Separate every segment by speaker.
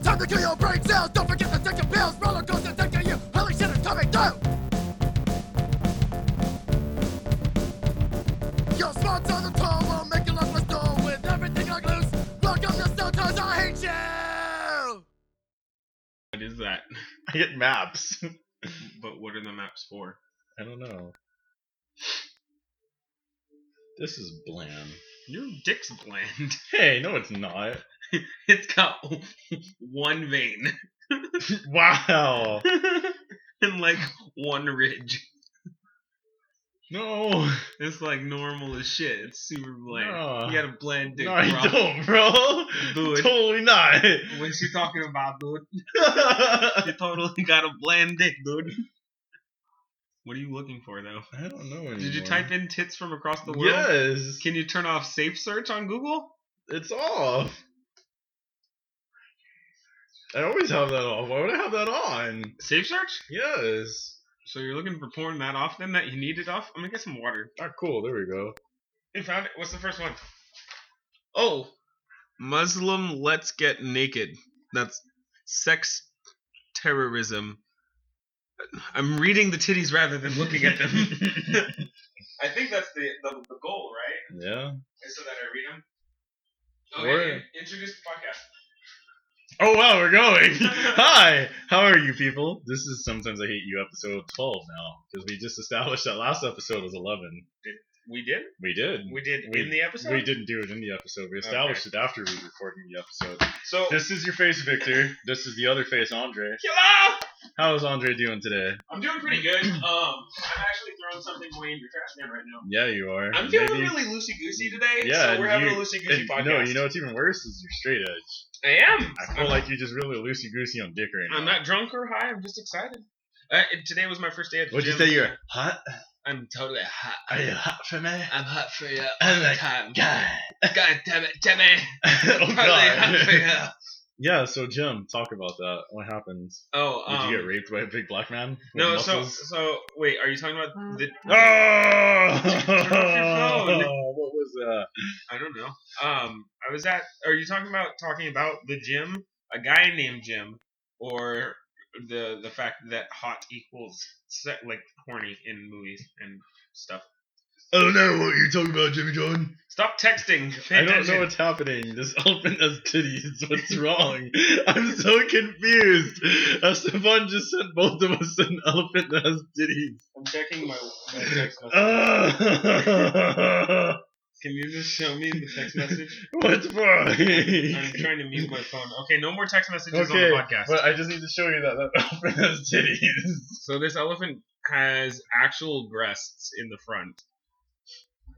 Speaker 1: stronger to your brain cells. Don't forget to take your pills. Roller coaster taking you. Holy shit, it's coming through. Your spots on the tall will make you look like stone with everything like loose. Welcome to Stone Toes. I hate you.
Speaker 2: What is that? I get maps. but what are the maps for?
Speaker 3: I don't know. This is bland.
Speaker 2: Your dick's bland.
Speaker 3: Hey, no, it's not.
Speaker 2: It's got one vein
Speaker 3: Wow.
Speaker 2: and like one ridge.
Speaker 3: No.
Speaker 2: It's like normal as shit. It's super bland.
Speaker 3: No.
Speaker 2: You got a bland dick.
Speaker 3: no, I
Speaker 2: bro.
Speaker 3: don't, bro.
Speaker 2: Dude.
Speaker 3: Totally not.
Speaker 2: What's you talking about, dude? You totally got a bland dick, dude. What are you looking for, though?
Speaker 3: I don't know anymore.
Speaker 2: Did you type in tits from across the world?
Speaker 3: Yes.
Speaker 2: Can you turn off safe search on Google?
Speaker 3: It's off. I always have that off. Why would I have that on?
Speaker 2: Safe search?
Speaker 3: Yes.
Speaker 2: So you're looking for porn that off then that you need it off? I'm gonna get some water.
Speaker 3: Ah, cool. There we go.
Speaker 2: I found it. What's the first one? Oh, Muslim Let's Get Naked. That's sex terrorism. I'm reading the titties rather than looking at them. I think that's the, the, the goal, right?
Speaker 3: Yeah.
Speaker 2: Is so that I read them. Oh,
Speaker 3: Word.
Speaker 2: introduce the podcast.
Speaker 3: Oh wow, we're going. Hi, how are you people? This is sometimes I hate you episode twelve now because we just established that last episode was eleven.
Speaker 2: We did?
Speaker 3: We did.
Speaker 2: We did
Speaker 3: We-
Speaker 2: in the episode?
Speaker 3: We didn't do it in the episode. We established it after we were recording the episode.
Speaker 2: So,
Speaker 3: This is your face, Victor. This is the other face, Andre.
Speaker 2: Hello!
Speaker 3: How is Andre doing today?
Speaker 2: I'm doing pretty good. Um, I'm actually throwing something away in your trash can right now.
Speaker 3: Yeah, you are.
Speaker 2: I'm feeling
Speaker 3: Maybe-
Speaker 2: really loosey goosey today,
Speaker 3: Yeah,
Speaker 2: so
Speaker 3: and
Speaker 2: we're having
Speaker 3: you-
Speaker 2: a loosey goosey
Speaker 3: and-
Speaker 2: podcast.
Speaker 3: No, you know what's even worse is your straight edge.
Speaker 2: I am.
Speaker 3: I feel like you're just really loosey goosey on dick right now.
Speaker 2: I'm not drunk or high. I'm just excited. Uh, it- today was my first day at the
Speaker 3: Would you
Speaker 2: gym.
Speaker 3: say you're hot?
Speaker 2: I'm totally hot.
Speaker 3: Are you hot for me?
Speaker 2: I'm hot for you all
Speaker 3: I'm
Speaker 2: the
Speaker 3: like,
Speaker 2: time.
Speaker 3: God.
Speaker 2: God damn it, Jimmy.
Speaker 3: oh
Speaker 2: Totally hot for
Speaker 3: God.
Speaker 2: you.
Speaker 3: Yeah, so Jim, talk about that. What happens?
Speaker 2: Oh,
Speaker 3: Did
Speaker 2: um,
Speaker 3: you get raped by a big black man? with
Speaker 2: no. So,
Speaker 3: muscles?
Speaker 2: so wait. Are you talking about the?
Speaker 3: Oh!
Speaker 2: phone.
Speaker 3: what was that?
Speaker 2: I don't know. Um, I was at. Are you talking about talking about the gym? A guy named Jim, or the the fact that hot equals set, like horny in movies and stuff.
Speaker 3: I don't know what you're talking about, Jimmy John.
Speaker 2: Stop texting. Pay
Speaker 3: I don't
Speaker 2: attention.
Speaker 3: know what's happening. This open as titties. What's wrong? I'm so confused. Estefan just sent both of us an elephant that has titties.
Speaker 2: I'm checking my, my text
Speaker 3: Uh.
Speaker 2: message.
Speaker 3: Ah!
Speaker 2: Can you just show me the text message?
Speaker 3: what's wrong?
Speaker 2: I'm trying to mute my phone. Okay, no more text messages
Speaker 3: Okay,
Speaker 2: on the podcast.
Speaker 3: but I just need to show you that that elephant has titties.
Speaker 2: so this elephant has actual breasts in the front,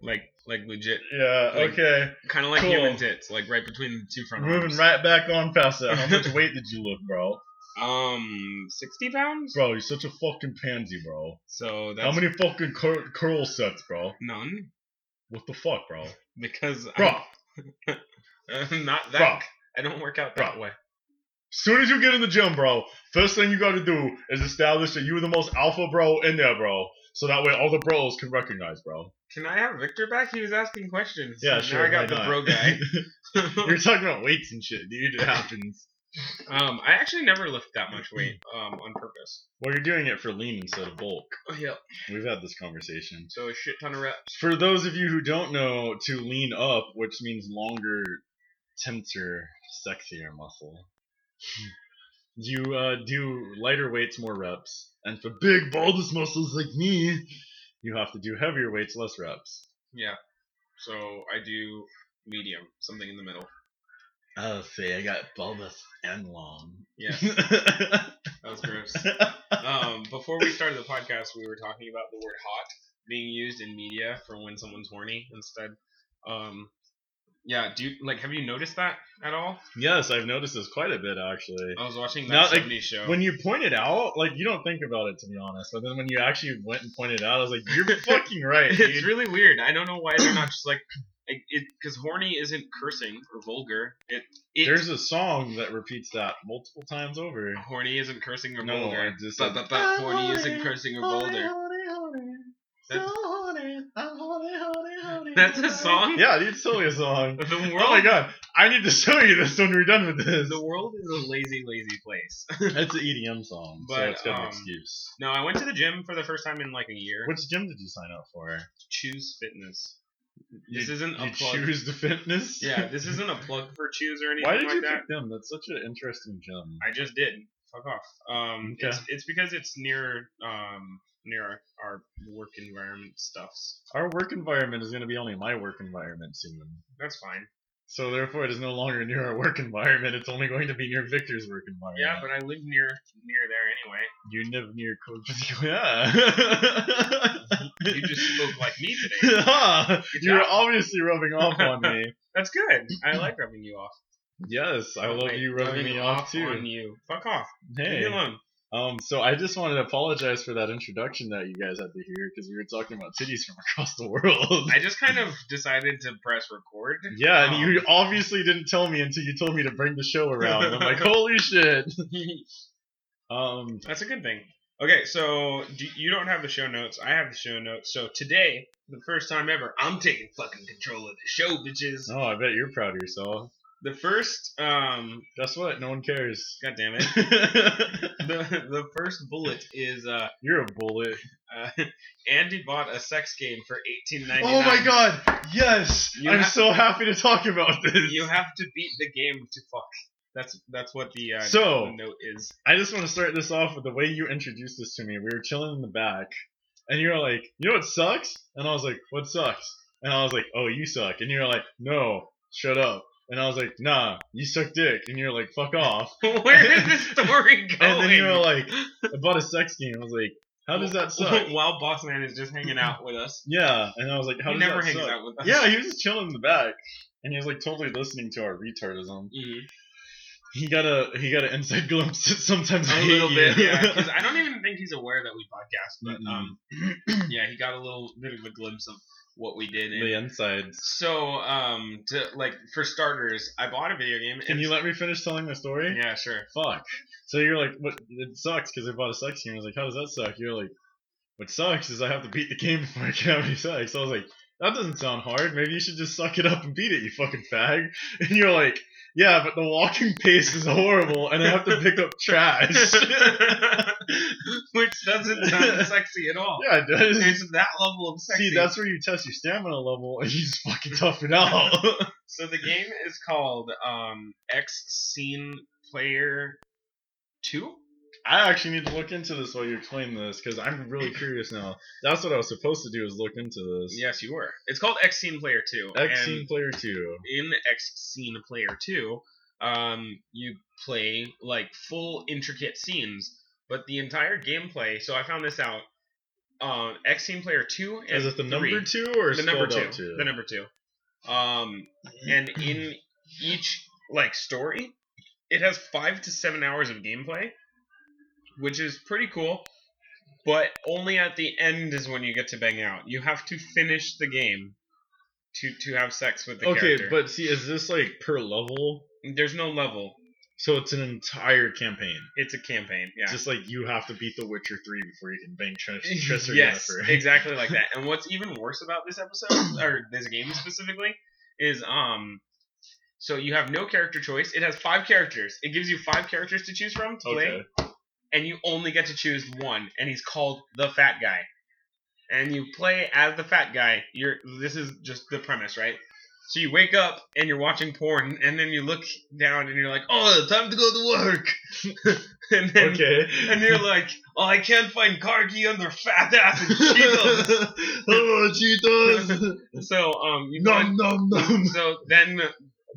Speaker 2: like like legit,
Speaker 3: Yeah.
Speaker 2: Like,
Speaker 3: Okay.
Speaker 2: kind of like
Speaker 3: Cool.
Speaker 2: human tits, like right between the two front
Speaker 3: Moving
Speaker 2: arms.
Speaker 3: right back on past that. How much weight did you lift, bro?
Speaker 2: Um, sixty pounds.
Speaker 3: Bro, you're such a fucking pansy, bro.
Speaker 2: So that's
Speaker 3: How many fucking cur- curl sets, bro?
Speaker 2: none
Speaker 3: What the fuck, bro?
Speaker 2: because
Speaker 3: Bro,
Speaker 2: I'm not that.
Speaker 3: bro.
Speaker 2: I don't work out
Speaker 3: Bro.
Speaker 2: that way.
Speaker 3: Soon as you get in the gym, bro, first thing you gotta do is establish that you're the most alpha bro in there, bro. So that way all the bros can recognize, bro.
Speaker 2: Can I have Victor back? He was asking questions.
Speaker 3: Yeah,
Speaker 2: Now
Speaker 3: sure.
Speaker 2: I got
Speaker 3: why
Speaker 2: the
Speaker 3: not?
Speaker 2: bro guy.
Speaker 3: you're talking about weights and shit, dude. It happens.
Speaker 2: um, I actually never lift that much weight. Um, on purpose.
Speaker 3: Well, you're doing it for lean instead of bulk.
Speaker 2: Oh, yeah.
Speaker 3: We've had this conversation.
Speaker 2: So a shit ton of reps.
Speaker 3: For those of you who don't know, to lean up, which means longer, tenser, sexier muscle, you uh, do lighter weights, more reps. And for big, bulbous muscles like me, you have to do heavier weights, less reps.
Speaker 2: Yeah. So I do medium, something in the middle.
Speaker 3: Oh, see, I got bulbous and long.
Speaker 2: Yeah, that was gross. um, before we started the podcast, we were talking about the word "hot" being used in media for when someone's horny instead. Um, yeah. Do you like? Have you noticed that at all?
Speaker 3: yes, I've noticed this quite a bit, actually.
Speaker 2: I was watching
Speaker 3: Not
Speaker 2: that
Speaker 3: like-
Speaker 2: 70s show.
Speaker 3: When you point it out, like you don't think about it to be honest, but then when you actually went and pointed it out, I was like, "You're fucking right."
Speaker 2: it's
Speaker 3: Dude.
Speaker 2: really weird. I don't know why they're not just like. Like it because horny isn't cursing or vulgar. It it
Speaker 3: There's a song that repeats that multiple times over.
Speaker 2: horny isn't cursing or
Speaker 3: No,
Speaker 2: vulgar.
Speaker 3: I just-
Speaker 2: But but but horny
Speaker 3: Horny,
Speaker 2: isn't cursing or vulgar.
Speaker 3: horny, horny,
Speaker 2: That's-
Speaker 3: horny, I'm horny, horny, horny.
Speaker 2: That's a song?
Speaker 3: Yeah, dude, it's totally a song.
Speaker 2: The world,
Speaker 3: Oh my god, I need to show you this when we're done with this.
Speaker 2: the world is a lazy, lazy place.
Speaker 3: That's an EDM song, so
Speaker 2: But,
Speaker 3: it's got
Speaker 2: um,
Speaker 3: an excuse.
Speaker 2: no, I went to the gym for the first time in like a year.
Speaker 3: Which gym did you sign up for?
Speaker 2: Choose fitness.
Speaker 3: You-
Speaker 2: This isn't a
Speaker 3: you
Speaker 2: plug.
Speaker 3: choose the fitness.
Speaker 2: Yeah, this isn't a plug for choose or anything
Speaker 3: Why did
Speaker 2: like
Speaker 3: you
Speaker 2: that.
Speaker 3: pick them? That's such an interesting gym.
Speaker 2: I just did. Fuck off. Um,
Speaker 3: Okay.
Speaker 2: it's, it's because it's near um near our, our work environment stuffs.
Speaker 3: Our work environment is going to be only my work environment soon.
Speaker 2: That's fine.
Speaker 3: So therefore, it is no longer near our work environment. It's only going to be near Victor's work environment.
Speaker 2: Yeah, but I live near near there anyway.
Speaker 3: you live near Code Yeah.
Speaker 2: You just spoke like me today.
Speaker 3: Yeah, You're
Speaker 2: job.
Speaker 3: obviously rubbing off on me.
Speaker 2: That's good. I like rubbing you off.
Speaker 3: Yes, I love
Speaker 2: Like,
Speaker 3: you rubbing me off
Speaker 2: on
Speaker 3: too.
Speaker 2: you. Fuck off. Leave
Speaker 3: Hey.
Speaker 2: me alone.
Speaker 3: Um, so I just wanted to apologize for that introduction that you guys had to hear because we were talking about cities from across the world.
Speaker 2: I just kind of decided to press record.
Speaker 3: yeah, and you
Speaker 2: Um.
Speaker 3: obviously didn't tell me until you told me to bring the show around. I'm like, holy shit. um,
Speaker 2: That's a good thing. Okay, so do, you don't have the show notes. I have the show notes. So today, the first time ever, I'm taking fucking control of the show, bitches.
Speaker 3: oh, I bet you're proud of yourself.
Speaker 2: The first, um,
Speaker 3: Guess what? No one cares.
Speaker 2: god damn it. the the first bullet is uh,
Speaker 3: you're a bullet.
Speaker 2: uh Andy bought a sex game for eighteen ninety nine.
Speaker 3: Oh my god! Yes,
Speaker 2: You
Speaker 3: I'm
Speaker 2: have-
Speaker 3: so happy to talk about this.
Speaker 2: You have to beat the game to fuck. That's that's what the uh,
Speaker 3: So-
Speaker 2: the note is.
Speaker 3: I just want to start this off with the way you introduced this to me. We were chilling in the back, and you were like, "You know what sucks?" And I was like, "What sucks?" And I was like, "Oh, you suck." And you were like, "No, shut up." And I was like, "Nah, you suck dick." And you're like, "Fuck off."
Speaker 2: Where is this story going?
Speaker 3: And then you were like, "I bought a sex game." I was like, "How does that suck?"
Speaker 2: While Bossman is just hanging out with us.
Speaker 3: Yeah, and I was like, "How
Speaker 2: he
Speaker 3: does
Speaker 2: never
Speaker 3: that
Speaker 2: hangs
Speaker 3: suck?"
Speaker 2: out with us.
Speaker 3: Yeah, he was just chilling in the back, and he was like totally listening to our retardism.
Speaker 2: Mhm.
Speaker 3: He got a he got an inside glimpse that sometimes I
Speaker 2: A
Speaker 3: hate
Speaker 2: little bit,
Speaker 3: you.
Speaker 2: yeah. 'cause I don't even think he's aware that we podcast, but um, yeah, he got a little bit of a glimpse of what we did. And
Speaker 3: the insides.
Speaker 2: so, um, to like for starters, I bought a video game.
Speaker 3: Can
Speaker 2: and
Speaker 3: you let me finish telling the story?
Speaker 2: Yeah, sure.
Speaker 3: Fuck. So you're like, what? It sucks because I bought a sex game. I was like, how does that suck? You're like, what sucks is I have to beat the game before I can have any sex. I was like, that doesn't sound hard. Maybe you should just suck it up and beat it, you fucking fag. And you're like, yeah, but the walking pace is horrible, and I have to pick up trash.
Speaker 2: Which doesn't sound sexy at all.
Speaker 3: yeah, it does.
Speaker 2: It's that level of sexy.
Speaker 3: See, that's where you test your stamina level and you just fucking toughen out.
Speaker 2: so the game is called um, X Scene Player Two.
Speaker 3: I actually need to look into this while you explain this because I'm really curious now. That's what I was supposed to do is look into this.
Speaker 2: Yes, you were. It's called X Scene Player Two.
Speaker 3: X
Speaker 2: and
Speaker 3: Scene Player 2.
Speaker 2: in X Scene Player 2, um, you play like full intricate scenes, but the entire gameplay. So I found this out. Um, X Scene Player 2 and
Speaker 3: Is it the
Speaker 2: three,
Speaker 3: number 2 or
Speaker 2: the
Speaker 3: spelled
Speaker 2: number two,
Speaker 3: out two?
Speaker 2: the number two. Um, and in each like story, it has five to seven hours of gameplay, which is pretty cool. But only at the end is when you get to bang out. You have to finish the game to to have sex with the
Speaker 3: okay,
Speaker 2: character.
Speaker 3: but see, is this like per level?
Speaker 2: There's no level.
Speaker 3: So it's an entire campaign.
Speaker 2: It's a campaign. Yeah.
Speaker 3: Just like you have to beat The Witcher 3 before you can bang Tris- Triss or
Speaker 2: yes,
Speaker 3: Yennefer.
Speaker 2: exactly like that. And what's even worse about this episode or this game specifically is um so you have no character choice. It has five characters. It gives you five characters to choose from to play,
Speaker 3: Okay.
Speaker 2: and you only get to choose one, and he's called the fat guy. And you play as the fat guy. You're this is just the premise, right? So you wake up and you're watching porn, and then you look down and you're like, "Oh, time to go to work." and then
Speaker 3: Okay.
Speaker 2: and you're like, oh, I can't find car key under fat ass and Cheetos.
Speaker 3: oh, Cheetos!
Speaker 2: so um, you
Speaker 3: nom, nom, nom.
Speaker 2: find- so then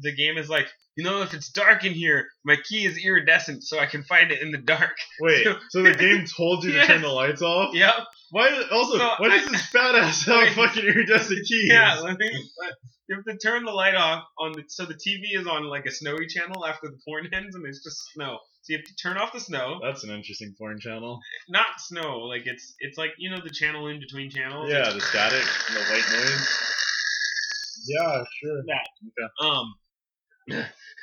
Speaker 2: the game is like, you know, if it's dark in here, my key is iridescent, so I can find it in the dark.
Speaker 3: Wait, so the game told you to turn the
Speaker 2: Yes.
Speaker 3: lights off?
Speaker 2: Yep.
Speaker 3: Why? Also,
Speaker 2: So
Speaker 3: why does
Speaker 2: I-
Speaker 3: this fat ass have
Speaker 2: Wait.
Speaker 3: fucking iridescent keys?
Speaker 2: Yeah. Let me, let- you have to turn the light off on the so the TV is on like a snowy channel after the porn ends, and it's just snow. So you have to turn off the snow.
Speaker 3: That's an interesting porn channel.
Speaker 2: Not snow, like it's it's like you know the channel in between channels.
Speaker 3: Yeah, the static and the white noise. Yeah, sure.
Speaker 2: Um,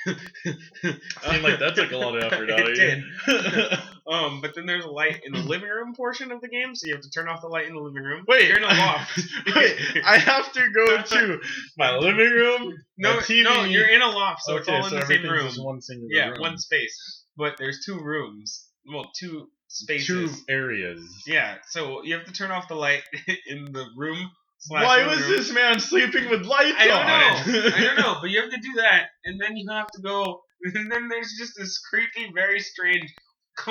Speaker 3: Seemed like that took a lot of effort out of
Speaker 2: It
Speaker 3: you.
Speaker 2: Um, but then there's a light in the living room portion of the game, so you have to turn off the light in the living room.
Speaker 3: Wait.
Speaker 2: you're in a loft.
Speaker 3: Wait, I have to go to my living room.
Speaker 2: no,
Speaker 3: A TV.
Speaker 2: no, you're in a loft, so it's
Speaker 3: okay,
Speaker 2: all in
Speaker 3: so
Speaker 2: the same
Speaker 3: everything's
Speaker 2: room.
Speaker 3: just one single
Speaker 2: yeah,
Speaker 3: room.
Speaker 2: one space, but there's two rooms. Well, two spaces.
Speaker 3: two areas.
Speaker 2: Yeah, so you have to turn off the light in the room. Slash
Speaker 3: Why
Speaker 2: living
Speaker 3: was
Speaker 2: room.
Speaker 3: this man sleeping with lights
Speaker 2: I
Speaker 3: on?
Speaker 2: don't know. I don't know, but you have to do that, and then you have to go. And then there's just this creepy, very strange,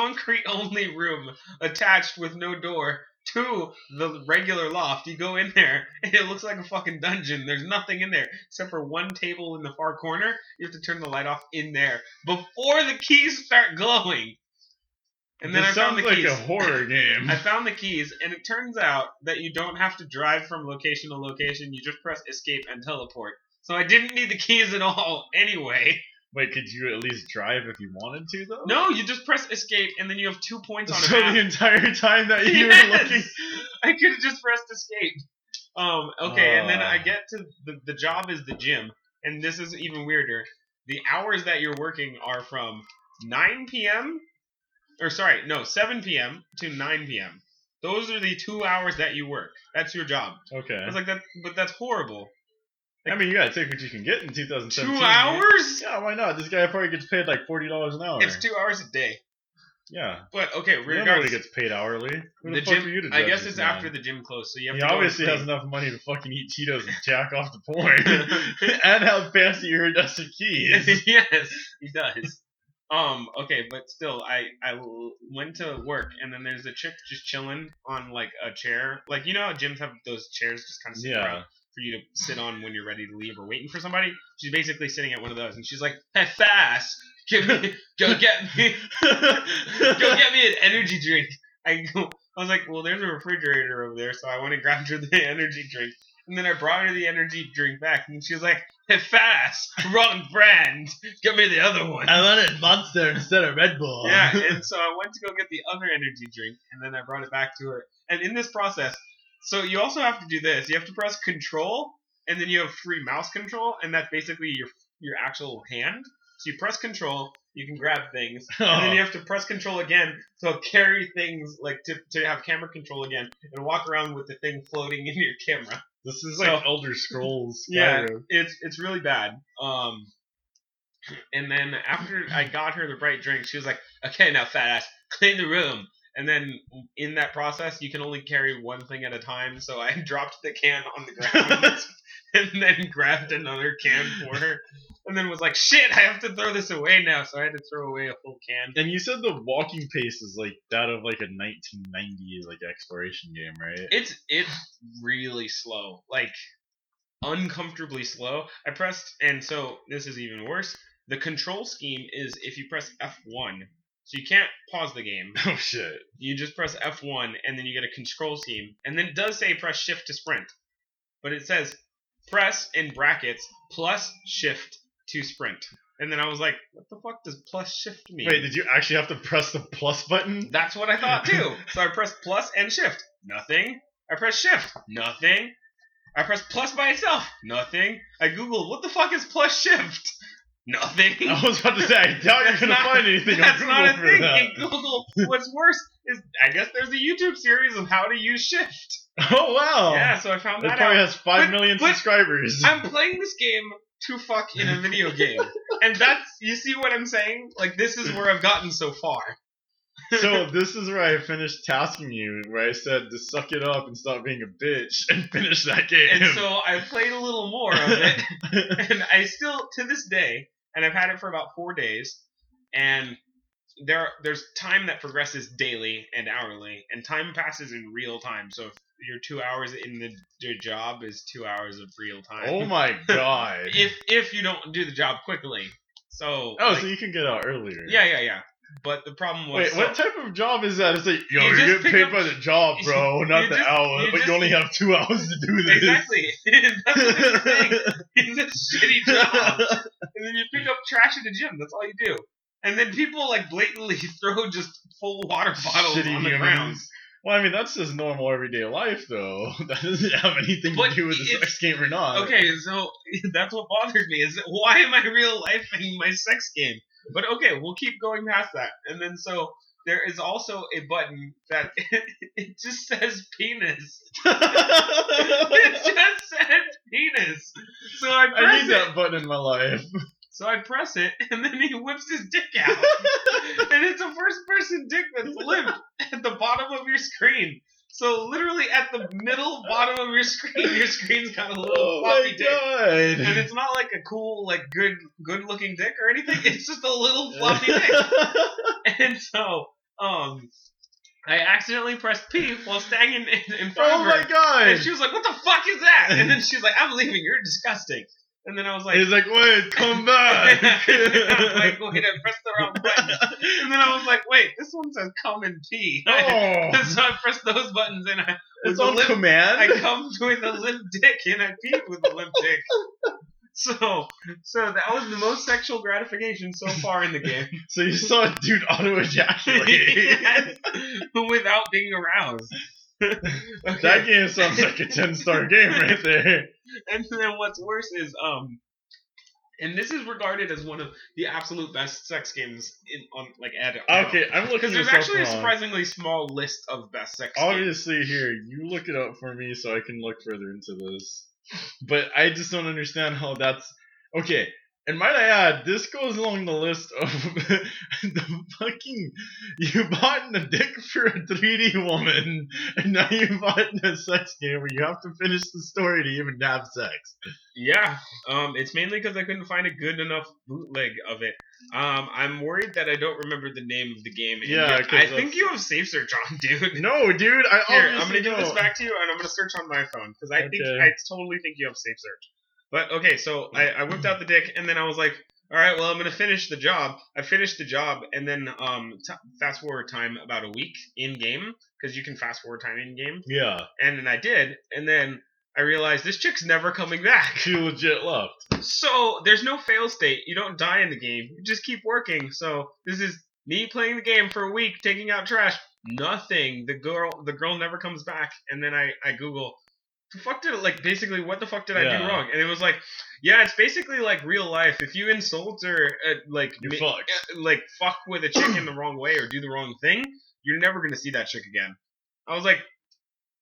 Speaker 2: concrete-only room attached with no door to the regular loft. You go in there, and it looks like a fucking dungeon. There's nothing in there except for one table in the far corner. You have to turn the light off in there before the keys start glowing. And then
Speaker 3: this
Speaker 2: I found
Speaker 3: sounds
Speaker 2: the
Speaker 3: like
Speaker 2: keys.
Speaker 3: a horror game.
Speaker 2: I found the keys, and it turns out that you don't have to drive from location to location. You just press escape and teleport. So I didn't need the keys at all anyway.
Speaker 3: Wait, could you at least drive if you wanted to, though?
Speaker 2: No, you just press escape, and then you have two points on
Speaker 3: So
Speaker 2: a
Speaker 3: the
Speaker 2: map.
Speaker 3: entire time that you were
Speaker 2: Yes!
Speaker 3: looking,
Speaker 2: I could have just pressed escape. Um, okay, and then I
Speaker 3: Ah.
Speaker 2: get to the, the job is the gym, and this is even weirder. The hours that you're working are from 9 p.m. or sorry, no, 7 p.m. to 9 p.m. Those are the two hours that you work. That's your job.
Speaker 3: okay.
Speaker 2: I was like, that, but that's horrible.
Speaker 3: I mean, you gotta take what you can get in 2017.
Speaker 2: Two
Speaker 3: man.
Speaker 2: hours?
Speaker 3: Yeah, why not? This guy probably gets paid like forty dollars an hour.
Speaker 2: It's two hours a day.
Speaker 3: yeah,
Speaker 2: But okay,
Speaker 3: we don't know
Speaker 2: regardless,
Speaker 3: he gets paid hourly. Who the,
Speaker 2: the
Speaker 3: fuck
Speaker 2: gym.
Speaker 3: are you to
Speaker 2: I
Speaker 3: judge
Speaker 2: guess
Speaker 3: this
Speaker 2: it's
Speaker 3: man?
Speaker 2: after the gym closed, so you have
Speaker 3: He
Speaker 2: to. go and
Speaker 3: obviously has
Speaker 2: clean.
Speaker 3: enough money to fucking eat Cheetos and jack off the porn, and have fancy iridescent keys.
Speaker 2: yes, he does. Um. Okay, but still, I I l- went to work, and then there's a chick just chilling on like a chair, like you know how gyms have those chairs just kind of sitting around
Speaker 3: yeah,
Speaker 2: for you to sit on when you're ready to leave or waiting for somebody. She's basically sitting at one of those, and she's like, "Hey, fast, give me, go get me, go get me an energy drink." I go, I was like, "Well, there's a refrigerator over there, so I went and grabbed her the energy drink." And then I brought her the energy drink back, and she was like, "Hey, fast, wrong brand, get me the other one."
Speaker 3: I wanted Monster instead of Red Bull.
Speaker 2: Yeah, and so I went to go get the other energy drink, and then I brought it back to her. And in this process, so you also have to do this. You have to press Control, and then you have free mouse control, and that's basically your your actual hand. So you press Control, you can grab things,
Speaker 3: Oh,
Speaker 2: and then you have to press Control again to carry things, like to to have camera control again, and walk around with the thing floating in your camera.
Speaker 3: this is
Speaker 2: So-
Speaker 3: like Elder Scrolls.
Speaker 2: Yeah.
Speaker 3: Skyrim.
Speaker 2: It's it's really bad. Um, and then after I got her the right drink, she was like, "Okay, now fat ass, clean the room." And then in that process, you can only carry one thing at a time. So I dropped the can on the ground and then grabbed another can for her, and then was like, "Shit, I have to throw this away now." So I had to throw away a whole can.
Speaker 3: And you said the walking pace is like that of like a 1990s like exploration game, right?
Speaker 2: It's it's really slow, like uncomfortably slow. I pressed, and so this is even worse. The control scheme is if you press F1, so you can't pause the game.
Speaker 3: oh shit!
Speaker 2: You just press F1, and then you get a control scheme, and then it does say press Shift to sprint, but it says press in brackets plus Shift to sprint. And then I was like, what the fuck does plus Shift mean?
Speaker 3: Wait, did you actually have to press the plus button?
Speaker 2: That's what I thought too. So I pressed plus and shift. Nothing. I pressed shift. Nothing. I pressed plus by itself. Nothing. I googled what the fuck is plus shift. Nothing.
Speaker 3: I was about to say, I doubt you're
Speaker 2: That's
Speaker 3: gonna
Speaker 2: not-
Speaker 3: find anything on
Speaker 2: That's
Speaker 3: Google
Speaker 2: not a
Speaker 3: for
Speaker 2: thing.
Speaker 3: that.
Speaker 2: In Google, what's worse is I guess there's a YouTube series of how to use shift.
Speaker 3: Oh wow!
Speaker 2: Yeah, so I found
Speaker 3: it
Speaker 2: that
Speaker 3: probably
Speaker 2: out.
Speaker 3: has five
Speaker 2: But-
Speaker 3: million
Speaker 2: but-
Speaker 3: subscribers.
Speaker 2: I'm playing this game to fuck in a video game, and that's you see what I'm saying? Like this is where I've gotten so far.
Speaker 3: so this is where I finished tasking you, where I said to suck it up and stop being a bitch and finish that game.
Speaker 2: And so I played a little more of it, and I still to this day, and I've had it for about four days, and there there's time that progresses daily and hourly, and time passes in real time. So if your two hours in the your job is two hours of real time.
Speaker 3: oh my god!
Speaker 2: If if you don't do the job quickly, so
Speaker 3: oh,
Speaker 2: like-
Speaker 3: so you can get out earlier.
Speaker 2: yeah yeah yeah. But the problem was
Speaker 3: Wait,
Speaker 2: so-
Speaker 3: what type of job is that? It's like, yo,
Speaker 2: You
Speaker 3: you,
Speaker 2: just
Speaker 3: get
Speaker 2: pick
Speaker 3: paid
Speaker 2: up-
Speaker 3: by the job, bro,
Speaker 2: you
Speaker 3: not the
Speaker 2: just-
Speaker 3: hour,
Speaker 2: you
Speaker 3: but
Speaker 2: just-
Speaker 3: you only have two hours to do this.
Speaker 2: exactly. That's the thing. It's a shitty job. and then you pick up trash at the gym. That's all you do. And then people like blatantly throw just full water bottles
Speaker 3: Shitty
Speaker 2: on the
Speaker 3: humans.
Speaker 2: ground.
Speaker 3: Well, I mean, that's just normal everyday life, though. That doesn't have anything
Speaker 2: But
Speaker 3: to do with the
Speaker 2: it's-
Speaker 3: sex game or not.
Speaker 2: Okay, so that's what bothered me. Is that why am I real lifing my sex game? But okay, we'll keep going past that. And then so there is also a button that it just says penis. it just says penis. So I press
Speaker 3: I need
Speaker 2: it.
Speaker 3: that button in my life.
Speaker 2: So I press it, and then he whips his dick out, and it's a first-person dick that's limp at the bottom of your screen. So literally at the middle bottom of your screen, your screen's got a little
Speaker 3: Oh my
Speaker 2: floppy dick. And it's not like a cool, like good, good-looking dick or anything. It's just a little floppy dick.
Speaker 3: god.
Speaker 2: And so, um, I accidentally pressed P while standing in, in front
Speaker 3: oh
Speaker 2: of her,
Speaker 3: my god.
Speaker 2: and she was like, "What the fuck is that?" And then she was like, "I'm leaving. You're disgusting." And then I was like,
Speaker 3: He's like, wait, come back.
Speaker 2: I was like, wait, I pressed the wrong button. And then I was like, wait, this one says come and pee.
Speaker 3: oh,
Speaker 2: so I pressed those buttons and I,
Speaker 3: it's
Speaker 2: with
Speaker 3: on
Speaker 2: the limp,
Speaker 3: command.
Speaker 2: I come with a limp dick and I peed with a limp dick. So, so that was the most sexual gratification so far in the game,
Speaker 3: so you saw a dude auto ejaculate.
Speaker 2: Yes. without being aroused. Okay.
Speaker 3: That game sounds like a ten star game right there.
Speaker 2: and then what's worse is um and this is regarded as one of the absolute best sex games in on like at
Speaker 3: Okay, I'm looking
Speaker 2: because
Speaker 3: this
Speaker 2: there's
Speaker 3: up
Speaker 2: actually a
Speaker 3: wrong. Oh,
Speaker 2: surprisingly small list of best sex games.
Speaker 3: Obviously, here you look it up for me so I can look further into this. But I just don't understand how that's okay. And might I add, this goes along the list of the fucking you bought a dick for a 3D woman, and now you bought a sex game where you have to finish the story to even have sex.
Speaker 2: Yeah, um, it's mainly because I couldn't find a good enough bootleg of it. Um, I'm worried that I don't remember the name of the game. and
Speaker 3: Yeah,
Speaker 2: yet-
Speaker 3: 'cause
Speaker 2: I
Speaker 3: that's-
Speaker 2: think you have safe search on, dude.
Speaker 3: No, dude, I
Speaker 2: Here,
Speaker 3: obviously
Speaker 2: I'm gonna give
Speaker 3: don't.
Speaker 2: this back to you, and I'm gonna search on my phone because I think
Speaker 3: Okay.
Speaker 2: I totally think you have safe search. But okay, so I, I whipped out the dick, and then I was like, all right, well, I'm gonna finish the job. I finished the job, and then um, t- fast forward time about a week in game because you can fast forward time in game,
Speaker 3: Yeah,
Speaker 2: and then I did, and then I realized this chick's never coming back.
Speaker 3: she legit left.
Speaker 2: So there's no fail state. You don't die in the game. You just keep working. So this is me playing the game for a week, taking out trash. Nothing. The girl, the girl never comes back. And then I, I Google, the fuck did it like basically what the fuck did I do
Speaker 3: Yeah.
Speaker 2: wrong? And it was like, yeah, it's basically like real life. If you insult or uh, like
Speaker 3: You
Speaker 2: ma-
Speaker 3: fucked.
Speaker 2: uh, like fuck with a chick in the wrong way or do the wrong thing, you're never gonna see that chick again. I was like,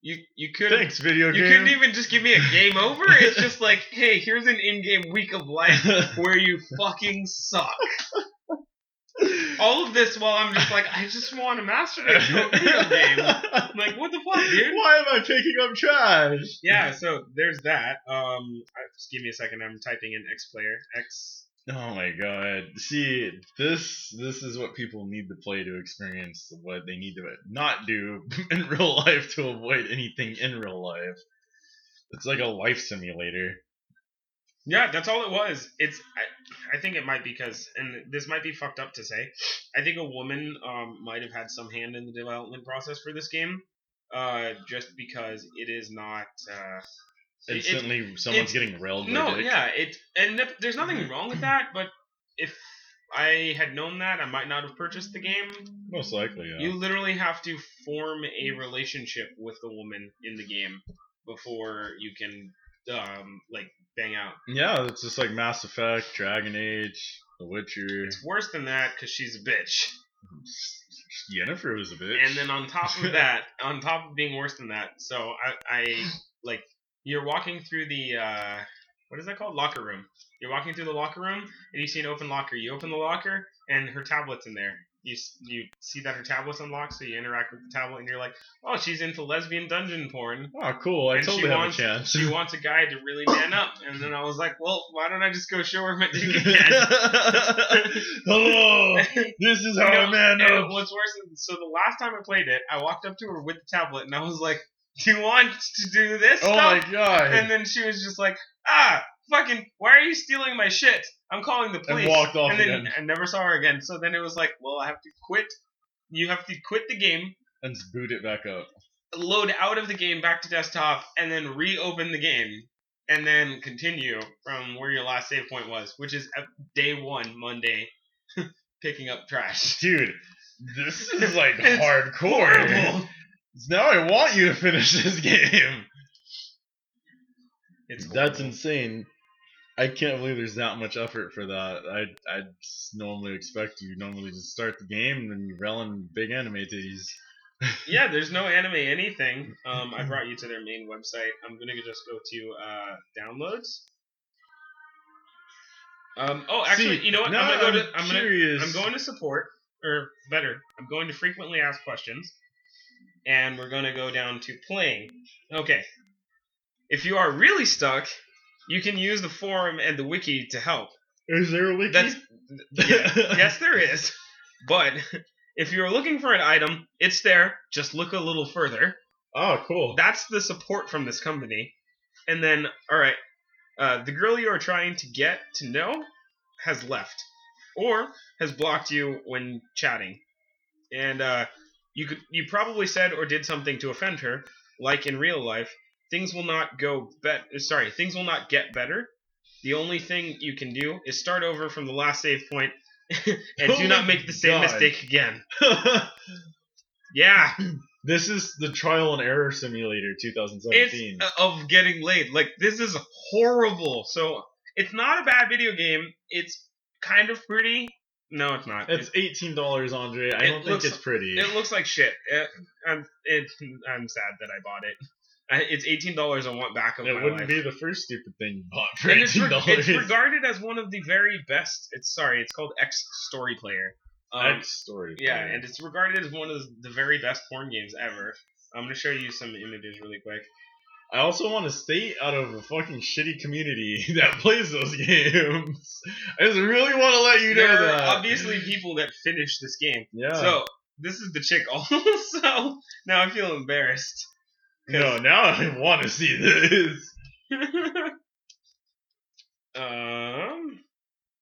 Speaker 2: you you could have
Speaker 3: Thanks, video
Speaker 2: you
Speaker 3: game.
Speaker 2: couldn't even just give me a game over. It's just like, hey, here's an in-game week of life where you fucking suck. All of this while I'm just like, I just want to masturbate to a video game. I'm like, what the fuck, dude?
Speaker 3: Why am I picking up trash?
Speaker 2: Yeah, so there's that. Um, I- just give me a second. I'm typing in X player X.
Speaker 3: Oh my god. See, this this is what people need to play to experience what they need to not do in real life to avoid anything in real life. It's like a life simulator.
Speaker 2: Yeah, that's all it was. It's I, I think it might be because, and this might be fucked up to say, I think a woman um might have had some hand in the development process for this game, uh, just because it is not uh. It-
Speaker 3: Instantly, someone's
Speaker 2: it's-
Speaker 3: getting railed. by
Speaker 2: No,
Speaker 3: dick. Mm-hmm.
Speaker 2: yeah, it and th- there's nothing wrong with that. But if I had known that, I might not have purchased the game.
Speaker 3: most likely. Yeah.
Speaker 2: You literally have to form a relationship with the woman in the game before you can um like bang out.
Speaker 3: yeah, it's just like Mass Effect, Dragon Age, The Witcher.
Speaker 2: It's worse than that because she's a bitch.
Speaker 3: Yennefer was a bitch.
Speaker 2: And then uh, on top of that, on top of being worse than that, so I, I like you're walking through the uh, what is that called? Locker room. You're walking through the locker room and you see an open locker. You open the locker and her tablet's in there. You s- you see that her tablet's unlocked, so you interact with the tablet and you're like, oh, she's into lesbian dungeon porn.
Speaker 3: oh, cool! I
Speaker 2: and she
Speaker 3: totally have
Speaker 2: wants-
Speaker 3: a chance.
Speaker 2: She wants a guy to really man up. And then I was like, well, why don't I just go show her my dick again?
Speaker 3: Hello, Oh, this is how
Speaker 2: No,
Speaker 3: a man
Speaker 2: And
Speaker 3: up.
Speaker 2: what's worse is, so the last time I played it, I walked up to her with the tablet and I was like, "Do you want to do this
Speaker 3: Oh
Speaker 2: stuff?"
Speaker 3: my god!
Speaker 2: And then she was just like, "Ah, fucking, why are you stealing my shit? I'm calling the police."
Speaker 3: walked off
Speaker 2: And then
Speaker 3: again.
Speaker 2: I never saw her again. So then it was like, "Well, I have to quit. You have to quit the game,
Speaker 3: and just boot it back up.
Speaker 2: load out of the game back to desktop, and then reopen the game." And then continue from where your last save point was, which is uh, day one, Monday, picking up trash.
Speaker 3: Dude, this is like
Speaker 2: It's
Speaker 3: hardcore.
Speaker 2: horrible.
Speaker 3: Now I want you to finish this game.
Speaker 4: It's
Speaker 3: That's
Speaker 4: horrible.
Speaker 3: insane. I can't believe there's that much effort for that. I I just normally expect you normally just start the game and then you rel in big anime titties.
Speaker 2: yeah, there's no anime anything. Um, I brought you to their main website. I'm gonna just go to uh, downloads. Um, oh, actually,
Speaker 3: See,
Speaker 2: you know what?
Speaker 3: now
Speaker 2: I'm gonna go to. I'm gonna.
Speaker 3: curious.
Speaker 2: I'm going to support, or better, I'm going to frequently asked questions, and we're going to go down to playing. Okay. If you are really stuck, you can use the forum and the wiki to help.
Speaker 3: Is there a wiki?
Speaker 2: That's yeah, yes, there is. But if you're looking for an item, it's there. Just look a little further.
Speaker 3: Oh, cool.
Speaker 2: That's the support from this company. And then, all right, uh, the girl you are trying to get to know has left or has blocked you when chatting. And uh, you could you probably said or did something to offend her, like in real life. Things will not go bet. Sorry, things will not get better. The only thing you can do is start over from the last save point and
Speaker 3: Oh
Speaker 2: do not
Speaker 3: my
Speaker 2: make the same
Speaker 3: God.
Speaker 2: mistake again. Yeah,
Speaker 3: this is the trial and error simulator 2017.
Speaker 2: It's uh, of getting laid. Like this is horrible. So it's not a bad video game. It's kind of pretty. No, it's not.
Speaker 3: It's
Speaker 2: It,
Speaker 3: eighteen dollars, Andre. I
Speaker 2: It
Speaker 3: don't think
Speaker 2: looks-
Speaker 3: it's pretty.
Speaker 2: it looks like shit. It, I'm it, I'm sad that I bought it. I, it's eighteen dollars. I want back of
Speaker 3: It
Speaker 2: my
Speaker 3: wouldn't
Speaker 2: life.
Speaker 3: be the first stupid thing you bought for
Speaker 2: and it's,
Speaker 3: eighteen
Speaker 2: re-
Speaker 3: dollars.
Speaker 2: it's regarded as one of the very best. It's sorry. It's called X Story Player. Um,
Speaker 3: story.
Speaker 2: yeah, and it's regarded as one of the very best porn games ever. I'm gonna show you some images really quick.
Speaker 3: I also want to stay out of a fucking shitty community that plays those games. I just really want to let you know
Speaker 2: there
Speaker 3: that.
Speaker 2: are obviously people that finish this game.
Speaker 3: Yeah.
Speaker 2: So this is the chick also. Now I feel embarrassed.
Speaker 3: no, now I want to see this.
Speaker 2: um,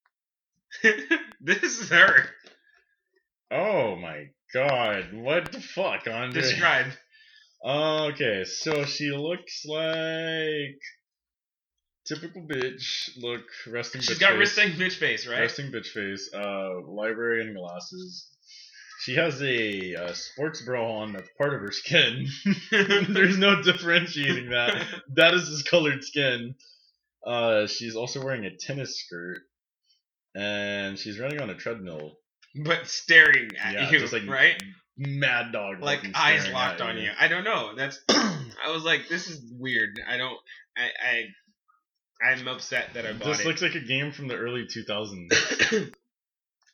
Speaker 2: this is her.
Speaker 3: Oh my god! What the fuck, Andre?
Speaker 2: Describe.
Speaker 3: Okay, so she looks like typical bitch. Look, resting.
Speaker 2: She's
Speaker 3: bitch
Speaker 2: got
Speaker 3: face.
Speaker 2: resting bitch face, right?
Speaker 3: Resting bitch face. Uh, librarian glasses. She has a, uh sports bra on that's part of her skin. There's no differentiating that. That is his colored skin. Uh, she's also wearing a tennis skirt, and she's running on a treadmill.
Speaker 2: But staring at
Speaker 3: Yeah,
Speaker 2: you,
Speaker 3: just like
Speaker 2: right?
Speaker 3: Mad dog.
Speaker 2: Like
Speaker 3: looking,
Speaker 2: eyes
Speaker 3: staring
Speaker 2: locked
Speaker 3: at
Speaker 2: on you. I don't know. That's. I was like, this is weird. I don't. I. I I'm upset that I bought
Speaker 3: This
Speaker 2: it.
Speaker 3: looks like a game from the early 2000s.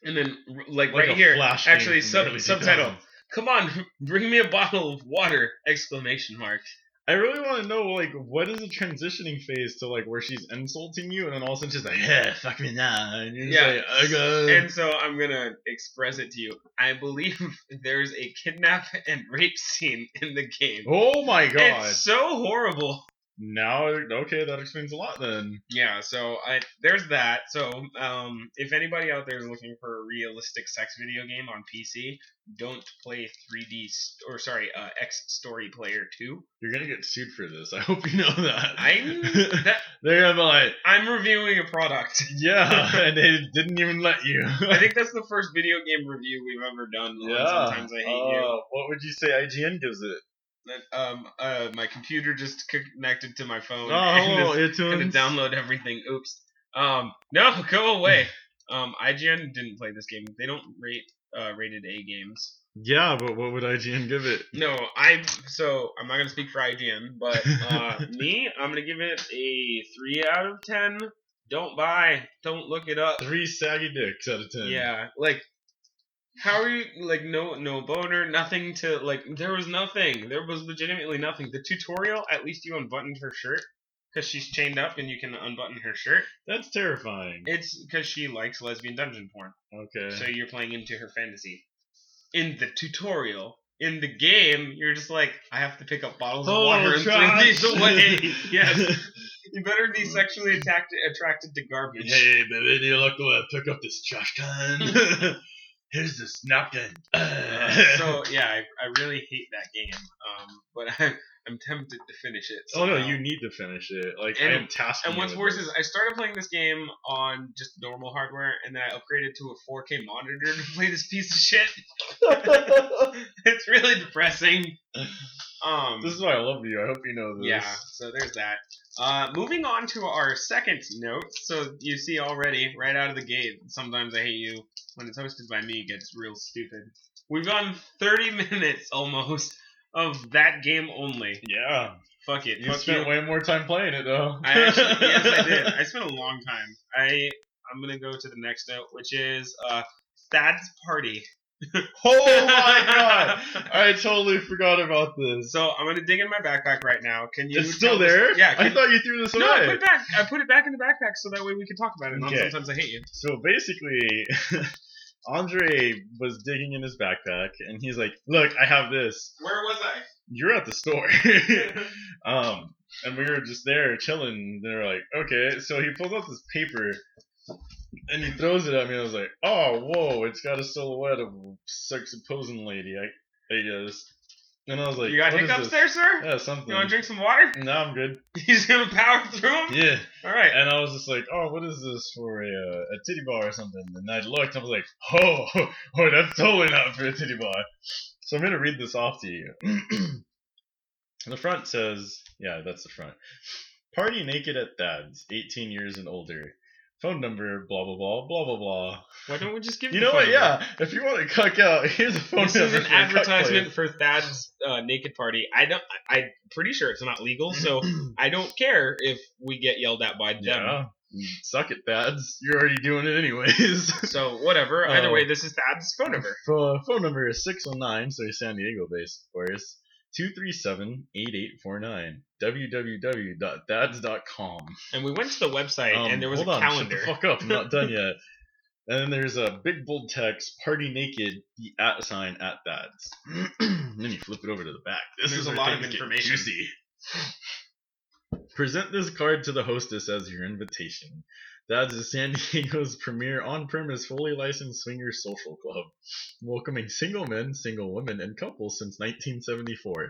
Speaker 2: and then, r- like,
Speaker 3: Like
Speaker 2: right
Speaker 3: a
Speaker 2: here,
Speaker 3: flash game
Speaker 2: actually,
Speaker 3: from the
Speaker 2: sub
Speaker 3: early
Speaker 2: subtitle.
Speaker 3: 2000s.
Speaker 2: Come on, bring me a bottle of water! Exclamation mark.
Speaker 3: I really want to know, like, what is the transitioning phase to, like, where she's insulting you, and then all of a sudden she's like, yeah, fuck me now. And you're just
Speaker 2: Yeah.
Speaker 3: like, I go.
Speaker 2: And so I'm gonna express it to you. I believe there's a kidnap and rape scene in the game.
Speaker 3: oh my god.
Speaker 2: It's so horrible.
Speaker 3: Now, okay, that explains a lot then.
Speaker 2: Yeah, so I there's that. So um, if anybody out there is looking for a realistic sex video game on PC, don't play 3D st- or sorry uh, X Story Player 2.
Speaker 3: You're gonna get sued for this. I hope you know that.
Speaker 2: I'm that,
Speaker 3: They're gonna be like,
Speaker 2: I'm reviewing a product.
Speaker 3: yeah, and they didn't even let you.
Speaker 2: I think that's the first video game review we've ever done. on Sometimes I hate you.
Speaker 3: Uh, What would you say IGN gives it?
Speaker 2: that, um uh my computer just connected to my phone and
Speaker 3: Oh,
Speaker 2: is
Speaker 3: it's
Speaker 2: gonna download everything. Oops. Um no, go away. um IGN didn't play this game. They don't rate uh rated A games.
Speaker 3: Yeah, but what would IGN give it?
Speaker 2: No, I so I'm not gonna speak for IGN, but uh me, I'm gonna give it a three out of ten. Don't buy, don't look it up.
Speaker 3: Three saggy dicks out of ten.
Speaker 2: Yeah, like how are you like no no boner, nothing to like there was nothing. There was legitimately nothing. The tutorial, at least you unbuttoned her shirt cuz she's chained up and you can unbutton her shirt.
Speaker 3: That's terrifying.
Speaker 2: It's cuz she likes lesbian dungeon porn.
Speaker 3: Okay.
Speaker 2: So you're playing into her fantasy. In the tutorial, in the game, you're just like I have to pick up
Speaker 3: Oh,
Speaker 2: bottles of water and throw these away. yes. You better be sexually attacked, attracted to garbage.
Speaker 3: Hey, baby, do you look away? Pick up this trash can. Here's the napkin.
Speaker 2: Uh, so yeah, I, I really hate that game. Um, but I, I'm tempted to finish it.
Speaker 3: Oh no,
Speaker 2: somehow.
Speaker 3: you need to finish it. Like
Speaker 2: And-
Speaker 3: I am tasking.
Speaker 2: And
Speaker 3: you
Speaker 2: what's
Speaker 3: with
Speaker 2: worse
Speaker 3: this.
Speaker 2: is I started playing this game on just normal hardware, and then I upgraded to a 4K monitor to play this piece of shit. it's really depressing. Um,
Speaker 3: this is why I love you. I hope you know this.
Speaker 2: yeah, so there's that. Uh, moving on to our second note. So you see already, right out of the gate, sometimes I hate you when it's hosted by me it gets real stupid. We've gone 30 minutes almost of that game only.
Speaker 3: Yeah.
Speaker 2: Fuck it.
Speaker 3: You
Speaker 2: fuck
Speaker 3: spent
Speaker 2: you.
Speaker 3: way more time playing it though.
Speaker 2: I actually, yes, I did. I spent a long time. I I'm gonna go to the next note, which is uh, Thad's party.
Speaker 3: oh my god! I totally forgot about this.
Speaker 2: So I'm gonna dig in my backpack right now. Can you?
Speaker 3: it's still
Speaker 2: tell us-
Speaker 3: there.
Speaker 2: yeah.
Speaker 3: I
Speaker 2: Can,
Speaker 3: thought you threw this away.
Speaker 2: no, I put it back. I put it back in the backpack so that way we can talk about it.
Speaker 3: Okay.
Speaker 2: Okay. Sometimes I hate you.
Speaker 3: So basically, Andre was digging in his backpack, and he's like, "Look, I have this.
Speaker 2: Where was I?
Speaker 3: You're at the store." um, and we were just there chilling. They were like, "Okay." So he pulls out this paper, and he throws it at me. I was like, "Oh, whoa! It's got a silhouette of a sex opposing lady." I, I guess. And I was like,
Speaker 2: you got
Speaker 3: "What is
Speaker 2: hiccups
Speaker 3: this?" Uh,
Speaker 2: there, sir?
Speaker 3: Yeah, something.
Speaker 2: You want to drink some water?
Speaker 3: no, I'm good.
Speaker 2: He's gonna power through him.
Speaker 3: Yeah.
Speaker 2: All right.
Speaker 3: And I was just like, oh, what is this for a, uh, a titty bar or something? And I looked and I was like, oh, oh, that's totally not for a titty bar. So I'm going to read this off to you. the front says, yeah, that's the front. Party naked at Thad's, 18 years and older. Phone number, blah, blah, blah, blah, blah, blah.
Speaker 2: Why don't we just give?
Speaker 3: You
Speaker 2: the
Speaker 3: know what?
Speaker 2: phone
Speaker 3: Yeah. If you want to cuck out, here's a phone
Speaker 2: number? This
Speaker 3: number.
Speaker 2: is an
Speaker 3: for a cuck place.
Speaker 2: advertisement for Thad's uh, naked party. I don't. I- I'm pretty sure it's not legal, so I don't care if we get yelled at by them.
Speaker 3: Yeah. Suck it, Thad's. You're already doing it anyways.
Speaker 2: So whatever. Either
Speaker 3: Um,
Speaker 2: way, this is Thad's phone number.
Speaker 3: Pho- phone number is 619, so he's San Diego based, of course. 237-8849. www.thads.com.
Speaker 2: And we went to the website,
Speaker 3: Um,
Speaker 2: and there was a
Speaker 3: hold on,
Speaker 2: calendar.
Speaker 3: Shut the fuck up, I'm not done yet. And then there's a big bold text, party naked, the at sign at thads. and then you flip it over to the back. This
Speaker 2: There's
Speaker 3: is
Speaker 2: a
Speaker 3: where
Speaker 2: lot of
Speaker 3: things get
Speaker 2: information.
Speaker 3: juicy. Present this card to the hostess as your invitation. Thads is San Diego's premier on-premise fully licensed swinger social club, welcoming single men, single women, and couples since 1974.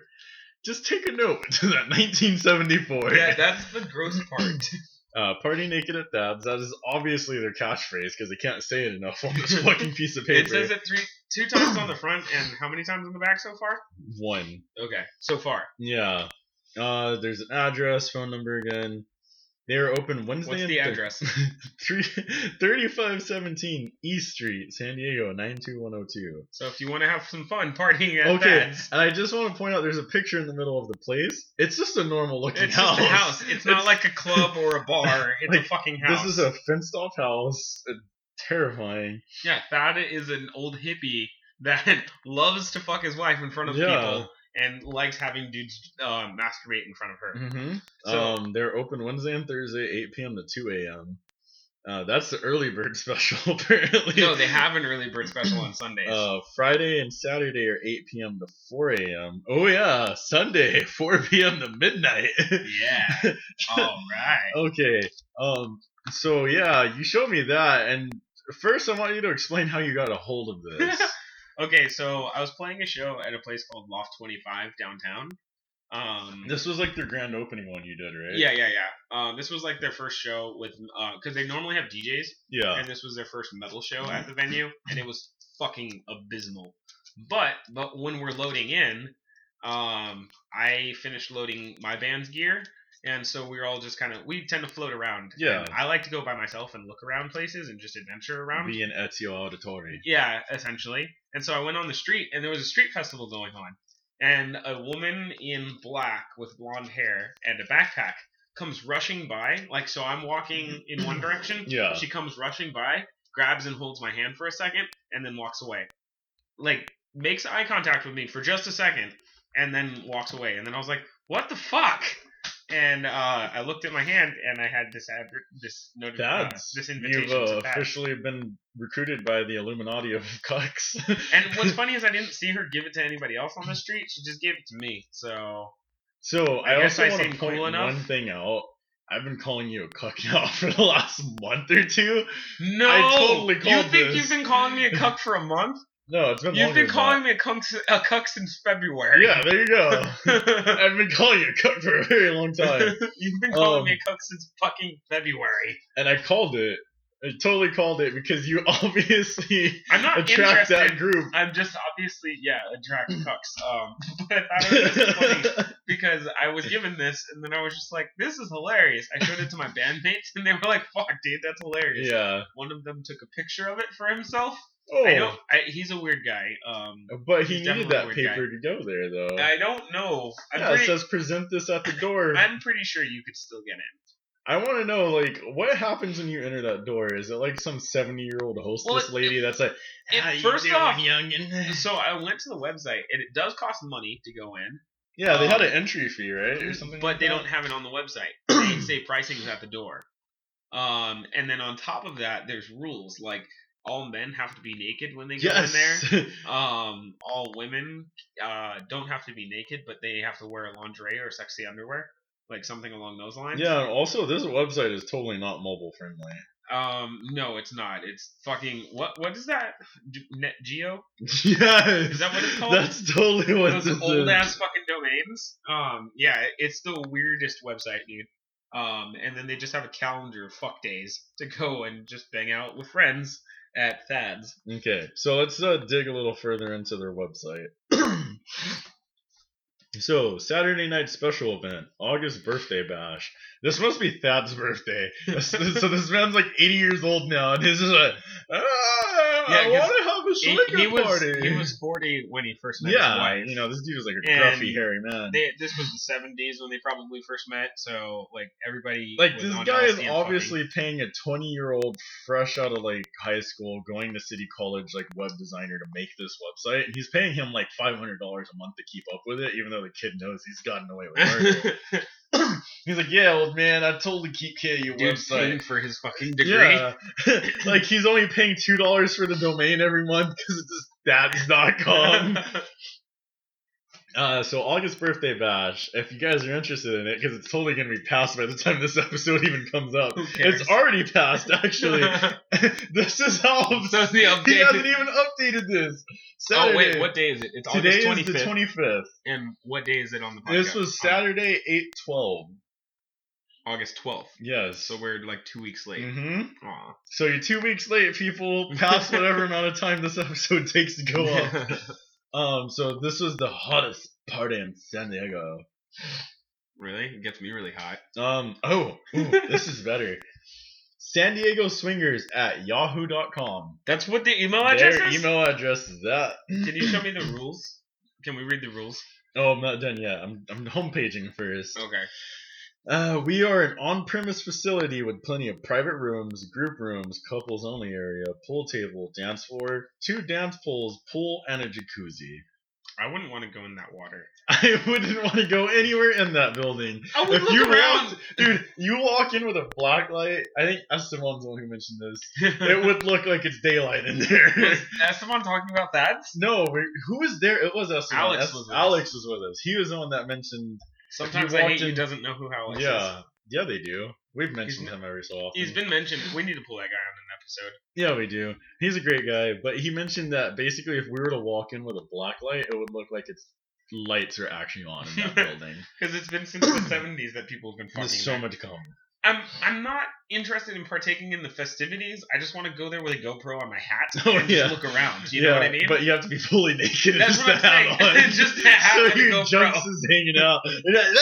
Speaker 3: Just take a note to that 1974.
Speaker 2: yeah, that's the gross part.
Speaker 3: Uh, party naked at Thabs. That is obviously their catchphrase because they can't say it enough on this fucking piece of paper.
Speaker 2: it says it three, two times on the front, and how many times on the back so far?
Speaker 3: One.
Speaker 2: Okay, so far.
Speaker 3: Yeah. Uh, there's an address, phone number again. They are open Wednesday.
Speaker 2: What's
Speaker 3: and
Speaker 2: the
Speaker 3: Thur-
Speaker 2: address?
Speaker 3: Three, 3517 East Street, San Diego 92102.
Speaker 2: So if you want to have some fun partying at
Speaker 3: okay,
Speaker 2: Thad's,
Speaker 3: and I just want to point out there's a picture in the middle of the place. It's just a normal looking
Speaker 2: it's just a house. It's not
Speaker 3: It's-
Speaker 2: like a club or a bar. It's a
Speaker 3: Like,
Speaker 2: fucking house.
Speaker 3: This is a fenced off house. Uh, terrifying.
Speaker 2: yeah. Thad is an old hippie that loves to fuck his wife in front of
Speaker 3: Yeah.
Speaker 2: people and likes having dudes uh, masturbate in front of her.
Speaker 3: Mm-hmm.
Speaker 2: So-
Speaker 3: um, they're open Wednesday and Thursday, 8 p.m. to 2 a.m. Uh, that's the early bird special, apparently.
Speaker 2: No, they have an early bird special on Sundays.
Speaker 3: Uh, Friday and Saturday are 8 p.m. to 4 a.m. Oh, yeah. Sunday, 4 p.m. to midnight.
Speaker 2: yeah. All right.
Speaker 3: okay. Um, so, yeah, you showed me that. And first, I want you to explain how you got a hold of this.
Speaker 2: Okay, so I was playing a show at a place called Loft 25 downtown. Um,
Speaker 3: this was like their grand opening one you did, right?
Speaker 2: yeah, yeah, yeah. Um, this was like their first show with because they normally have DJs,
Speaker 3: Yeah. Mm-hmm.
Speaker 2: and this was their first metal show at the venue, and it was fucking abysmal. But but when we're loading in, um, I finished loading my band's gear, and so we were all just kind of we tend to float around.
Speaker 3: Yeah.
Speaker 2: And I like to go by myself and look around places and just adventure around.
Speaker 3: Being Ezio Auditory.
Speaker 2: Yeah, essentially. And so I went on the street, and there was a street festival going on. And a woman in black with blonde hair and a backpack comes rushing by. Like, so I'm walking in one direction.
Speaker 3: Yeah.
Speaker 2: She comes rushing by, grabs and holds my hand for a second, and then walks away. Like, makes eye contact with me for just a second, and then walks away. And then I was like, what the fuck? And uh, I looked at my hand, and I had this ad- this notif- uh,
Speaker 3: That's
Speaker 2: this invitation
Speaker 3: You've uh,
Speaker 2: to Thad.
Speaker 3: officially been recruited by the Illuminati of cucks.
Speaker 2: And what's funny is I didn't see her give it to anybody else on the street. She just gave it to me. So
Speaker 3: so
Speaker 2: I
Speaker 3: I,
Speaker 2: guess
Speaker 3: also
Speaker 2: I
Speaker 3: want
Speaker 2: seem
Speaker 3: to point
Speaker 2: cool enough.
Speaker 3: one thing out. I've been calling you a cuck now for the last month or two.
Speaker 2: no,
Speaker 3: I totally
Speaker 2: you
Speaker 3: called
Speaker 2: think
Speaker 3: this.
Speaker 2: you've been calling me a cuck for a month?
Speaker 3: No, it's been
Speaker 2: You've
Speaker 3: longer
Speaker 2: been
Speaker 3: than
Speaker 2: calling me a cuck, a cuck since
Speaker 3: that.
Speaker 2: February.
Speaker 3: Yeah, there you go. I've been calling you a cuck for a very long time.
Speaker 2: You've been calling
Speaker 3: Um,
Speaker 2: me a cuck since fucking February.
Speaker 3: and I called it. I totally called it because you obviously
Speaker 2: I'm not
Speaker 3: attract
Speaker 2: interested.
Speaker 3: that group.
Speaker 2: I'm just obviously yeah, attract cucks. Um, but I thought it was just funny because I was given this, and then I was just like, "This is hilarious." I showed it to my bandmates, and they were like, "Fuck, dude, that's hilarious."
Speaker 3: yeah.
Speaker 2: One of them took a picture of it for himself. I
Speaker 3: Oh,
Speaker 2: don't. I, he's a weird guy. Um,
Speaker 3: but he
Speaker 2: He's
Speaker 3: needed
Speaker 2: definitely a
Speaker 3: that paper
Speaker 2: weird
Speaker 3: to go there though.
Speaker 2: I don't know. I'm,
Speaker 3: yeah,
Speaker 2: pretty,
Speaker 3: it says present this at the door.
Speaker 2: I'm pretty sure you could still get it.
Speaker 3: I want to know, like, what happens when you enter that door? Is it like some seventy-year-old hostess
Speaker 2: Well, it-
Speaker 3: lady that's like,
Speaker 2: it-
Speaker 3: "How you
Speaker 2: first
Speaker 3: doing,
Speaker 2: off-
Speaker 3: youngin?"
Speaker 2: So I went to the website, and it does cost money to go in.
Speaker 3: Yeah, they had
Speaker 2: um,
Speaker 3: an entry fee, right, or something.
Speaker 2: but
Speaker 3: like
Speaker 2: they
Speaker 3: that?
Speaker 2: don't have it on the website. they say pricing is at the door. Um, and then on top of that, there's rules like all men have to be naked when they go in there.
Speaker 3: Yes.
Speaker 2: Um, all women uh, don't have to be naked, but they have to wear lingerie or sexy underwear, like something along those lines.
Speaker 3: yeah. and Also, this website is totally not mobile friendly.
Speaker 2: Um, no, it's not. It's fucking what? What is that? G- Net Geo?
Speaker 3: Yes.
Speaker 2: Is that what it's called?
Speaker 3: That's totally what
Speaker 2: Those
Speaker 3: this
Speaker 2: old
Speaker 3: is.
Speaker 2: ass fucking domains. Um, yeah, it- it's the weirdest website, dude. Um, and then they just have a calendar of fuck days to go and just bang out with friends at Thad's.
Speaker 3: Okay, so let's uh, dig a little further into their website. so, Saturday night special event, August birthday bash. This must be Thad's birthday. This- this- so this man's like 80 years old now, and this is a ah, I
Speaker 2: Yeah, 'cause
Speaker 3: want to
Speaker 2: He,
Speaker 3: have a
Speaker 2: he
Speaker 3: swinger
Speaker 2: was
Speaker 3: party.
Speaker 2: he was forty when he first met his
Speaker 3: yeah,
Speaker 2: wife.
Speaker 3: you know this dude is like a
Speaker 2: And
Speaker 3: gruffy, hairy man.
Speaker 2: They, this was the seventies when they probably first met, so like everybody
Speaker 3: Like
Speaker 2: was
Speaker 3: this
Speaker 2: on
Speaker 3: guy is
Speaker 2: LSD and
Speaker 3: obviously paying a 20 year old fresh out of like high school, going to city college, like web designer to make this website, and he's paying him like 500 dollars a month to keep up with it, even though the kid knows he's gotten away with murder.
Speaker 2: fucking.
Speaker 3: he's like, yeah, old man, I totally keep care of your
Speaker 2: Dude
Speaker 3: website.
Speaker 2: paying for his fucking degree.
Speaker 3: Yeah, like he's only paying two dollars for the domain every month because it's just that's.com. Uh, so August birthday bash. If you guys are interested in it, because it's totally gonna be past by the time this episode even comes up.
Speaker 2: Who cares?
Speaker 3: It's already passed, actually. this is how obs-
Speaker 2: so the update.
Speaker 3: he hasn't even updated this. Saturday.
Speaker 2: Oh wait, what day is it? It's
Speaker 3: Today
Speaker 2: August Oh
Speaker 3: is the
Speaker 2: 25th.
Speaker 3: twenty fifth.
Speaker 2: and what day is it on the podcast?
Speaker 3: This was Saturday eight twelve.
Speaker 2: On August 12th.
Speaker 3: Yes.
Speaker 2: So we're like 2 weeks late.
Speaker 3: hmm
Speaker 2: Aw.
Speaker 3: So you're two weeks late, people. Past whatever amount of time this episode takes to go up. Um. So this was the hottest party in San Diego.
Speaker 2: really? It gets me really hot.
Speaker 3: Um. Oh, ooh, this is better. San Diego Swingers at yahoo.com.
Speaker 2: That's what the email address
Speaker 3: Their
Speaker 2: is?
Speaker 3: email address is that.
Speaker 2: Can you show me the rules? Can we read the rules?
Speaker 3: Oh, I'm not done yet. I'm I'm homepaging first.
Speaker 2: Okay.
Speaker 3: Uh, we are an on-premise facility with plenty of private rooms, group rooms, couples-only area, pool table, dance floor, two dance poles, pool, and a jacuzzi.
Speaker 2: I wouldn't want to go in that water.
Speaker 3: I wouldn't want to go anywhere in that building.
Speaker 2: I
Speaker 3: If you walked, dude, you walk in with a black light. I think Esteban's the one who mentioned this. It would look like it's daylight in there.
Speaker 2: was Esteban talking about that?
Speaker 3: no, we- who was there? It was Esteban.
Speaker 2: Alex
Speaker 3: Es-
Speaker 2: was with us.
Speaker 3: Alex was with us. He was the one that mentioned.
Speaker 2: Sometimes
Speaker 3: you
Speaker 2: I
Speaker 3: walked
Speaker 2: hate you
Speaker 3: in-
Speaker 2: doesn't know who Alex is.
Speaker 3: Yeah, yeah, they do. We've mentioned
Speaker 2: not-
Speaker 3: him every so often.
Speaker 2: He's been mentioned. We need to pull that guy on an episode.
Speaker 3: Yeah, we do. He's a great guy, but he mentioned that basically, if we were to walk in with a black light, it would look like its lights are actually on in that building.
Speaker 2: Because it's been since the 70s that people have been fucking
Speaker 3: There's so
Speaker 2: there.
Speaker 3: much cum.
Speaker 2: I'm I'm not interested in partaking in the festivities. I just want to go there with a GoPro on my hat and
Speaker 3: Oh,
Speaker 2: just
Speaker 3: yeah.
Speaker 2: look around. You know
Speaker 3: Yeah,
Speaker 2: what I mean?
Speaker 3: But you have to be fully naked. and
Speaker 2: That's
Speaker 3: just
Speaker 2: what
Speaker 3: the
Speaker 2: I'm
Speaker 3: hat
Speaker 2: saying.
Speaker 3: on.
Speaker 2: Just the hat
Speaker 3: So
Speaker 2: and the
Speaker 3: your
Speaker 2: GoPro.
Speaker 3: junks is hanging out. And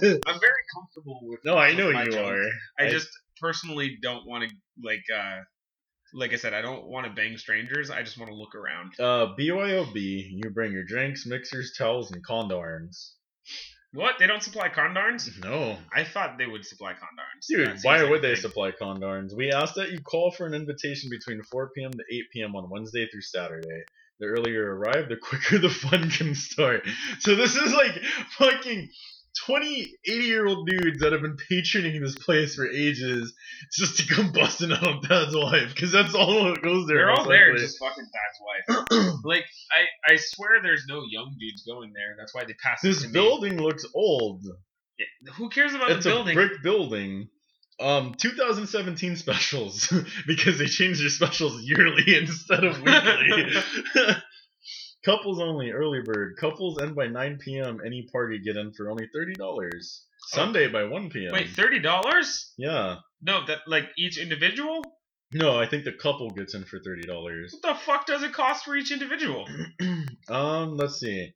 Speaker 3: then-
Speaker 2: I'm very comfortable with.
Speaker 3: no, I
Speaker 2: with
Speaker 3: know
Speaker 2: my
Speaker 3: you
Speaker 2: junk.
Speaker 3: are.
Speaker 2: I,
Speaker 3: I-
Speaker 2: just personally don't want to like uh like I said, I don't want to bang strangers. I just want to look around.
Speaker 3: Uh, BYOB, you bring your drinks, mixers, towels, and condoms.
Speaker 2: What? They don't supply condoms?
Speaker 3: No.
Speaker 2: I thought they would supply condoms. That
Speaker 3: Dude,
Speaker 2: seems
Speaker 3: why
Speaker 2: like
Speaker 3: would
Speaker 2: a
Speaker 3: they
Speaker 2: thing.
Speaker 3: supply condoms? We ask that you call for an invitation between 4 p.m. to 8 p.m. on Wednesday through Saturday. The earlier you arrive, the quicker the fun can start. So this is like fucking 20 80-year-old dudes that have been patroning this place for ages just to come busting out on Dad's wife because that's all that goes there.
Speaker 2: They're all
Speaker 3: most
Speaker 2: there,
Speaker 3: likely.
Speaker 2: just fucking dad's wife. like I, I swear, there's no young dudes going there. That's why they pass it
Speaker 3: This
Speaker 2: to me.
Speaker 3: building looks old.
Speaker 2: Who cares about
Speaker 3: It's
Speaker 2: the
Speaker 3: a
Speaker 2: building?
Speaker 3: brick building. Um, 2017 specials because they change their specials yearly instead of weekly. Couples only, early bird. Couples end by 9 p.m. Any party get in for only $30. Sunday by 1 p.m.
Speaker 2: Wait, thirty dollars?
Speaker 3: yeah.
Speaker 2: No, that like each individual.
Speaker 3: No, I think the couple gets in for $30.
Speaker 2: What the fuck does it cost for each individual?
Speaker 3: um, let's see.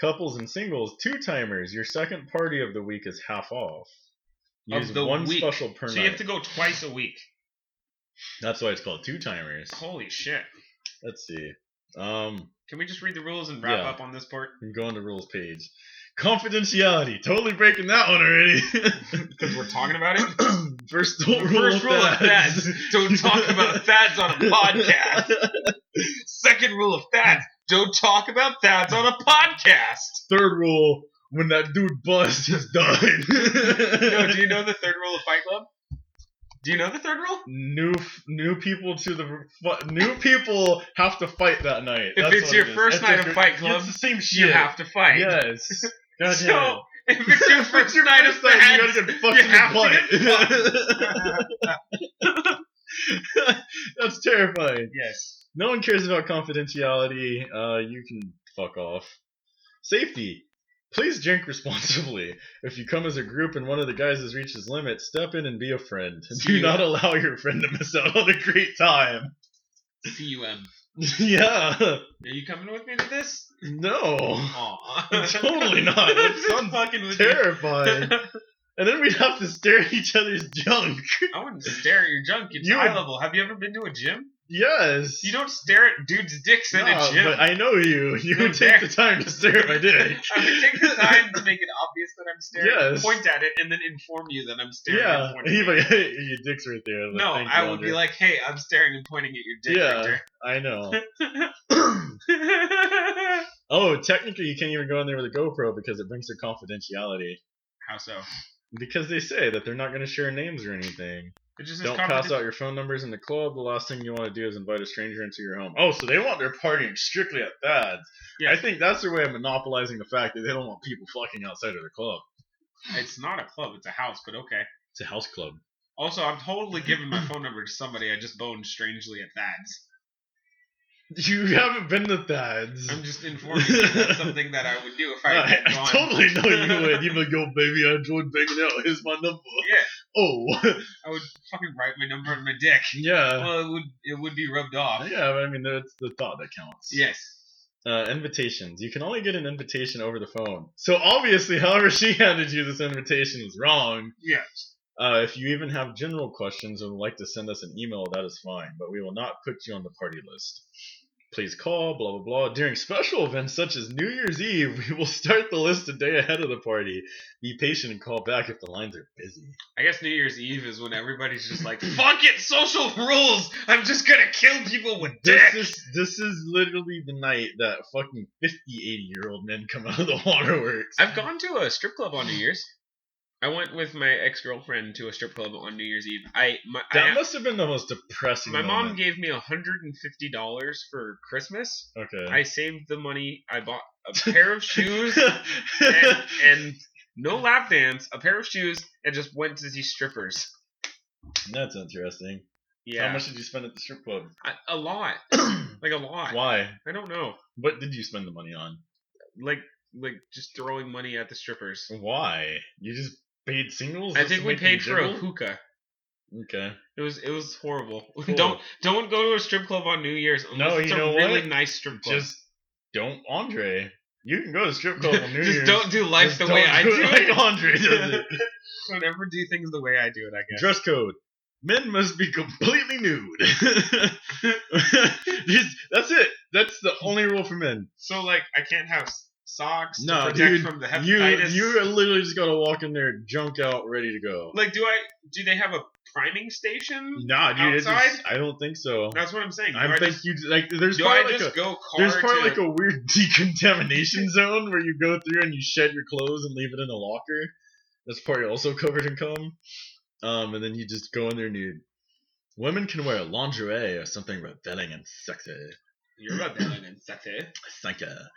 Speaker 3: Couples and singles, two timers. Your second party of the week is half off.
Speaker 2: Of
Speaker 3: Use
Speaker 2: the
Speaker 3: one
Speaker 2: week.
Speaker 3: special per
Speaker 2: so
Speaker 3: night.
Speaker 2: you have to go twice a week.
Speaker 3: That's why it's called two timers.
Speaker 2: Holy shit!
Speaker 3: Let's see. Um,
Speaker 2: Can we just read the rules and wrap
Speaker 3: Yeah.
Speaker 2: up on this part?
Speaker 3: I'm going to rules page. Confidentiality. Totally breaking that one already.
Speaker 2: Because we're talking about it.
Speaker 3: First rule.
Speaker 2: First rule of fads: don't talk about fads on a podcast. Second rule of fads: don't talk about fads on a podcast.
Speaker 3: Third rule. When that dude busts, he's done.
Speaker 2: No, do you know the third rule of Fight Club? Do you know the third rule?
Speaker 3: new f- new people to the fu- new people have to fight that night.
Speaker 2: If
Speaker 3: That's
Speaker 2: it's
Speaker 3: what
Speaker 2: your
Speaker 3: it is.
Speaker 2: first
Speaker 3: It's
Speaker 2: night
Speaker 3: like
Speaker 2: of
Speaker 3: a-
Speaker 2: Fight Club,
Speaker 3: it's the same shit.
Speaker 2: You have to fight.
Speaker 3: Yes. God damn it.
Speaker 2: So if it's your first night of
Speaker 3: Sometimes
Speaker 2: fads,
Speaker 3: you gotta get fucked
Speaker 2: you
Speaker 3: in
Speaker 2: have to
Speaker 3: the butt. That's terrifying.
Speaker 2: yes.
Speaker 3: No one cares about confidentiality. Uh, you can fuck off. Safety. Please drink responsibly. If you come as a group and one of the guys has reached his limit, step in and be a friend.
Speaker 2: See
Speaker 3: Do
Speaker 2: you.
Speaker 3: not allow your friend to miss out on a great time.
Speaker 2: C-U-M.
Speaker 3: yeah.
Speaker 2: Are you coming with me to this?
Speaker 3: No.
Speaker 2: Aw.
Speaker 3: Totally not. That
Speaker 2: I'm
Speaker 3: sounds
Speaker 2: fucking with you.
Speaker 3: terrifying. And then we'd have to stare at each other's junk.
Speaker 2: I wouldn't stare at your junk. It's
Speaker 3: You
Speaker 2: eye
Speaker 3: would-
Speaker 2: level. Have you ever been to a gym?
Speaker 3: Yes.
Speaker 2: You don't stare at dudes' dicks in
Speaker 3: Nah,
Speaker 2: a gym.
Speaker 3: But I know you. You
Speaker 2: No,
Speaker 3: would take
Speaker 2: there.
Speaker 3: the time to stare at my dick.
Speaker 2: I would take the time to make it obvious that I'm staring,
Speaker 3: Yes.
Speaker 2: point at it, and then inform you that I'm staring.
Speaker 3: Yeah.
Speaker 2: And pointing
Speaker 3: He'd
Speaker 2: at
Speaker 3: be like, hey, your dick's right there.
Speaker 2: you.
Speaker 3: Like,
Speaker 2: no,
Speaker 3: thank
Speaker 2: I
Speaker 3: you,
Speaker 2: would be
Speaker 3: Andre.
Speaker 2: like, "Hey, I'm staring and pointing at your dick,
Speaker 3: Yeah.
Speaker 2: Victor."
Speaker 3: I know. oh, technically, you can't even go in there with a GoPro because it brings the confidentiality.
Speaker 2: How so?
Speaker 3: Because they say that they're not going to share names or anything.
Speaker 2: It just says
Speaker 3: Don't
Speaker 2: confident-
Speaker 3: pass out your phone numbers in the club. The last thing you want to do is invite a stranger into your home. Oh, so they want their partying strictly at that.
Speaker 2: Yeah.
Speaker 3: I think that's their way of monopolizing the fact that they don't want people fucking outside of the club.
Speaker 2: It's not a club. It's a house, but okay.
Speaker 3: It's a house club.
Speaker 2: Also, I'm totally giving my phone number to somebody I just boned strangely at Thad's.
Speaker 3: You haven't been to Thad's.
Speaker 2: I'm just informing you that's something that I would do if I
Speaker 3: I,
Speaker 2: had
Speaker 3: I
Speaker 2: gone.
Speaker 3: totally know you would. You'd be like, yo, baby, I enjoyed banging out. Here's my number.
Speaker 2: Yeah.
Speaker 3: Oh,
Speaker 2: I would fucking write my number on my dick.
Speaker 3: yeah.
Speaker 2: Well, it would it would be rubbed off.
Speaker 3: yeah, but I mean, that's the thought that counts.
Speaker 2: Yes.
Speaker 3: Uh, invitations. You can only get an invitation over the phone. So obviously, however she handed you this invitation is wrong.
Speaker 2: Yes.
Speaker 3: Uh, if you even have general questions and would like to send us an email, that is fine, but we will not put you on the party list. Please call, blah, blah, blah. During special events such as New Year's Eve, we will start the list a day ahead of the party. Be patient and call back if the lines are busy.
Speaker 2: I guess New Year's Eve is when everybody's just like, "Fuck it, social rules. I'm just gonna kill people with
Speaker 3: This
Speaker 2: dick."
Speaker 3: is this is literally the night that fucking 50, 80 year old men come out of the waterworks.
Speaker 2: I've gone to a strip club on New Year's. I went with my ex girlfriend to a strip club on New Year's Eve. I my I-
Speaker 3: That must have been the most depressing.
Speaker 2: my mom
Speaker 3: moment.
Speaker 2: gave me hundred and fifty dollars for Christmas.
Speaker 3: Okay.
Speaker 2: I saved the money. I bought a pair of shoes and, and no lap dance, a pair of shoes, and just went to see strippers.
Speaker 3: That's interesting.
Speaker 2: Yeah,
Speaker 3: How much did you spend at the strip club?
Speaker 2: I, a lot, like a lot.
Speaker 3: Why?
Speaker 2: I don't know,
Speaker 3: What did you spend the money on?
Speaker 2: like like just throwing money at the strippers.
Speaker 3: Why? You just paid singles?
Speaker 2: I
Speaker 3: just to
Speaker 2: think we
Speaker 3: make them
Speaker 2: paid for a
Speaker 3: jiggle?
Speaker 2: hookah.
Speaker 3: Okay.
Speaker 2: It was it was horrible.
Speaker 3: Cool.
Speaker 2: don't don't go to a strip club on New Year's unless
Speaker 3: No,
Speaker 2: it's
Speaker 3: you
Speaker 2: a
Speaker 3: know
Speaker 2: really
Speaker 3: what?
Speaker 2: nice strip club.
Speaker 3: Just don't Andre. You can go to strip club on New
Speaker 2: Just
Speaker 3: Year's.
Speaker 2: don't do life
Speaker 3: Just
Speaker 2: the way
Speaker 3: don't
Speaker 2: I do
Speaker 3: it
Speaker 2: it.
Speaker 3: Like Andre does it.
Speaker 2: Don't ever do things the way I do it. I guess.
Speaker 3: Dress code. Men must be completely nude. Just- that's it. That's the only rule for men.
Speaker 2: So like I can't have s- socks
Speaker 3: No,
Speaker 2: to protect
Speaker 3: dude,
Speaker 2: from the
Speaker 3: You
Speaker 2: hepatitis.
Speaker 3: you are literally just gotta walk in there, junk out, ready to go.
Speaker 2: like do I do they have a priming station?
Speaker 3: Nah, dude, it's
Speaker 2: outside?
Speaker 3: just- I don't think so.
Speaker 2: That's what I'm saying. Do
Speaker 3: I
Speaker 2: I
Speaker 3: think
Speaker 2: just,
Speaker 3: you like. There's
Speaker 2: do
Speaker 3: probably
Speaker 2: I
Speaker 3: like
Speaker 2: just
Speaker 3: a
Speaker 2: go car
Speaker 3: there's probably
Speaker 2: to,
Speaker 3: like a weird decontamination zone where you go through and you shed your clothes and leave it in a locker. That's probably also covered in cum. Um, and then you just go in there nude. Women can wear lingerie or something revealing and sexy.
Speaker 2: You're not down and sexy.
Speaker 3: Sanka.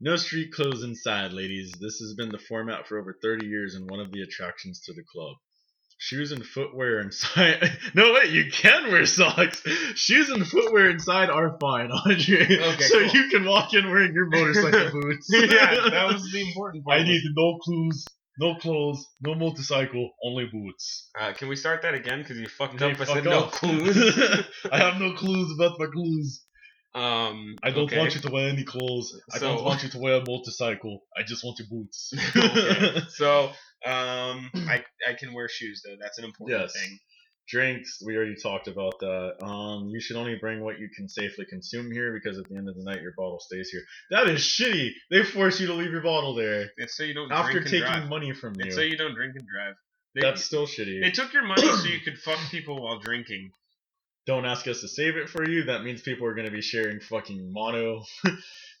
Speaker 3: No street clothes inside, ladies. This has been the format for over 30 years and one of the attractions to the club. Shoes and footwear inside. no, wait, you can wear socks. Shoes and footwear inside are fine, Andre.
Speaker 2: Okay,
Speaker 3: so
Speaker 2: cool.
Speaker 3: you can walk in wearing your motorcycle boots.
Speaker 2: yeah, that was the important part.
Speaker 3: I need no clues, no clothes, no motorcycle, only boots.
Speaker 2: Uh, can we start that again? Because you fucked
Speaker 3: Okay,
Speaker 2: up. I
Speaker 3: fuck
Speaker 2: said no
Speaker 3: off.
Speaker 2: clues.
Speaker 3: I have no clues about my clues.
Speaker 2: Um,
Speaker 3: I don't
Speaker 2: okay.
Speaker 3: want you to wear any clothes. I
Speaker 2: So-
Speaker 3: don't want you to wear a motorcycle. I just want your boots.
Speaker 2: Okay. So, um, I I can wear shoes though. That's an important
Speaker 3: Yes.
Speaker 2: thing.
Speaker 3: Drinks, we already talked about that. Um, you should only bring what you can safely consume here because at the end of the night your bottle stays here. That is shitty. They force you to leave your bottle there
Speaker 2: It's so you don't
Speaker 3: after
Speaker 2: drink and
Speaker 3: taking
Speaker 2: drive.
Speaker 3: money from you.
Speaker 2: It's so you don't drink and drive. They,
Speaker 3: That's still shitty.
Speaker 2: they took your money so you could fuck people while drinking.
Speaker 3: don't ask us to save it for you. That means people are going to be sharing fucking mono.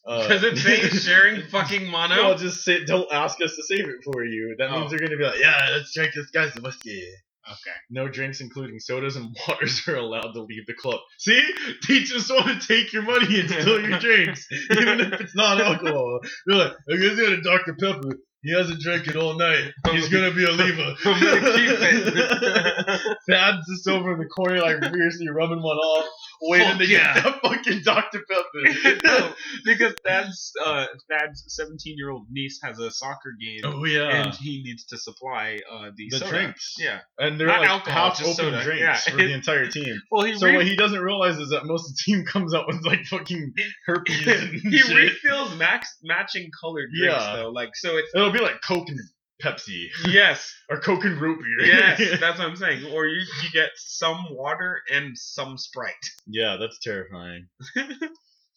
Speaker 3: Uh,
Speaker 2: Does it say sharing fucking mono?
Speaker 3: No, just say, don't ask us to save it for you. That
Speaker 2: Oh.
Speaker 3: means they're going to be like, yeah, let's drink this guy's whiskey.
Speaker 2: Okay.
Speaker 3: No drinks, including sodas and waters, are allowed to leave the club. See? They just want to take your money and steal your drinks, even if it's not alcohol. They're like, I guess he had a Dr. Pepper. He hasn't drank it all night. He's going to be a lever.
Speaker 2: I'm gonna keep it.
Speaker 3: Dad's just over in the corner, like, fiercely rubbing one off, waiting
Speaker 2: Fuck
Speaker 3: to
Speaker 2: yeah.
Speaker 3: get that fucking Dr. Pepper.
Speaker 2: no, because Thad's uh, Thad's seventeen year old niece has a soccer game,
Speaker 3: Oh, yeah.
Speaker 2: and he needs to supply uh, the,
Speaker 3: the
Speaker 2: soda.
Speaker 3: drinks.
Speaker 2: Yeah.
Speaker 3: And they're
Speaker 2: Not
Speaker 3: like
Speaker 2: alcohol,
Speaker 3: half
Speaker 2: just
Speaker 3: open
Speaker 2: soda.
Speaker 3: drinks
Speaker 2: Yeah.
Speaker 3: for the entire team.
Speaker 2: Well, he
Speaker 3: So
Speaker 2: re-
Speaker 3: what he doesn't realize is that most of the team comes out with like fucking herpes and
Speaker 2: he
Speaker 3: shit.
Speaker 2: refills max matching colored drinks
Speaker 3: Yeah.
Speaker 2: though. Like so, it's
Speaker 3: It'll be like Coke and Pepsi
Speaker 2: yes,
Speaker 3: or Coke and root beer.
Speaker 2: yes. That's what I'm saying. Or you you get some water and some Sprite.
Speaker 3: yeah, that's terrifying.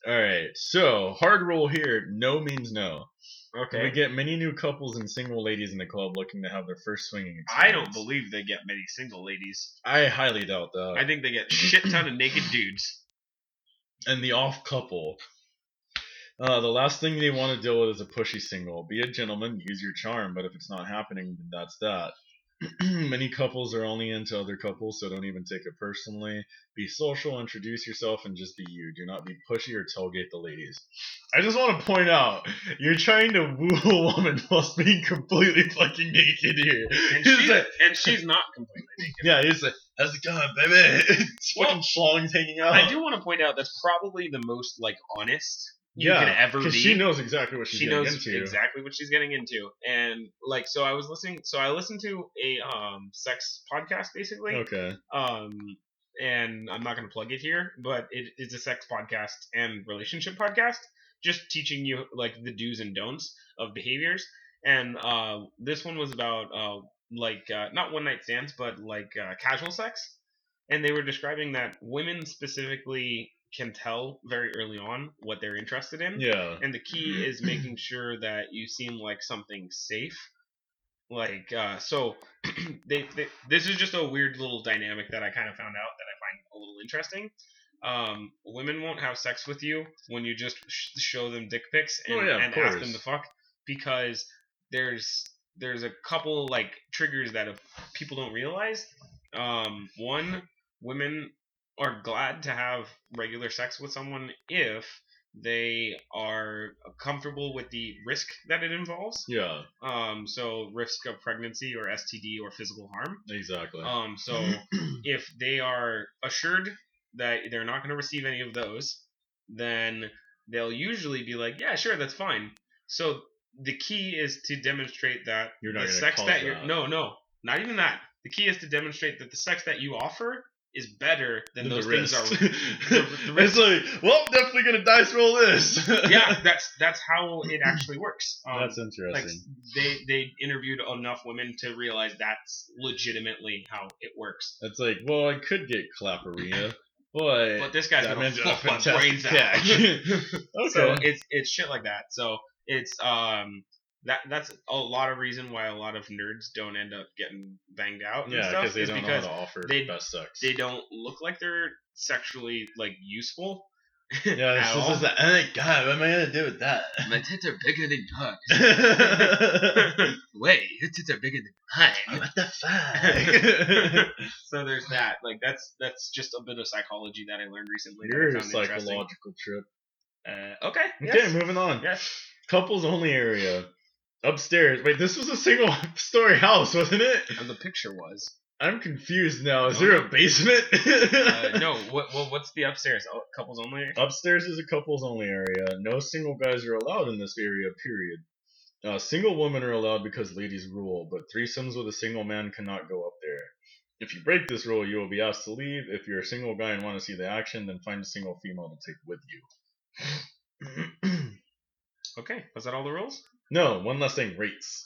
Speaker 3: All right, so hard rule here: no means no. We
Speaker 2: Okay.
Speaker 3: get many new couples and single ladies in the club looking to have their first swinging. Experience.
Speaker 2: I don't believe they get many single ladies.
Speaker 3: I highly doubt that.
Speaker 2: I think they get shit ton of naked dudes.
Speaker 3: and the off couple. Uh, the last thing they want to deal with is a pushy single. Be a gentleman, use your charm, but if it's not happening, then that's that. Many couples are only into other couples, so don't even take it personally. Be social, introduce yourself, and just be you. Do not be pushy or tailgate the ladies. I just want to point out, you're trying to woo a woman whilst being completely fucking naked here.
Speaker 2: And
Speaker 3: It's
Speaker 2: she's,
Speaker 3: like-
Speaker 2: and she's not completely naked.
Speaker 3: yeah, it's like, how's it going, baby? it's
Speaker 2: Well,
Speaker 3: fucking schlongs hanging out.
Speaker 2: I do want to point out that's probably the most like honest you
Speaker 3: Yeah,
Speaker 2: can ever be.
Speaker 3: Because she knows exactly what she's
Speaker 2: she
Speaker 3: getting
Speaker 2: knows
Speaker 3: into.
Speaker 2: exactly what she's getting into, and like so, I was listening. So I listened to a um sex podcast basically.
Speaker 3: Okay.
Speaker 2: Um, and I'm not going to plug it here, but it is a sex podcast and relationship podcast, just teaching you like the do's and don'ts of behaviors. And uh, this one was about uh like uh, not one night stands, but like uh, casual sex. And they were describing that women specifically can tell very early on what they're interested in.
Speaker 3: Yeah.
Speaker 2: And the
Speaker 3: Mm-hmm.
Speaker 2: key is making sure that you seem like something safe. Like uh, so, they, they this is just a weird little dynamic that I kind of found out that I find a little interesting. Um, women won't have sex with you when you just sh- show them dick pics and,
Speaker 3: Oh, yeah, of
Speaker 2: and ask them
Speaker 3: course.
Speaker 2: to fuck because there's there's a couple like triggers that if people don't realize. Um, one, women are glad to have regular sex with someone if they are comfortable with the risk that it involves.
Speaker 3: Yeah.
Speaker 2: Um, so risk of pregnancy or STD or physical harm.
Speaker 3: Exactly.
Speaker 2: Um, so if they are assured that they're not going to receive any of those, then they'll usually be like, "Yeah, sure, that's fine." So the key is to demonstrate that
Speaker 3: You're not
Speaker 2: the
Speaker 3: gonna
Speaker 2: sex
Speaker 3: cause
Speaker 2: that you're
Speaker 3: that.
Speaker 2: no, no, not even that. The key is to demonstrate that the sex that you offer is better than
Speaker 3: Then
Speaker 2: those
Speaker 3: the
Speaker 2: things
Speaker 3: wrist.
Speaker 2: are. the wrist.
Speaker 3: It's like, well, I'm definitely gonna dice roll this.
Speaker 2: yeah, that's that's how it actually works. Um,
Speaker 3: That's
Speaker 2: like
Speaker 3: interesting.
Speaker 2: they they interviewed enough women to realize that's legitimately how it works.
Speaker 3: That's like, well, I could get clapperia, but,
Speaker 2: But this guy's
Speaker 3: that
Speaker 2: gonna
Speaker 3: man's got a
Speaker 2: fuck my
Speaker 3: fantastic
Speaker 2: brains out.
Speaker 3: pack. okay.
Speaker 2: So um, it's it's shit like that. So it's um that that's a lot of reason why a lot of nerds don't end up getting banged out. And
Speaker 3: yeah,
Speaker 2: stuff,
Speaker 3: because they
Speaker 2: is
Speaker 3: don't know how
Speaker 2: because
Speaker 3: to offer
Speaker 2: they-
Speaker 3: best sex.
Speaker 2: they don't look like they're sexually like useful.
Speaker 3: yeah,
Speaker 2: at
Speaker 3: it's just
Speaker 2: all.
Speaker 3: it's like, oh god, what am I gonna do with that?
Speaker 1: My tits are bigger than yours. Wait, your tits are bigger than mine.
Speaker 3: what the fuck?
Speaker 2: so there's that. Like that's that's just a bit of psychology that I learned recently. that I
Speaker 3: Your
Speaker 2: found interesting.
Speaker 3: psychological trip.
Speaker 2: Uh, okay.
Speaker 3: Okay,
Speaker 2: Yes.
Speaker 3: moving on.
Speaker 2: Yes.
Speaker 3: Couples only area. Upstairs. Wait, this was a single story house, wasn't it?
Speaker 2: And the picture was.
Speaker 3: I'm confused now. Is
Speaker 2: No.
Speaker 3: there a basement?
Speaker 2: Uh, no, what, well, what's the upstairs? Oh, couples only?
Speaker 3: Upstairs is a couples only area. No single guys are allowed in this area, period. Uh, single women are allowed because ladies rule, but threesomes with a single man cannot go up there. If you break this rule, you will be asked to leave. If you're a single guy and want to see the action, then find a single female to take with you.
Speaker 2: Okay, was that all the rules?
Speaker 3: No, one last thing rates.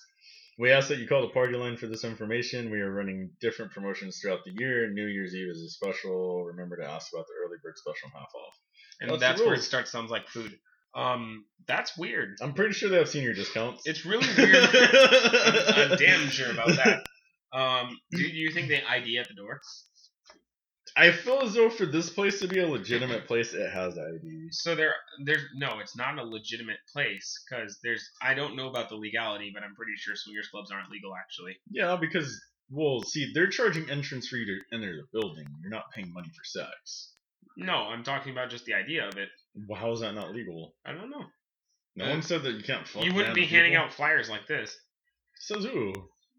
Speaker 3: We ask that you call the party line for this information. We are running different promotions throughout the year. New Year's Eve is a special. Remember to ask about the early bird special half off.
Speaker 2: And
Speaker 3: That's
Speaker 2: that's,
Speaker 3: the
Speaker 2: where it
Speaker 3: rules.
Speaker 2: starts. Sounds like food. Um, that's weird.
Speaker 3: I'm pretty sure they have senior discounts.
Speaker 2: It's really weird. I'm, I'm damn sure about that. Um, do you think they ID at the door?
Speaker 3: I feel as though for this place to be a legitimate place, it has IDs.
Speaker 2: So there, there's no. It's not a legitimate place because there's. I don't know about the legality, but I'm pretty sure swingers clubs aren't legal actually.
Speaker 3: Yeah, because well, see, they're charging entrance for you to enter the building. You're not paying money for sex.
Speaker 2: No, I'm talking about just the idea of it.
Speaker 3: Well, how is that not legal?
Speaker 2: I don't know.
Speaker 3: No
Speaker 2: Uh,
Speaker 3: one said that you can't. Fuck
Speaker 2: you wouldn't
Speaker 3: random
Speaker 2: be handing
Speaker 3: people.
Speaker 2: out flyers like this.
Speaker 3: Says who?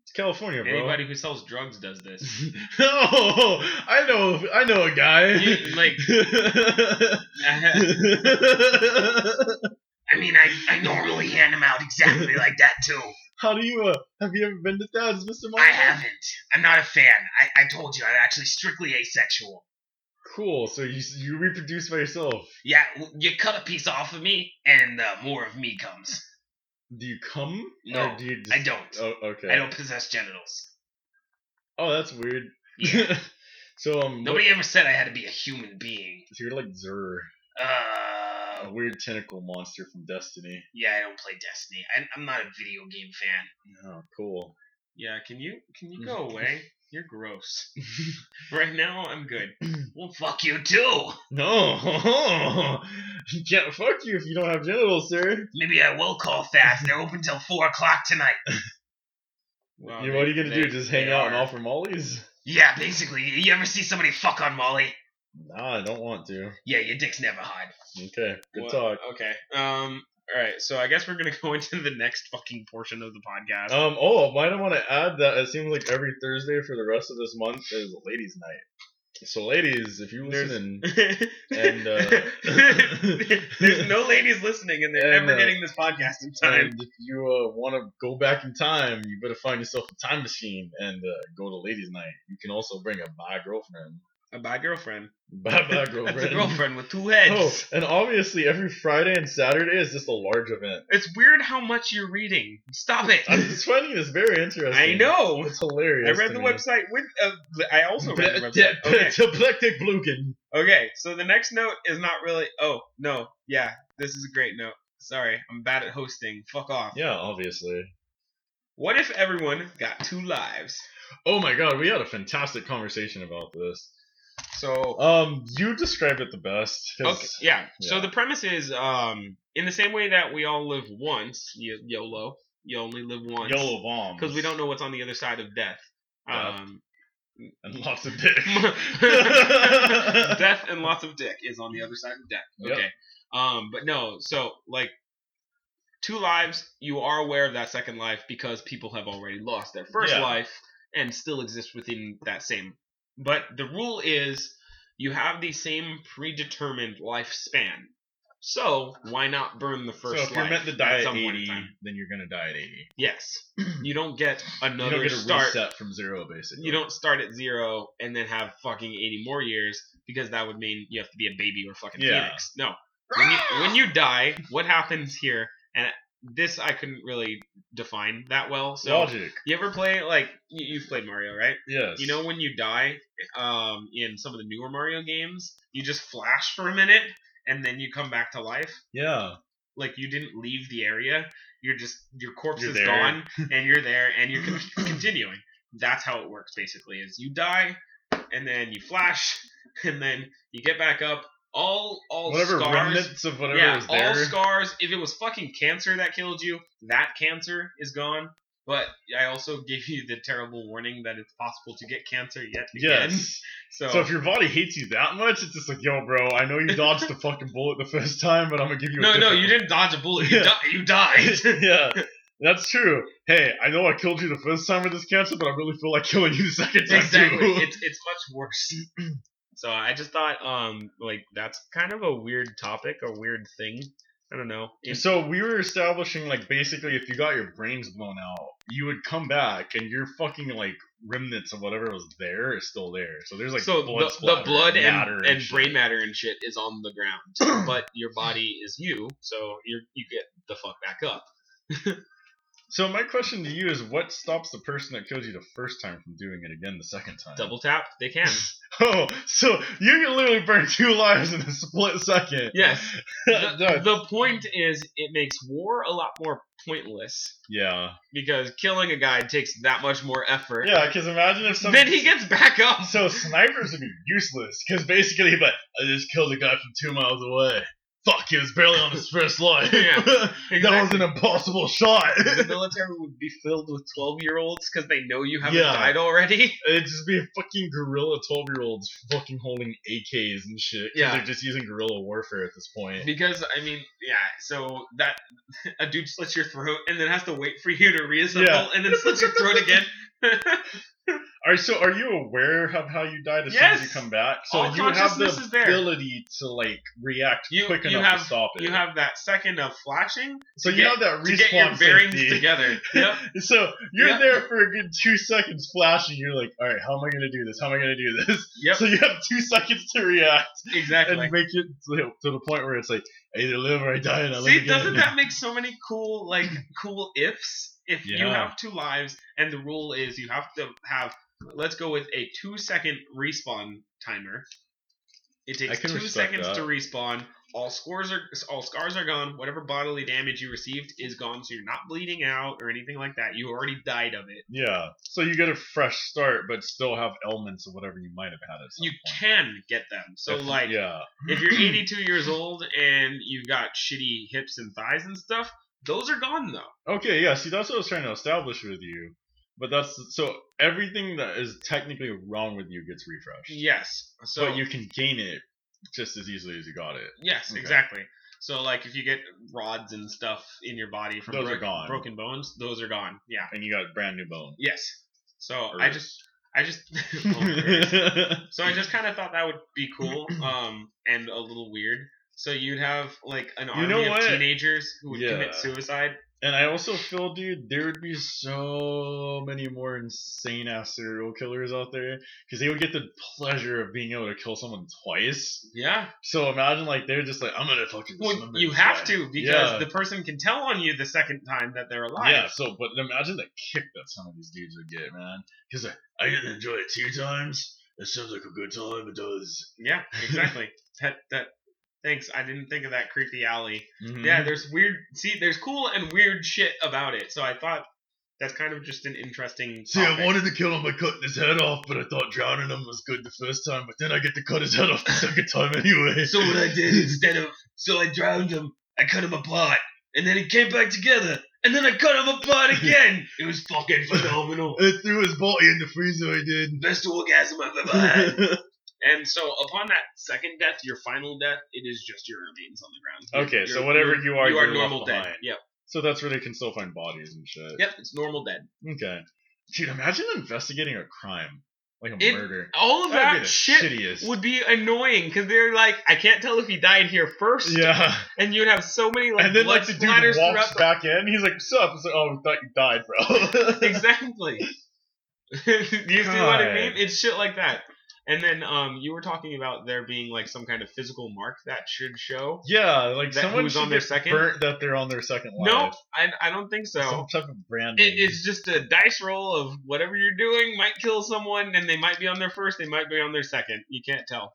Speaker 3: It's California, bro.
Speaker 2: Anybody who sells drugs does this.
Speaker 3: no, Oh, I know, I know a guy.
Speaker 2: You- like, I mean, I, I normally hand them out exactly like that too.
Speaker 3: How do you? Uh, have you ever been to Dad's, Mister?
Speaker 5: I haven't. I'm not a fan. I, I told you, I'm actually strictly asexual.
Speaker 3: Cool. So you you reproduce by yourself.
Speaker 5: Yeah, w- you cut a piece off of me, and uh, more of me comes.
Speaker 3: Do you come?
Speaker 5: No,
Speaker 3: Or do you just,
Speaker 5: I don't.
Speaker 3: Oh, okay.
Speaker 5: I don't possess genitals.
Speaker 3: Oh, that's weird.
Speaker 5: Yeah.
Speaker 3: so um, what-
Speaker 5: Nobody ever said I had to be a human being.
Speaker 3: so you're like Zer, a
Speaker 5: Uh,
Speaker 3: weird tentacle monster from Destiny.
Speaker 5: yeah, I don't play Destiny. I, I'm not a video game fan.
Speaker 3: Oh, cool.
Speaker 2: Yeah, can you can you go away? You're gross. right now, I'm good.
Speaker 5: Well, fuck you too.
Speaker 3: No, you can't fuck you if you don't have genitals, sir.
Speaker 5: Maybe I will call fast. They're open till four o'clock tonight.
Speaker 2: Wow,
Speaker 3: You- what are
Speaker 2: they-
Speaker 3: you gonna
Speaker 2: they-
Speaker 3: do? Just hang
Speaker 2: they
Speaker 3: out and
Speaker 2: are.
Speaker 3: offer mollies?
Speaker 5: Yeah, basically. You ever see somebody fuck on Molly?
Speaker 3: Nah, I don't want to.
Speaker 5: Yeah, your dicks never hide.
Speaker 3: Okay, good
Speaker 2: What-
Speaker 3: talk.
Speaker 2: Okay. Um. All right. So I guess we're gonna go into the next fucking portion of the podcast.
Speaker 3: Um. Oh, why do I want to add that? It seems like every Thursday for the rest of this month is ladies' night. So, ladies, if you
Speaker 2: There's-
Speaker 3: listen,
Speaker 2: and
Speaker 3: uh,
Speaker 2: there's no ladies listening, and they're
Speaker 3: And,
Speaker 2: never
Speaker 3: uh,
Speaker 2: getting this podcast in time.
Speaker 3: and if you uh, want to go back in time, you better find yourself a time machine and uh, go to ladies' night. You can also bring a bye girlfriend.
Speaker 2: A bad girlfriend.
Speaker 3: Bye bye
Speaker 2: That's a
Speaker 3: girlfriend.
Speaker 2: girlfriend with two
Speaker 3: Oh,
Speaker 2: heads.
Speaker 3: and obviously every Friday and Saturday is just a large event.
Speaker 2: It's weird how much you're reading. Stop it.
Speaker 3: I'm just finding this very interesting.
Speaker 2: I know.
Speaker 3: It's hilarious.
Speaker 2: I read
Speaker 3: to
Speaker 2: the
Speaker 3: me.
Speaker 2: website with. Uh, I also read the
Speaker 3: Yeah,
Speaker 2: website. Okay.
Speaker 3: Apoplectic Blukin.
Speaker 2: Okay, so the next note is not really. Oh no, yeah, this is a great note. Sorry, I'm bad at hosting. Fuck off.
Speaker 3: Yeah, obviously.
Speaker 2: What if everyone got two lives?
Speaker 3: Oh my god, we had a fantastic conversation about this.
Speaker 2: So
Speaker 3: Um, you described it the best. 'cause-
Speaker 2: okay, yeah. So
Speaker 3: yeah.
Speaker 2: the premise is, um, in the same way that we all live once, y- YOLO, you only live once,
Speaker 3: YOLO bombs.
Speaker 2: because we don't know what's on the other side of death.
Speaker 3: Death.
Speaker 2: Um,
Speaker 3: And lots of dick.
Speaker 2: death and lots of dick is on the other side of death.
Speaker 3: Yep.
Speaker 2: Okay. Um, but no, so like two lives, you are aware of that second life because people have already lost their first
Speaker 3: Yeah.
Speaker 2: life and still exist within that same. But the rule is you have the same predetermined lifespan. So why not burn the
Speaker 3: so
Speaker 2: first
Speaker 3: if you're
Speaker 2: life
Speaker 3: meant to die at
Speaker 2: some point in
Speaker 3: 80,
Speaker 2: time?
Speaker 3: then you're gonna die at 80.
Speaker 2: Yes. You don't get
Speaker 3: You
Speaker 2: another
Speaker 3: don't get a
Speaker 2: start
Speaker 3: reset from zero, basically.
Speaker 2: you don't start at zero and then have fucking 80 more years because that would mean you have to be a baby or fucking
Speaker 3: Yeah.
Speaker 2: phoenix. No. When you, when you die, what happens here? And this I couldn't really define that well. So
Speaker 3: Logic.
Speaker 2: you ever play like you, you've played Mario, right?
Speaker 3: Yes.
Speaker 2: You know when you die um, in some of the newer Mario games, you just flash for a minute and then you come back to life.
Speaker 3: Yeah.
Speaker 2: Like you didn't leave the area. You're just your corpse
Speaker 3: You're
Speaker 2: is
Speaker 3: there.
Speaker 2: gone and you're there and you're con- continuing. That's how it works basically. Is you die and then you flash and then you get back up. All all
Speaker 3: whatever
Speaker 2: scars.
Speaker 3: remnants of whatever
Speaker 2: yeah,
Speaker 3: is there.
Speaker 2: all scars. If it was fucking cancer that killed you, that cancer is gone. But I also gave you the terrible warning that it's possible to get cancer yet again.
Speaker 3: yes.
Speaker 2: So,
Speaker 3: So if your body hates you that much, it's just like, yo, bro, I know you dodged the fucking bullet the first time, but I'm gonna give you. a
Speaker 2: no, no,
Speaker 3: different
Speaker 2: you didn't dodge a bullet. You,
Speaker 3: Yeah.
Speaker 2: di- you died.
Speaker 3: yeah. That's true. Hey, I know I killed you the first time with this cancer, but I really feel like killing you the second time
Speaker 6: exactly.
Speaker 3: too.
Speaker 6: it's it's much worse. so I just thought, um, like that's kind of a weird topic, a weird thing. I don't know. If-
Speaker 3: so we were establishing like basically if you got your brains blown out, you would come back and your fucking like remnants of whatever was there is still there. So there's like
Speaker 2: so
Speaker 3: blood
Speaker 2: the, the
Speaker 3: splatter
Speaker 2: blood and,
Speaker 3: matter
Speaker 2: and,
Speaker 3: shit.
Speaker 2: brain matter and shit is on the ground, but your body is you, so you you get the fuck back up.
Speaker 3: So my question to you is, what stops the person that killed you the first time from doing it again the second time?
Speaker 2: Double tap, they can.
Speaker 3: Oh, so you can literally burn two lives in a split second.
Speaker 2: Yes. The,
Speaker 3: Done.
Speaker 2: the point is, it makes war a lot more pointless
Speaker 3: yeah.
Speaker 2: because killing a guy takes that much more effort.
Speaker 3: Yeah, because imagine if some.
Speaker 2: Then he gets back up.
Speaker 3: So snipers would be useless because basically, but I just killed a guy from two miles away. Fuck, he was barely on his first life.
Speaker 2: Yeah,
Speaker 3: That was an impossible shot.
Speaker 2: the military would be filled with 12 year olds because they know you haven't
Speaker 3: Yeah.
Speaker 2: died already.
Speaker 3: It'd just be fucking gorilla twelve year olds fucking holding AKs and shit. 'cause
Speaker 2: Yeah.
Speaker 3: they're just using guerrilla warfare at this point.
Speaker 2: Because, I mean, yeah, so that a dude slits your throat and then has to wait for you to reassemble
Speaker 3: Yeah.
Speaker 2: and then slits your throat again.
Speaker 3: Are so are you aware of how you died as soon as
Speaker 2: Yes.
Speaker 3: you come back? So
Speaker 2: All
Speaker 3: you have the
Speaker 2: consciousness is there.
Speaker 3: ability to like react
Speaker 2: You-
Speaker 3: quick
Speaker 2: you
Speaker 3: enough
Speaker 2: have-
Speaker 3: to stop it.
Speaker 2: you have that second of flashing
Speaker 3: so
Speaker 2: to
Speaker 3: you
Speaker 2: get-
Speaker 3: have that
Speaker 2: to get your
Speaker 3: respawn
Speaker 2: bearings
Speaker 3: safety.
Speaker 2: together. Yep.
Speaker 3: So you're
Speaker 2: Yeah.
Speaker 3: there for a good two seconds flashing. You're like, all right, how am I gonna do this? How am I gonna do this?
Speaker 2: Yep.
Speaker 3: So you have two seconds to react
Speaker 2: Exactly.
Speaker 3: and make it to, to the point where it's like, I either live or I die, and I live
Speaker 2: See,
Speaker 3: again.
Speaker 2: doesn't that make so many cool like cool ifs? If you
Speaker 3: Yeah.
Speaker 2: have two lives and the rule is you have to have let's go with a two second respawn timer. It
Speaker 3: I
Speaker 2: takes
Speaker 3: can
Speaker 2: two
Speaker 3: respect
Speaker 2: seconds
Speaker 3: that.
Speaker 2: to respawn. All scores are all scars are gone. Whatever bodily damage you received is gone, so you're not bleeding out or anything like that. You already died of it.
Speaker 3: Yeah. So you get a fresh start, but still have elements of whatever you might have had at some
Speaker 2: You
Speaker 3: point.
Speaker 2: can get them. So
Speaker 3: If-
Speaker 2: like
Speaker 3: yeah,
Speaker 2: if you're 82 years old and you've got shitty hips and thighs and stuff, those are gone though.
Speaker 3: Okay, yeah. See, that's what I was trying to establish with you. But that's so everything that is technically wrong with you gets refreshed.
Speaker 2: Yes. So
Speaker 3: but you can gain it just as easily as you got it.
Speaker 2: Yes,
Speaker 3: Okay.
Speaker 2: exactly. So like if you get rods and stuff in your body from
Speaker 3: Those are
Speaker 2: broken-
Speaker 3: gone.
Speaker 2: broken bones, those are gone. Yeah.
Speaker 3: And you got brand new bone.
Speaker 2: Yes. So I
Speaker 3: Alright.
Speaker 2: just I just Oh, so I just kind of thought that would be cool um and a little weird. So you'd have like an army
Speaker 3: know
Speaker 2: of
Speaker 3: what?
Speaker 2: teenagers who would
Speaker 3: Yeah.
Speaker 2: commit suicide.
Speaker 3: and I also feel, dude, there would be so many more insane ass serial killers out there because they would get the pleasure of being able to kill someone twice.
Speaker 2: Yeah.
Speaker 3: So imagine, like, they're just like, I'm gonna fucking.
Speaker 2: Well,
Speaker 3: dismember
Speaker 2: you
Speaker 3: this
Speaker 2: have
Speaker 3: guy.
Speaker 2: to because
Speaker 3: Yeah.
Speaker 2: the person can tell on you the second time that they're alive.
Speaker 3: Yeah, so but imagine the kick that some of these dudes would get, man. Because I, I didn't enjoy it two times. It sounds like a good time. It does.
Speaker 2: Yeah, exactly. that that thanks. I didn't think of that creepy alley.
Speaker 3: Mm-hmm.
Speaker 7: Mm-hmm.
Speaker 2: Yeah, there's weird. See, there's cool and weird shit about it. So I thought that's kind of just an interesting.
Speaker 3: See, I
Speaker 2: topic.
Speaker 3: wanted to kill him by cutting his head off, but I thought drowning him was good the first time. But then I get to cut his head off the second time anyway.
Speaker 7: So what I did instead of so I drowned him, I cut him apart, and then it came back together, and then I cut him apart again. It was fucking phenomenal.
Speaker 3: I threw his body in the freezer. I did.
Speaker 7: Best orgasm I've ever had.
Speaker 2: And so upon that second death, your final death, it is just your remains on the ground.
Speaker 3: Okay,
Speaker 2: You're-
Speaker 3: so
Speaker 2: you're-
Speaker 3: whatever
Speaker 2: you're-
Speaker 3: you are,
Speaker 2: you are
Speaker 3: you're left
Speaker 2: normal dead.
Speaker 3: behind.
Speaker 2: Yep,
Speaker 3: so that's where they can still find bodies and shit.
Speaker 2: yep, it's normal dead.
Speaker 3: Okay. Dude, imagine investigating a crime like a
Speaker 2: It-
Speaker 3: murder.
Speaker 2: All of
Speaker 3: That'd be
Speaker 2: that
Speaker 3: the
Speaker 2: shit
Speaker 3: shittiest.
Speaker 2: would be annoying because they're like, I can't tell if he died here first,
Speaker 3: yeah.
Speaker 2: and you'd have so many like
Speaker 3: and then
Speaker 2: blood
Speaker 3: like the dude
Speaker 2: splatters
Speaker 3: walks
Speaker 2: throughout. the-
Speaker 3: back in. He's like, "What's up?" It's like, "Oh, we thought you died, bro."
Speaker 2: exactly. you see what I
Speaker 3: God.
Speaker 2: mean? It's shit like that. And then um, you were talking about there being like some kind of physical mark that should show.
Speaker 3: yeah, like
Speaker 2: That
Speaker 3: someone
Speaker 2: who's
Speaker 3: should
Speaker 2: on their
Speaker 3: get
Speaker 2: second?
Speaker 3: burnt that they're on their second life.
Speaker 2: No, I, I don't think so.
Speaker 3: some type of brand.
Speaker 2: It,
Speaker 3: name.
Speaker 2: it's just a dice roll of whatever you're doing might kill someone, and they might be on their first, they might be on their second. You can't tell.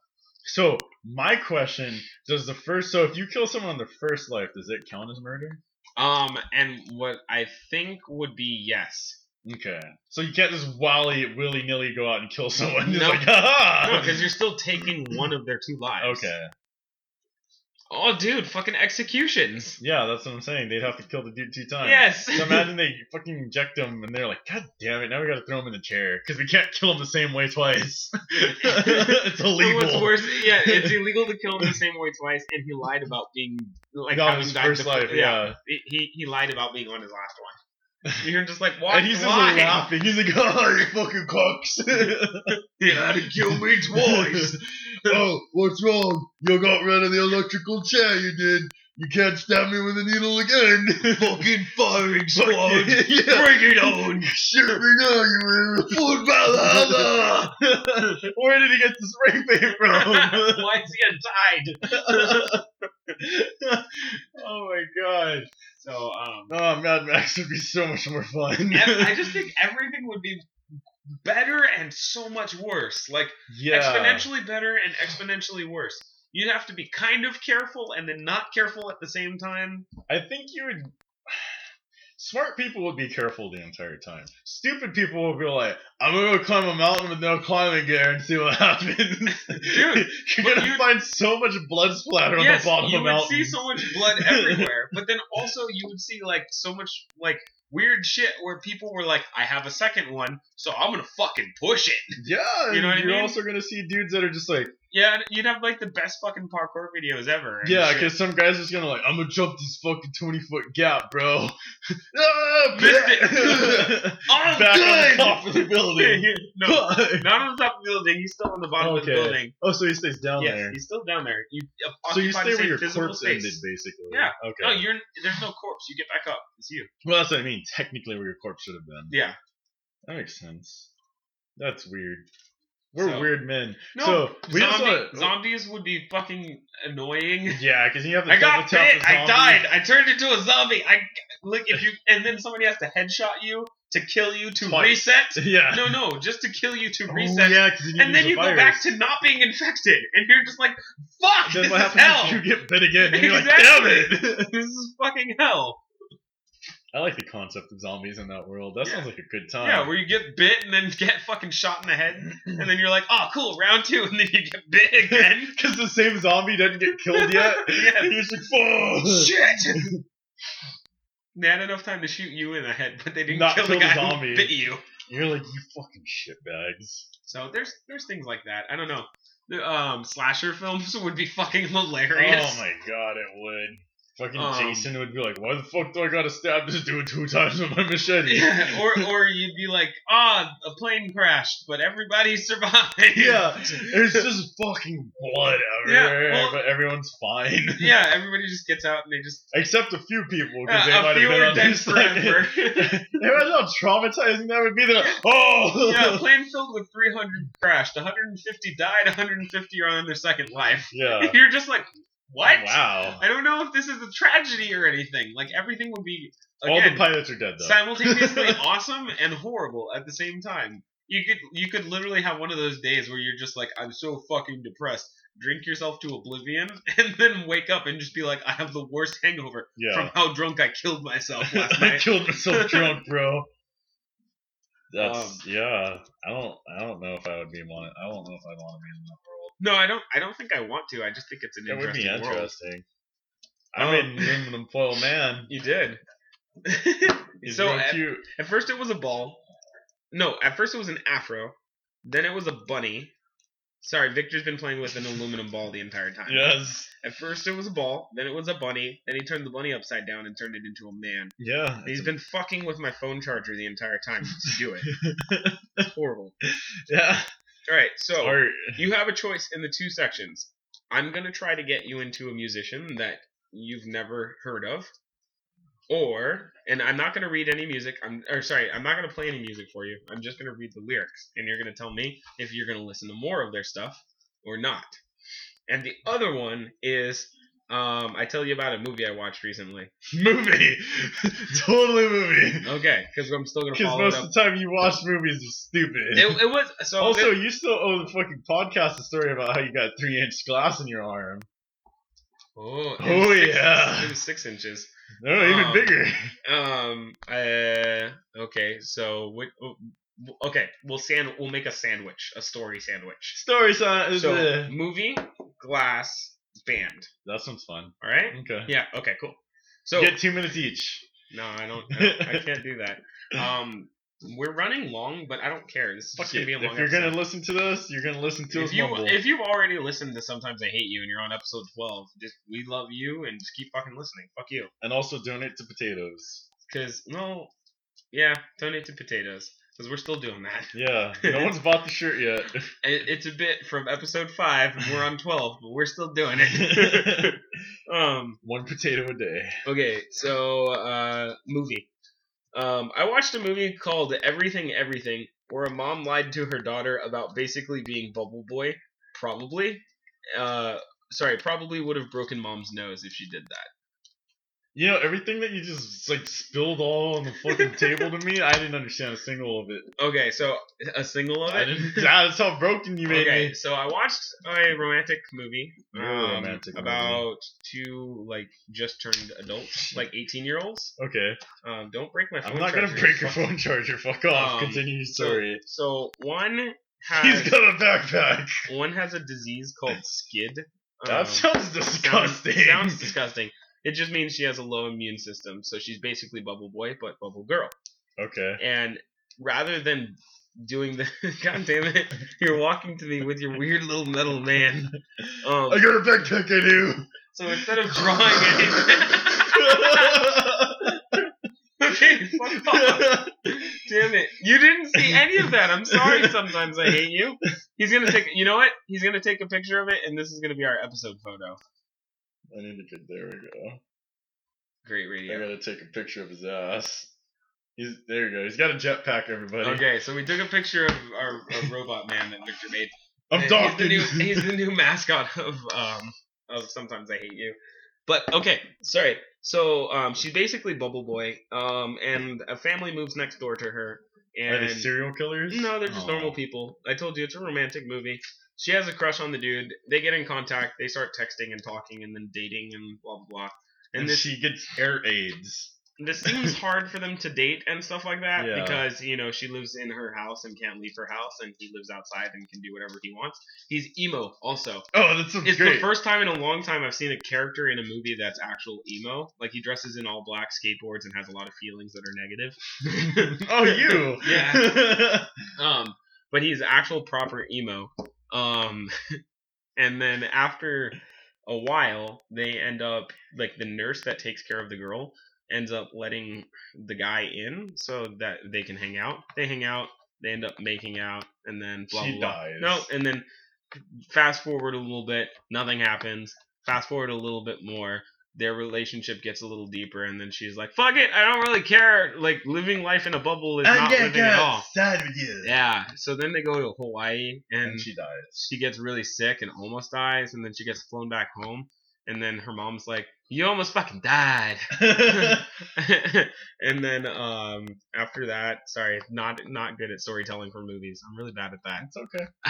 Speaker 3: So my question: Does the first? So if you kill someone on their first life, does it count as murder?
Speaker 2: Um, and what I think would be yes,
Speaker 3: Okay, so you can't just wally willy nilly go out and kill someone. Just
Speaker 2: Nope.
Speaker 3: like, ha
Speaker 2: because you're still taking one of their two lives.
Speaker 3: Okay,
Speaker 2: Oh, dude, fucking executions.
Speaker 3: yeah, that's what I'm saying. They'd have to kill the dude two times.
Speaker 2: Yes.
Speaker 3: So imagine they fucking inject him, and they're like, "God damn it! Now we gotta throw him in the chair because we can't kill him the same way twice. it's
Speaker 2: And
Speaker 3: illegal."
Speaker 2: what's worse, yeah, it's illegal to kill him the same way twice, and he lied about being like
Speaker 3: That
Speaker 2: having
Speaker 3: was his
Speaker 2: died
Speaker 3: first
Speaker 2: the-
Speaker 3: life, yeah.
Speaker 2: He he lied about being on his last one. You're here just like, why?
Speaker 3: and he's just
Speaker 2: why?
Speaker 3: laughing. He's like, oh, you fucking cocks.
Speaker 5: You had to kill me twice.
Speaker 3: oh, what's wrong? You got rid of the electrical chair you did. You can't stab me with a needle again.
Speaker 5: Fucking firing squad. Bring
Speaker 3: yeah,
Speaker 5: it on.
Speaker 3: sure we know you were.
Speaker 5: Full Valhalla.
Speaker 3: Where did he get the spray paint from?
Speaker 2: why is he untied?
Speaker 3: oh my god.
Speaker 2: So, um,
Speaker 3: Oh, Mad Max would be so much more fun.
Speaker 2: ev- I just think everything would be better and so much worse. Like
Speaker 3: yeah.
Speaker 2: exponentially better and exponentially worse. You'd have to be kind of careful and then not careful at the same time.
Speaker 3: I think you would. Smart people would be careful the entire time. Stupid people would be like, "I'm gonna go climb a mountain with no climbing gear and see what happens." Dude, you're
Speaker 2: but
Speaker 3: gonna
Speaker 2: you-
Speaker 3: find so much blood splatter
Speaker 2: yes,
Speaker 3: on the bottom
Speaker 2: you
Speaker 3: of
Speaker 2: would
Speaker 3: mountains.
Speaker 2: see so much blood everywhere, but then also you would see like so much like weird shit where people were like, "I have a second one, so I'm gonna fucking push it."
Speaker 3: yeah,
Speaker 2: You know what I
Speaker 3: are
Speaker 2: mean?
Speaker 3: also gonna see dudes that are just like,
Speaker 2: Yeah, and you'd have like the best fucking parkour videos ever. and
Speaker 3: yeah,
Speaker 2: shit.
Speaker 3: because some guys just gonna like, "I'm gonna jump this fucking twenty foot gap, bro." Ah,
Speaker 2: Missed
Speaker 5: I'm
Speaker 3: Back on
Speaker 5: good.
Speaker 3: top of the building.
Speaker 2: no, not on top of the building. He's still on the bottom of the
Speaker 3: Okay.
Speaker 2: building.
Speaker 3: oh, so he stays down
Speaker 2: yes,
Speaker 3: there.
Speaker 2: he's still down there. You
Speaker 3: So you
Speaker 2: occupy
Speaker 3: stay
Speaker 2: the
Speaker 3: where
Speaker 2: same
Speaker 3: your
Speaker 2: physical
Speaker 3: corpse
Speaker 2: space.
Speaker 3: ended, basically.
Speaker 2: Yeah.
Speaker 3: Okay.
Speaker 2: No, you're there's no corpse. You get back up. It's you.
Speaker 3: Well, that's what I mean. Technically, where your corpse should have been.
Speaker 2: Yeah.
Speaker 3: That makes sense. That's weird. We're
Speaker 2: So-
Speaker 3: weird men.
Speaker 2: No,
Speaker 3: so we
Speaker 2: Zombie,
Speaker 3: just want
Speaker 2: zombies would be fucking annoying.
Speaker 3: Yeah, because you have to
Speaker 2: I
Speaker 3: double
Speaker 2: got
Speaker 3: tap
Speaker 2: bit.
Speaker 3: the
Speaker 2: I
Speaker 3: zombie.
Speaker 2: died. I turned into a zombie. I like if you and then somebody has to headshot you to kill you to
Speaker 3: Twice.
Speaker 2: reset.
Speaker 3: Yeah.
Speaker 2: No, no, just to kill you to
Speaker 3: Oh,
Speaker 2: reset.
Speaker 3: yeah, 'cause then you
Speaker 2: And then
Speaker 3: use
Speaker 2: you
Speaker 3: the
Speaker 2: go
Speaker 3: virus.
Speaker 2: back to not being infected, and you're just like, "Fuck,
Speaker 3: Then
Speaker 2: this
Speaker 3: what
Speaker 2: is
Speaker 3: happens
Speaker 2: hell.
Speaker 3: is you get bit again. And you're
Speaker 2: Exactly.
Speaker 3: like, damn it.
Speaker 2: this is fucking hell."
Speaker 3: I like the concept of zombies in that world. That
Speaker 2: Yeah.
Speaker 3: sounds like a good time.
Speaker 2: Yeah, where you get bit and then get fucking shot in the head, and then you're like, "Oh, cool, round two, and then you get bit again.
Speaker 3: because the same zombie doesn't get killed yet.
Speaker 2: Yes.
Speaker 3: And you're just like, fuck.
Speaker 5: Shit.
Speaker 2: They had enough time to shoot you in the head, but they didn't
Speaker 3: Not
Speaker 2: kill,
Speaker 3: kill
Speaker 2: the
Speaker 3: the
Speaker 2: guy
Speaker 3: zombie.
Speaker 2: who bit you.
Speaker 3: You're like, you fucking shitbags.
Speaker 2: So there's there's things like that. I don't know. The um, slasher films would be fucking hilarious.
Speaker 3: Oh my god, it would. Fucking
Speaker 2: Um,
Speaker 3: Jason would be like, "Why the fuck do I gotta stab this dude two times with my machete?"
Speaker 2: Yeah, or or you'd be like, ah, a plane crashed, but everybody survived.
Speaker 3: Yeah, It's just fucking blood everywhere,
Speaker 2: well-
Speaker 3: but everyone's fine.
Speaker 2: yeah. Everybody just gets out and they just
Speaker 3: Except a few people, because they
Speaker 2: yeah,
Speaker 3: might
Speaker 2: a
Speaker 3: have
Speaker 2: few
Speaker 3: been
Speaker 2: are
Speaker 3: on
Speaker 2: dead
Speaker 3: this side.
Speaker 2: forever.
Speaker 3: Imagine how traumatizing that would be. They're like, oh!
Speaker 2: yeah, a plane filled with 300 crashed, 150 died, 150 are on their second life.
Speaker 3: Yeah.
Speaker 2: You're just like, what?
Speaker 3: Uh, oh, Wow.
Speaker 2: I don't know if this is a tragedy or anything. Like everything would be
Speaker 3: All the
Speaker 2: again,
Speaker 3: pilots are dead, though.
Speaker 2: simultaneously awesome and horrible at the same time. You could you could literally have one of those days where you're just like, I'm so fucking depressed. Drink yourself to oblivion and then wake up and just be like, I have the worst hangover
Speaker 3: yeah.
Speaker 2: from how drunk I killed myself last
Speaker 3: I
Speaker 2: night.
Speaker 3: killed myself drunk, bro.
Speaker 2: Um,
Speaker 3: That's yeah. I don't. I don't know if I would be want. I don't know if I'd want to be in that world.
Speaker 2: No, I don't I don't think I want to. I just think it's an
Speaker 3: That would
Speaker 2: interesting Um,
Speaker 3: be
Speaker 2: world.
Speaker 3: interesting. I made an aluminum foil man.
Speaker 2: You did.
Speaker 3: He's
Speaker 2: So,
Speaker 3: real
Speaker 2: uh,
Speaker 3: cute.
Speaker 2: at first it was a ball. No, at first it was an afro. Then it was a bunny. Sorry, Victor's been playing with an aluminum ball the entire time.
Speaker 3: Yes.
Speaker 2: At first it was a ball, then it was a bunny, then he turned the bunny upside down and turned it into a man.
Speaker 3: Yeah.
Speaker 2: And he's been fucking with my phone charger the entire time to do it. It's horrible.
Speaker 3: Yeah.
Speaker 2: All right, so
Speaker 3: Art.
Speaker 2: you have a choice in the two sections. I'm going to try to get you into a musician that you've never heard of. Or, and I'm not going to read any music. I'm, or sorry, I'm not going to play any music for you. I'm just going to read the lyrics. And you're going to tell me if you're going to listen to more of their stuff or not. And the other one is, um, I tell you about a movie I watched recently.
Speaker 3: Movie. totally movie.
Speaker 2: Okay, because I'm still going to
Speaker 3: Because
Speaker 2: follow it
Speaker 3: most
Speaker 2: up.
Speaker 3: of the time you watch movies are stupid.
Speaker 2: It, it was, so.
Speaker 3: also, you still owe the fucking podcast a story about how you got three inch glass in your arm.
Speaker 2: oh, it was
Speaker 3: Oh,
Speaker 2: six-
Speaker 3: yeah.
Speaker 2: It was six inches.
Speaker 3: No,
Speaker 2: Um,
Speaker 3: even bigger.
Speaker 2: Um. Uh. Okay. So what? oh, Okay. We'll sand. We'll make a sandwich. A story sandwich.
Speaker 3: Story sign.
Speaker 2: So movie, glass, band.
Speaker 3: that sounds fun.
Speaker 2: All right.
Speaker 3: Okay.
Speaker 2: Yeah. Okay. Cool. So
Speaker 3: Get two minutes each.
Speaker 2: no, I don't. I, don't- I can't do that. Um. We're running long, but I don't care. This is
Speaker 3: Fuck
Speaker 2: just gonna
Speaker 3: it.
Speaker 2: be a long
Speaker 3: if you're
Speaker 2: episode.
Speaker 3: gonna listen to this, you're gonna listen to
Speaker 2: if
Speaker 3: us
Speaker 2: you
Speaker 3: mumble.
Speaker 2: if you've already listened to sometimes I hate you and you're on episode twelve, just we love you and just keep fucking listening. Fuck you.
Speaker 3: and also donate to potatoes.
Speaker 2: Cause no, Yeah, donate to potatoes because we're still doing that.
Speaker 3: Yeah, no one's bought the shirt yet.
Speaker 2: It, it's a bit from episode five, and we're on twelve, but we're still doing it. um.
Speaker 3: One potato a day.
Speaker 2: Okay, so uh, movie. Um, I watched a movie called Everything Everything, where a mom lied to her daughter about basically being Bubble Boy. Probably, uh, sorry, probably would have broken mom's nose if she did that.
Speaker 3: You know, everything that you just like spilled all on the fucking table to me, I didn't understand a single of it.
Speaker 2: Okay, so a single of
Speaker 3: I
Speaker 2: it.
Speaker 3: didn't. That's how broken you made
Speaker 2: Okay,
Speaker 3: me.
Speaker 2: so I watched a romantic movie
Speaker 3: Ooh,
Speaker 2: um,
Speaker 3: romantic movie.
Speaker 2: about two like just turned adults, like eighteen year olds.
Speaker 3: Okay,
Speaker 2: Um, don't break my phone.
Speaker 3: I'm not gonna
Speaker 2: charger.
Speaker 3: break your phone charger. Fuck off.
Speaker 2: Um,
Speaker 3: Continue your story.
Speaker 2: So one
Speaker 3: He's
Speaker 2: has
Speaker 3: got a
Speaker 2: Um,
Speaker 3: backpack.
Speaker 2: one has a disease called skid. Um,
Speaker 3: That sounds
Speaker 2: sounds-
Speaker 3: disgusting.
Speaker 2: Sounds disgusting. It just means she has a low immune system, so she's basically Bubble Boy but Bubble Girl.
Speaker 3: okay.
Speaker 2: And rather than doing the God damn it, you're walking to me with your weird little metal man. Um,
Speaker 3: I got a backpack. I do.
Speaker 2: so instead of drawing it, okay, fuck off. Damn it! You didn't see any of that. I'm sorry. Sometimes I hate you. He's gonna take. You know what? He's gonna take a picture of it, and this is gonna be our episode photo.
Speaker 3: I need to get there. We go.
Speaker 2: Great
Speaker 3: I
Speaker 2: radio.
Speaker 3: gotta take a picture of his ass. He's there. You go. He's got a jetpack. Everybody.
Speaker 2: Okay, so we took a picture of our, our robot man that Victor made.
Speaker 3: I'm
Speaker 2: he's the,
Speaker 3: docking.
Speaker 2: new, he's the new mascot of um of Sometimes I Hate You. But okay, sorry. So um, she's basically Bubble Boy, um, and a family moves next door to her. And
Speaker 3: Are they serial killers? Oh.
Speaker 2: No, they're just
Speaker 3: Aw.
Speaker 2: normal people. I told you it's a romantic movie. She has a crush on the dude. They get in contact. They start texting and talking, and then dating and blah blah blah.
Speaker 3: And,
Speaker 2: And this
Speaker 3: she gets air aids.
Speaker 2: this seems hard for them to date and stuff like that
Speaker 3: Yeah.
Speaker 2: because you know she lives in her house and can't leave her house, and he lives outside and can do whatever he wants. He's emo also.
Speaker 3: Oh, that's
Speaker 2: It's
Speaker 3: great.
Speaker 2: the first time in a long time I've seen a character in a movie that's actual emo. Like he dresses in all black, skateboards, and has a lot of feelings that are negative.
Speaker 3: oh, you.
Speaker 2: Yeah. Um, but he's actual proper emo. Um, and then after a while, they end up like the nurse that takes care of the girl ends up letting the guy in so that they can hang out. They hang out. They end up making out, and then blah
Speaker 3: She
Speaker 2: blah. blah.
Speaker 3: dies.
Speaker 2: No, and then fast forward a little bit, nothing happens. Fast forward a little bit more, their relationship gets a little deeper, and then she's like, "Fuck it, I don't really care." Like living life in a bubble
Speaker 3: Uh,
Speaker 2: is not living at all.
Speaker 3: sad with you.
Speaker 2: Yeah. So then they go to Hawaii, and
Speaker 3: And she dies.
Speaker 2: she gets really sick and almost dies, and then she gets flown back home, and then her mom's like, "You almost fucking died." and then um, after that, sorry, not not good at storytelling for movies. I'm really bad at that.
Speaker 3: It's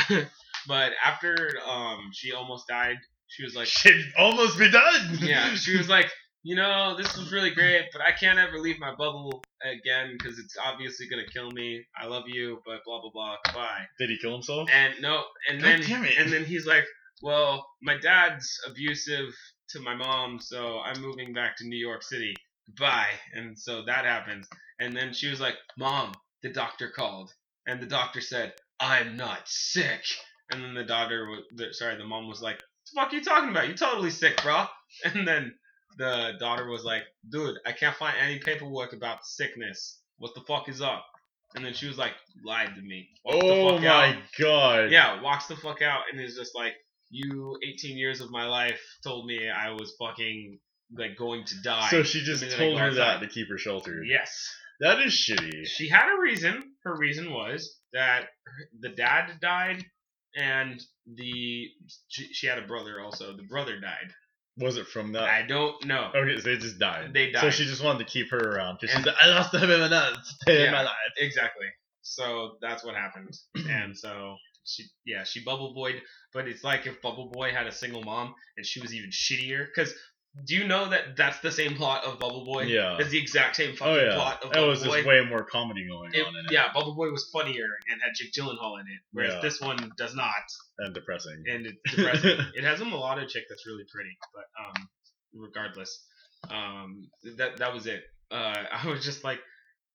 Speaker 3: okay.
Speaker 2: but after um, she almost died, she was like,
Speaker 3: She'd almost be done.
Speaker 2: yeah, she was like, you know, this was really great, but I can't ever leave my bubble again because it's obviously gonna kill me. I love you, but blah blah blah. Goodbye.
Speaker 3: Did he kill himself?
Speaker 2: And no, and
Speaker 3: God
Speaker 2: then
Speaker 3: damn it.
Speaker 2: and then he's like, "Well, my dad's abusive to my mom, so I'm moving back to New York City. Goodbye." And so that happens. And then she was like, "Mom, the doctor called, and the doctor said I'm not sick." And then the daughter, wa- the, sorry, the mom was like, "The fuck you talking about? You totally sick, bro." And then the daughter was like, "Dude, I can't find any paperwork about sickness. What the fuck is up?" And then she was like, "Lied to me." Walked the
Speaker 3: oh
Speaker 2: fuck
Speaker 3: my
Speaker 2: out.
Speaker 3: god.
Speaker 2: Yeah, walks the fuck out and is just like, "You 18 years of my life told me I was fucking like going to die."
Speaker 3: So she just
Speaker 2: The minute I
Speaker 3: told
Speaker 2: go
Speaker 3: her that
Speaker 2: outside.
Speaker 3: to keep her sheltered.
Speaker 2: yes,
Speaker 3: That is shitty.
Speaker 2: she had a reason. Her reason was that her- the dad died, and the she, she had a brother also. The brother died.
Speaker 3: Was it from that?
Speaker 2: I don't know.
Speaker 3: Okay, so they just died.
Speaker 2: They
Speaker 3: Oh. So
Speaker 2: died.
Speaker 3: she just wanted to keep her around. 'cause
Speaker 2: And-
Speaker 3: she's like, I lost him in
Speaker 2: Yeah.
Speaker 3: my life.
Speaker 2: Exactly. So that's what happened. and so she, yeah, she bubble boyed, but it's like if Bubble Boy had a single mom and she was even shittier. Because do you know that that's the same plot of Bubble Boy?
Speaker 3: Yeah.
Speaker 2: It's the exact same
Speaker 3: Oh
Speaker 2: fucking
Speaker 3: yeah.
Speaker 2: plot of
Speaker 3: That
Speaker 2: Bubble
Speaker 3: was
Speaker 2: Boy.
Speaker 3: just way more comedy going
Speaker 2: It-
Speaker 3: on in it.
Speaker 2: yeah, Bubble Boy was funnier and had Jake Gyllenhaal in it, whereas
Speaker 3: Yeah.
Speaker 2: this one does not,
Speaker 3: And depressing.
Speaker 2: and it's depressing. it has a mulatto chick that's really pretty, but um, regardless, um, that that was it. Uh, I was just like,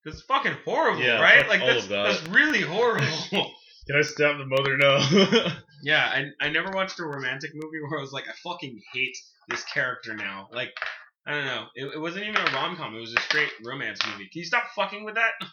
Speaker 2: this is fucking horrible,
Speaker 3: Yeah,
Speaker 2: right?
Speaker 3: fuck
Speaker 2: Like
Speaker 3: all
Speaker 2: that's
Speaker 3: of that.
Speaker 2: that's really horrible.
Speaker 3: Can I stab the mother? No.
Speaker 2: Yeah, I, I never watched a romantic movie where I was like, I fucking hate this character now. Like, I don't know. It, it wasn't even a rom com. It was a straight romance movie. Can you stop fucking with that?
Speaker 3: I'm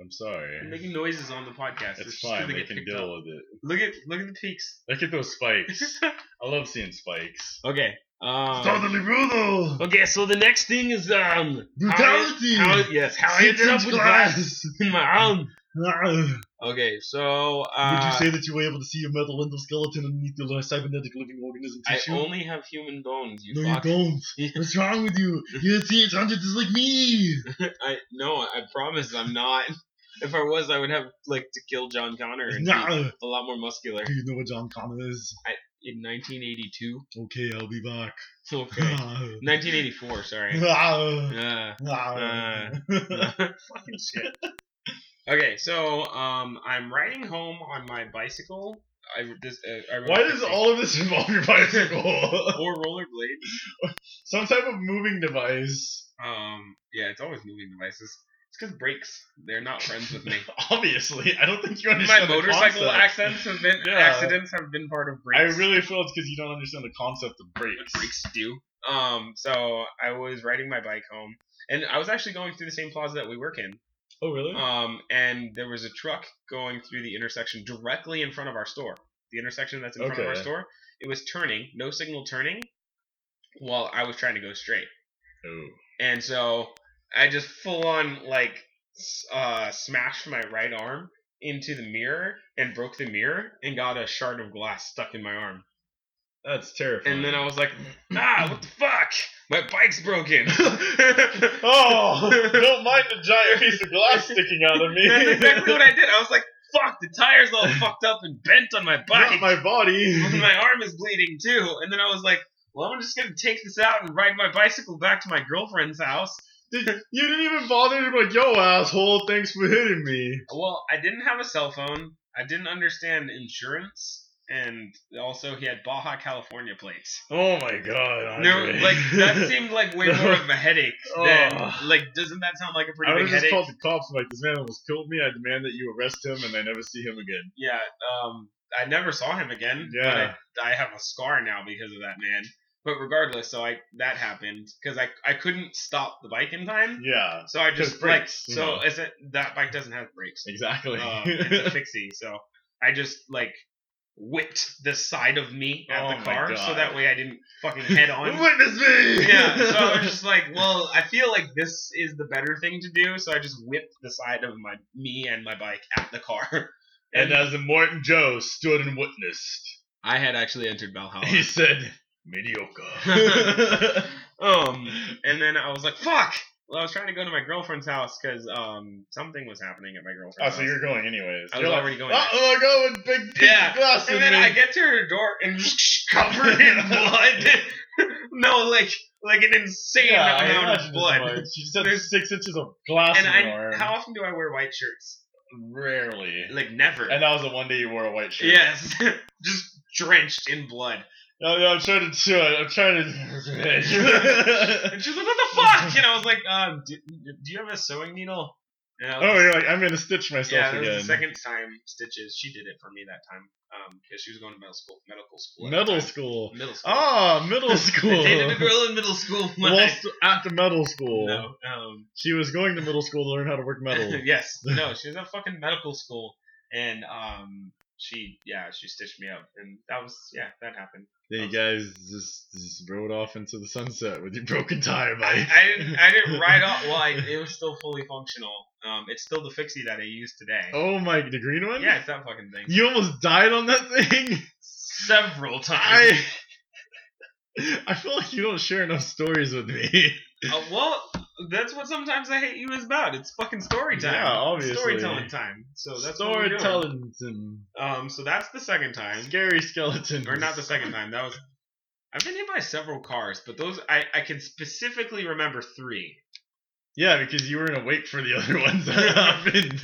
Speaker 2: I'm
Speaker 3: sorry.
Speaker 2: making noises on the podcast.
Speaker 3: It's
Speaker 2: just
Speaker 3: fine.
Speaker 2: gonna
Speaker 3: They
Speaker 2: get
Speaker 3: can
Speaker 2: picked up.
Speaker 3: deal with it.
Speaker 2: Look at look at the peaks.
Speaker 3: Look at those spikes. I love seeing spikes.
Speaker 2: Okay. Um,
Speaker 3: Southerly brutal.
Speaker 2: okay. So the next thing is um
Speaker 3: Brutality.
Speaker 2: How, I- yes. How I ended up with glass in my arm.
Speaker 3: Would
Speaker 2: Okay. So uh,
Speaker 3: Ah. you say that you were able to see a metal window skeleton underneath the last cybernetic living organism
Speaker 2: I
Speaker 3: tissue?
Speaker 2: only have human bones. You
Speaker 3: no,
Speaker 2: fuck.
Speaker 3: you don't. What's wrong with you? You're a TH-100 just like me.
Speaker 2: I no. I promise I'm not. If I was, I would have like to kill John Connor and be
Speaker 3: Nah.
Speaker 2: a lot more muscular
Speaker 3: Do you know what John Connor is?
Speaker 2: in 1982.
Speaker 3: Okay, I'll be back.
Speaker 2: Okay. 1984. Sorry. Uh, uh, fucking shit. Okay, so um, I'm riding home on my bicycle. I this uh, I rode
Speaker 3: Why
Speaker 2: a
Speaker 3: does
Speaker 2: bicycle.
Speaker 3: all of this involve your bicycle?
Speaker 2: or rollerblades?
Speaker 3: Some type of moving device.
Speaker 2: Um, yeah, it's always moving devices. It's because brakes. They're not friends with me.
Speaker 3: Obviously, I don't think you
Speaker 2: my
Speaker 3: understand the
Speaker 2: motorcycle
Speaker 3: concept.
Speaker 2: accidents have been
Speaker 3: Yeah.
Speaker 2: accidents have been part of
Speaker 3: I
Speaker 2: brakes.
Speaker 3: really feel it's because you don't understand the concept of
Speaker 2: what
Speaker 3: brakes.
Speaker 2: brakes do. Um, so I was riding my bike home, and I was actually going through the same plaza that we work in.
Speaker 3: Oh, really?
Speaker 2: Um, and there was a truck going through the intersection directly in front of our store. The intersection that's in front of our
Speaker 3: Okay.
Speaker 2: store. It was turning, no signal turning, while I was trying to go straight.
Speaker 3: oh.
Speaker 2: And so I just full on like s- uh, smashed my right arm into the mirror and broke the mirror and got a shard of glass stuck in my arm.
Speaker 3: That's terrifying.
Speaker 2: And then I was like, ah, what the fuck? My bike's broken.
Speaker 3: Oh, don't mind the giant piece of glass sticking out of me.
Speaker 2: That's exactly what I did. I was like, fuck, the tire's all fucked up and bent on my bike.
Speaker 3: Not my body.
Speaker 2: And my arm is bleeding too. And then I was like, well, I'm just gonna take this out and ride my bicycle back to my girlfriend's house.
Speaker 3: Did- you didn't even bother to be like, yo, asshole, thanks for hitting me.
Speaker 2: Well, I didn't have a cell phone. I didn't understand insurance, and also he had Baja California plates.
Speaker 3: Oh my god.
Speaker 2: No,
Speaker 3: Andre.
Speaker 2: like that seemed like way more of a headache than
Speaker 3: Ugh.
Speaker 2: like. Doesn't that sound like a
Speaker 3: I
Speaker 2: pretty
Speaker 3: would
Speaker 2: big
Speaker 3: have just
Speaker 2: headache?
Speaker 3: called the cops. Like this man almost killed me. I demand that you arrest him, and I never see him again.
Speaker 2: yeah. Um, I never saw him again.
Speaker 3: Yeah.
Speaker 2: But I, I have a scar now because of that man. But regardless, so I that happened because I I couldn't stop the bike in time,
Speaker 3: Yeah,
Speaker 2: so I just
Speaker 3: 'Cause
Speaker 2: like
Speaker 3: brakes, you
Speaker 2: so
Speaker 3: know.
Speaker 2: is it that bike doesn't have brakes.
Speaker 3: exactly.
Speaker 2: Uh, it's a fixie. So I just like whipped the side of me at
Speaker 3: Oh
Speaker 2: the
Speaker 3: my
Speaker 2: car so
Speaker 3: God.
Speaker 2: that way I didn't fucking head on.
Speaker 3: Witness me.
Speaker 2: yeah, so I was just like, well, I feel like this is the better thing to do, so I just whipped the side of my me and my bike at the car.
Speaker 3: and as Morton Joe stood and witnessed,
Speaker 2: I had actually entered
Speaker 3: he
Speaker 2: Valhalla.
Speaker 3: said,
Speaker 2: Oh,
Speaker 3: "Mediocre."
Speaker 2: um and then I was like, fuck. Well, I was trying to go to my girlfriend's house because um something was happening at my girlfriend's
Speaker 3: oh,
Speaker 2: house.
Speaker 3: so you're going anyways.
Speaker 2: I was
Speaker 3: You're like,
Speaker 2: already going.
Speaker 3: Oh, oh my god, with big piece
Speaker 2: Yeah,
Speaker 3: of glass
Speaker 2: And
Speaker 3: in
Speaker 2: then
Speaker 3: me.
Speaker 2: I get to her door and just covered in blood. no, like like an insane
Speaker 3: yeah, I
Speaker 2: amount of
Speaker 3: imagined as
Speaker 2: blood.
Speaker 3: much. She said there's six inches of glass
Speaker 2: And
Speaker 3: in her
Speaker 2: I,
Speaker 3: arm.
Speaker 2: how often do I wear white shirts?
Speaker 3: Rarely.
Speaker 2: Like never.
Speaker 3: And that was the one day you wore a white shirt.
Speaker 2: Yes, just drenched in blood.
Speaker 3: No, no, I'm trying to do it. I'm trying to.
Speaker 2: And she's like, "What the fuck?" And I was like, um, do, do you have a sewing needle?" And I was
Speaker 3: oh,
Speaker 2: just-
Speaker 3: you're like, I'm gonna stitch myself
Speaker 2: yeah, that
Speaker 3: again.
Speaker 2: was the second time stitches. She did it for me that time, um, because she was going to medical school. Medical school. at the
Speaker 3: middle
Speaker 2: time.
Speaker 3: school.
Speaker 2: Middle school.
Speaker 3: Ah, middle
Speaker 2: I
Speaker 3: school.
Speaker 2: dated a girl in middle school.
Speaker 3: Whilst at the middle school,
Speaker 2: no, um,
Speaker 3: she was going to middle school to learn how to work metal.
Speaker 2: yes. No, she was at fucking medical school, and um, she yeah, she stitched me up, and that was yeah, that happened.
Speaker 3: then you guys just, just rode off into the sunset with your broken tire,
Speaker 2: I,
Speaker 3: Mike.
Speaker 2: I didn't I didn't ride off. Well, I, it was still fully functional. Um, it's still the fixie that I use today.
Speaker 3: oh, Mike, the green one.
Speaker 2: Yeah, it's that fucking thing.
Speaker 3: You almost died on that thing.
Speaker 2: Several times.
Speaker 3: I. I feel like you don't share enough stories with me.
Speaker 2: Uh, well, that's what sometimes I hate you is about. It's fucking story time.
Speaker 3: Yeah, obviously.
Speaker 2: Storytelling time. So that's what we're doing.
Speaker 3: storytelling. and
Speaker 2: Um, so that's the second time.
Speaker 3: Scary skeletons.
Speaker 2: or not the second time. That was I've been hit by several cars, but those I, I can specifically remember three.
Speaker 3: Yeah, because you were in a wait for the other ones that happened.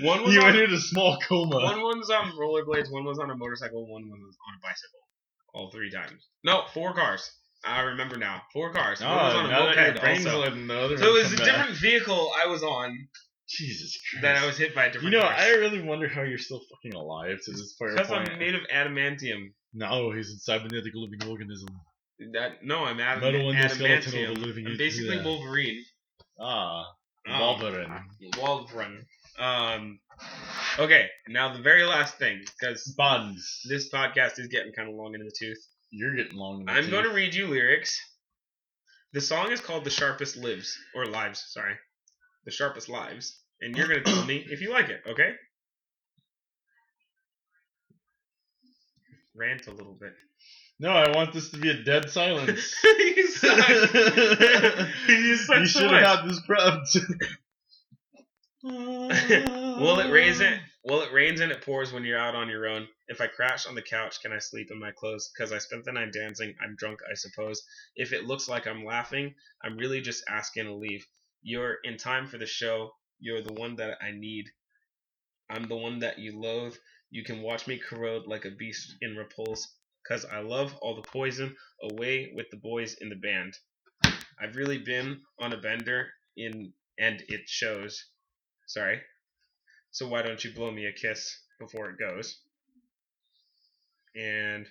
Speaker 2: One was
Speaker 3: you
Speaker 2: on,
Speaker 3: entered a small coma.
Speaker 2: one was on rollerblades, one was on a motorcycle, one was on a bicycle. All three times. No, four cars. I remember now. Four cars. One
Speaker 3: Ah, Oh,
Speaker 2: was on a moped also.
Speaker 3: letting the other
Speaker 2: So it
Speaker 3: one
Speaker 2: was a
Speaker 3: come back.
Speaker 2: different vehicle I was on
Speaker 3: Jesus Christ.
Speaker 2: that I was hit by a
Speaker 3: You
Speaker 2: different
Speaker 3: know,
Speaker 2: horse.
Speaker 3: I really wonder how you're still fucking alive to this part.
Speaker 2: because
Speaker 3: point.
Speaker 2: I'm made of adamantium.
Speaker 3: No, he's a cybernetic living organism.
Speaker 2: That no, I'm Adam.
Speaker 3: Metal and the skeleton
Speaker 2: Adamantium.
Speaker 3: will living
Speaker 2: I'm basically Wolverine.
Speaker 3: Ah,
Speaker 2: Oh.
Speaker 3: Wolverine.
Speaker 2: Wolverine. Um. Okay, now the very last thing, because
Speaker 3: Buns.
Speaker 2: this podcast is getting kind of long into the tooth.
Speaker 3: You're getting long. in the
Speaker 2: I'm
Speaker 3: tooth.
Speaker 2: going to read you lyrics. The song is called "The Sharpest Lives" or "Lives," sorry, "The Sharpest Lives," and you're going to tell me if you like it. Okay. Rant a little bit.
Speaker 3: No, I want this to be a dead silence.
Speaker 2: you suck. you suck
Speaker 3: you
Speaker 2: so
Speaker 3: should
Speaker 2: much.
Speaker 3: have had this prep.
Speaker 2: Will it raise it? Well, it rains and it pours when you're out on your own. If I crash on the couch, can I sleep in my clothes? Because I spent the night dancing. I'm drunk, I suppose. If it looks like I'm laughing, I'm really just asking to leave. You're in time for the show. You're the one that I need. I'm the one that you loathe. You can watch me corrode like a beast in repulse. Because I love all the poison. Away with the boys in the band. I've really been on a bender in, and it shows. Sorry. So why don't you blow me a kiss before it goes? And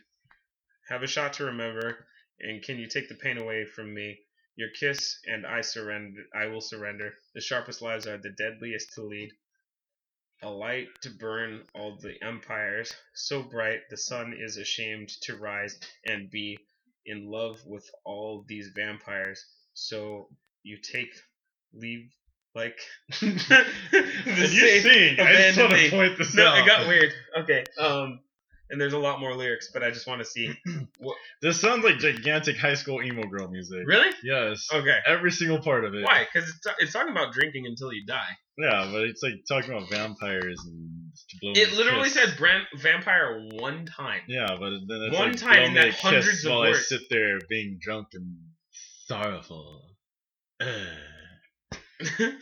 Speaker 2: have a shot to remember. And can you take the pain away from me? Your kiss and I surrender. I will surrender. The sharpest lives are the deadliest to lead. A light to burn all the empires. So bright, the sun is ashamed to rise and be in love with all these vampires. So you take leave like.
Speaker 3: You
Speaker 2: the same-
Speaker 3: sing. I just
Speaker 2: abandon
Speaker 3: want to
Speaker 2: me.
Speaker 3: point this
Speaker 2: no,
Speaker 3: out.
Speaker 2: it got weird. Okay. Um, and there's a lot more lyrics, but I just want to see.
Speaker 3: This sounds like gigantic high school emo girl music.
Speaker 2: Really?
Speaker 3: Yes.
Speaker 2: Okay.
Speaker 3: Every single part of it.
Speaker 2: Why? Because it's, ta- it's talking about drinking until you die.
Speaker 3: Yeah, but it's like talking about vampires and blowing
Speaker 2: It literally
Speaker 3: kiss.
Speaker 2: said brand, vampire one time.
Speaker 3: Yeah, but then it's
Speaker 2: One
Speaker 3: like
Speaker 2: time
Speaker 3: blow
Speaker 2: in
Speaker 3: me
Speaker 2: that
Speaker 3: a kiss
Speaker 2: hundreds of
Speaker 3: while I
Speaker 2: words.
Speaker 3: sit there being drunk and sorrowful. Ugh. and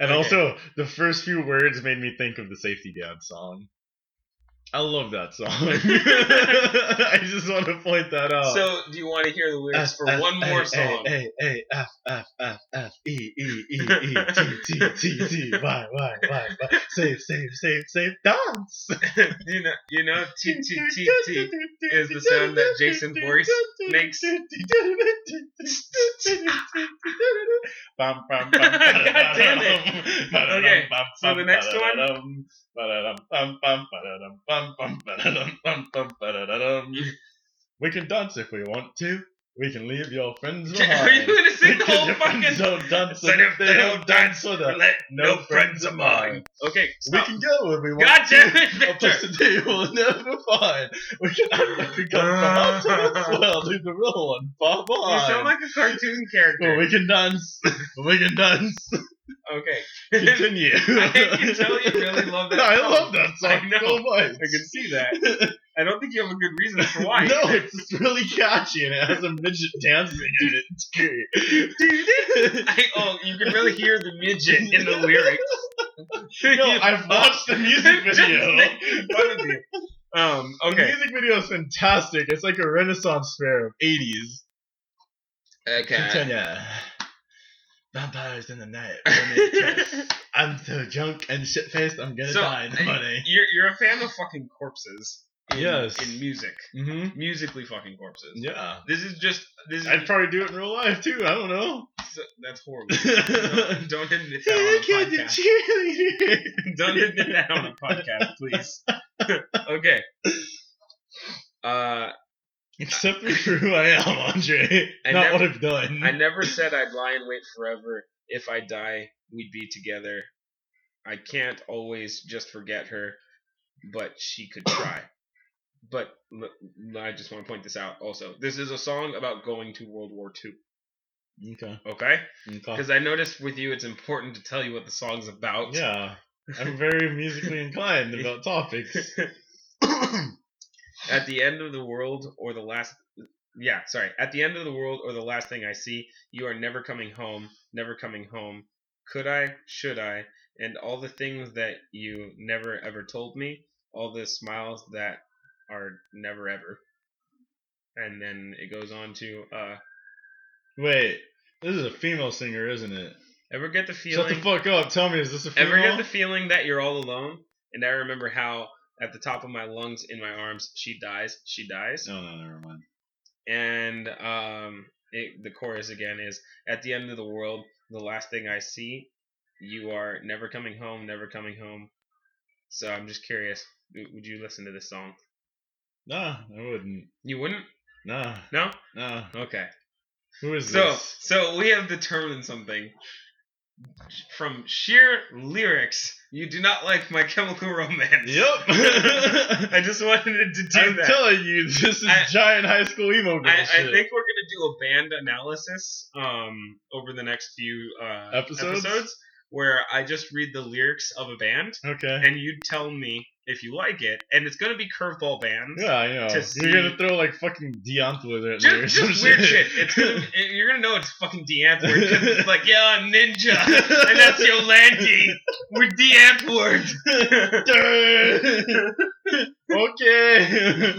Speaker 2: Okay.
Speaker 3: also, the first few words made me think of the Safety Dad song. I love that song. I just want to point that out.
Speaker 2: So, do you want to hear the lyrics
Speaker 3: F,
Speaker 2: for
Speaker 3: F,
Speaker 2: one
Speaker 3: A,
Speaker 2: more
Speaker 3: A,
Speaker 2: song?
Speaker 3: A, A, F, F, F, F, E, E, E, E, T, T, T, T, Y, Y, Y, Y. Save, save, save, save, dance!
Speaker 2: you know, you know, T T T T is the sound that Jason Voorhees makes.
Speaker 3: Bum, bum, bum,
Speaker 2: God damn it.
Speaker 3: ba-da-dum,
Speaker 2: Okay,
Speaker 3: bum,
Speaker 2: so the
Speaker 3: bum,
Speaker 2: next one?
Speaker 3: ba-da-dum, ba-da-dum, bum, bum, ba-da-dum, bum, bum, ba-da-dum, bum, bum, ba-da-da-dum. We can dance if we want to. We can leave your friends
Speaker 2: Are
Speaker 3: behind.
Speaker 2: you gonna sing the
Speaker 3: Because
Speaker 2: whole
Speaker 3: your friends
Speaker 2: fucking?
Speaker 3: don't dance,
Speaker 5: Said
Speaker 3: and if they don't dance with us,
Speaker 5: Let
Speaker 3: no friends of mine.
Speaker 2: Okay,
Speaker 3: We
Speaker 2: stop.
Speaker 3: can go if we want
Speaker 2: God
Speaker 3: to.
Speaker 2: damn it,
Speaker 3: A place
Speaker 2: Victor!
Speaker 3: to do will never find. We can unlock and come from out to this world with the roll and far
Speaker 2: You sound like a cartoon character.
Speaker 3: well, we can dance. we can dance.
Speaker 2: Okay.
Speaker 3: Continue.
Speaker 2: I can tell you really love that.
Speaker 3: I
Speaker 2: song.
Speaker 3: love that song Oh,
Speaker 2: I know.
Speaker 3: so much.
Speaker 2: I can see that. I don't think you have a good reason for why.
Speaker 3: No, it's just really catchy and it has a midget dancing in it. It's great.
Speaker 2: I, oh, you can really hear the midget in the lyrics.
Speaker 3: No, I've watched the music
Speaker 2: Just
Speaker 3: video.
Speaker 2: making fun of you. Um,
Speaker 3: The
Speaker 2: okay.
Speaker 3: music video is fantastic. It's like a renaissance fair of 80s.
Speaker 2: Okay.
Speaker 3: Continue. Vampires in the night. women kiss. I'm so drunk and shit faced, I'm gonna
Speaker 2: So,
Speaker 3: die in the morning.
Speaker 2: you're, you're a fan of fucking corpses. In,
Speaker 3: Yes.
Speaker 2: In music.
Speaker 3: Mm-hmm.
Speaker 2: Musically fucking corpses.
Speaker 3: Yeah.
Speaker 2: This is just. This is,
Speaker 3: I'd probably do it in real life too, I don't know.
Speaker 2: that's horrible. No, don't admit that
Speaker 3: I
Speaker 2: on
Speaker 3: can't
Speaker 2: a
Speaker 3: do
Speaker 2: podcast.
Speaker 3: cheerleader.
Speaker 2: Don't admit that on a podcast, please. okay. Uh,
Speaker 3: Accept me for who I am, Andre.
Speaker 2: I
Speaker 3: Not
Speaker 2: never-
Speaker 3: what I've done.
Speaker 2: I never said I'd lie in wait forever. If I die, we'd be together. I can't always just forget her, but she could try. But l- l- I just want to point this out also. This is a song about going to World War II,
Speaker 3: okay.
Speaker 2: okay?
Speaker 3: okay.
Speaker 2: Because I noticed with you it's important to tell you what the song's about.
Speaker 3: Yeah. I'm very musically inclined about topics.
Speaker 2: at the end of the world or the last yeah sorry at the end of the world or the last thing i see you are never coming home never coming home could i should i and all the things that you never ever told me all the smiles that are never ever and then it goes on to uh
Speaker 3: Wait, this is a female singer, isn't it?
Speaker 2: ever get the feeling
Speaker 3: Shut the fuck up. Tell me, is this a female?
Speaker 2: Ever get the feeling that you're all alone? And I remember how, at the top of my lungs, in my arms, she dies, she dies.
Speaker 3: No, no, never mind.
Speaker 2: and um, it, the chorus again is at the end of the world, the last thing I see, you are never coming home, never coming home. So I'm just curious, w- would you listen to this song?
Speaker 3: Nah, I wouldn't.
Speaker 2: You wouldn't?
Speaker 3: Nah,
Speaker 2: No?
Speaker 3: nah.
Speaker 2: Okay.
Speaker 3: Who is
Speaker 2: So
Speaker 3: this?
Speaker 2: so we have determined something. From sheer lyrics, you do not like my chemical romance.
Speaker 3: Yep.
Speaker 2: I just wanted to do
Speaker 3: I'm
Speaker 2: that.
Speaker 3: telling you, this is
Speaker 2: I-
Speaker 3: giant high school emo girl
Speaker 2: I, I
Speaker 3: shit.
Speaker 2: think we're gonna do a band analysis um, over the next few uh,
Speaker 3: Episodes?
Speaker 2: where I just read the lyrics of a band
Speaker 3: okay.
Speaker 2: and you tell me if you like it, and it's gonna be curveball bands.
Speaker 3: Yeah, I know.
Speaker 2: to
Speaker 3: You're
Speaker 2: see-
Speaker 3: gonna throw like fucking Deontay in there or
Speaker 2: Just,
Speaker 3: some
Speaker 2: just weird shit. It's gonna, and you're gonna know it's fucking de-antwoord because it's like, yeah, I'm ninja, and that's Yolandi. We're de-antwoord.
Speaker 3: okay.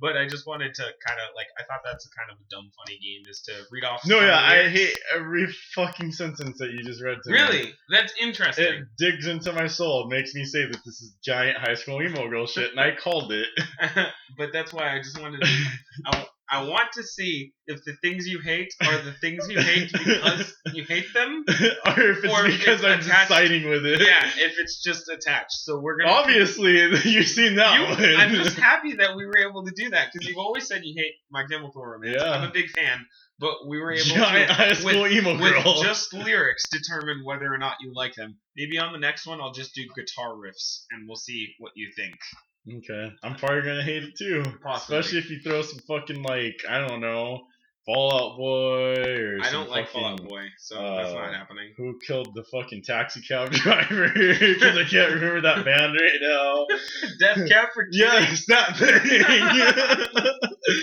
Speaker 2: But I just wanted to kind of like, I thought that's a kind of a dumb, funny game is to read off.
Speaker 3: no,
Speaker 2: some
Speaker 3: yeah, I
Speaker 2: lyrics.
Speaker 3: hate every fucking sentence that you just read to me.
Speaker 2: Really, that's interesting.
Speaker 3: It digs into my soul, makes me say that this is giant high school emo girl shit, and I called it.
Speaker 2: but that's why I just wanted to. I, I want to see if the things you hate are the things you hate because you hate them.
Speaker 3: or if it's
Speaker 2: Or if
Speaker 3: because
Speaker 2: it's
Speaker 3: I'm
Speaker 2: attached-
Speaker 3: just siding with it.
Speaker 2: Yeah, if it's just attached. So we're gonna.
Speaker 3: Obviously, you've seen that
Speaker 2: You-
Speaker 3: one.
Speaker 2: I'm just happy that we were able to do that because you've always said you hate My Chemical Romance.
Speaker 3: Yeah.
Speaker 2: I'm a big fan, but we were able
Speaker 3: giant
Speaker 2: to
Speaker 3: high school emo
Speaker 2: with
Speaker 3: girl.
Speaker 2: just lyrics determine whether or not you like them. Maybe on the next one I'll just do guitar riffs and we'll see what you think.
Speaker 3: Okay. I'm probably gonna hate it too.
Speaker 2: Possibly.
Speaker 3: Especially if you throw some fucking like I don't know, Fallout Boy or
Speaker 2: I
Speaker 3: some
Speaker 2: don't like
Speaker 3: fucking-
Speaker 2: Fallout Boy, so that's not
Speaker 3: uh,
Speaker 2: happening.
Speaker 3: Who killed the fucking taxi cab driver? Because I can't remember that band right now.
Speaker 2: Death Cab for
Speaker 3: Yes, that thing.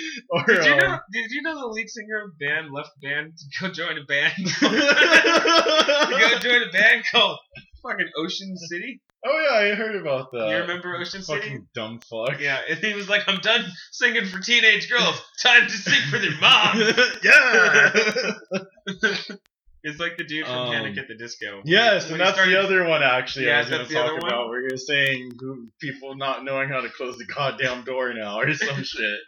Speaker 3: or,
Speaker 2: Did you know?
Speaker 3: um,
Speaker 2: Did you know the lead singer of band left band to go join a band? to
Speaker 3: oh
Speaker 2: go join a band called fucking Ocean City.
Speaker 3: Oh, yeah, I heard about that.
Speaker 2: you remember Ocean City?
Speaker 3: Fucking dumb fuck.
Speaker 2: Yeah, and he was like, "I'm done singing for teenage girls. Time to sing for their mom."
Speaker 3: yeah.
Speaker 2: It's like the dude from
Speaker 3: Um,
Speaker 2: Panic at the Disco.
Speaker 3: Yes,
Speaker 2: When
Speaker 3: and
Speaker 2: he
Speaker 3: that's
Speaker 2: started-
Speaker 3: the other one actually.
Speaker 2: Yeah,
Speaker 3: I was going
Speaker 2: that's
Speaker 3: to
Speaker 2: the other
Speaker 3: talk
Speaker 2: one?
Speaker 3: about. We're going to saying who- people not knowing how to close the goddamn door now or some shit.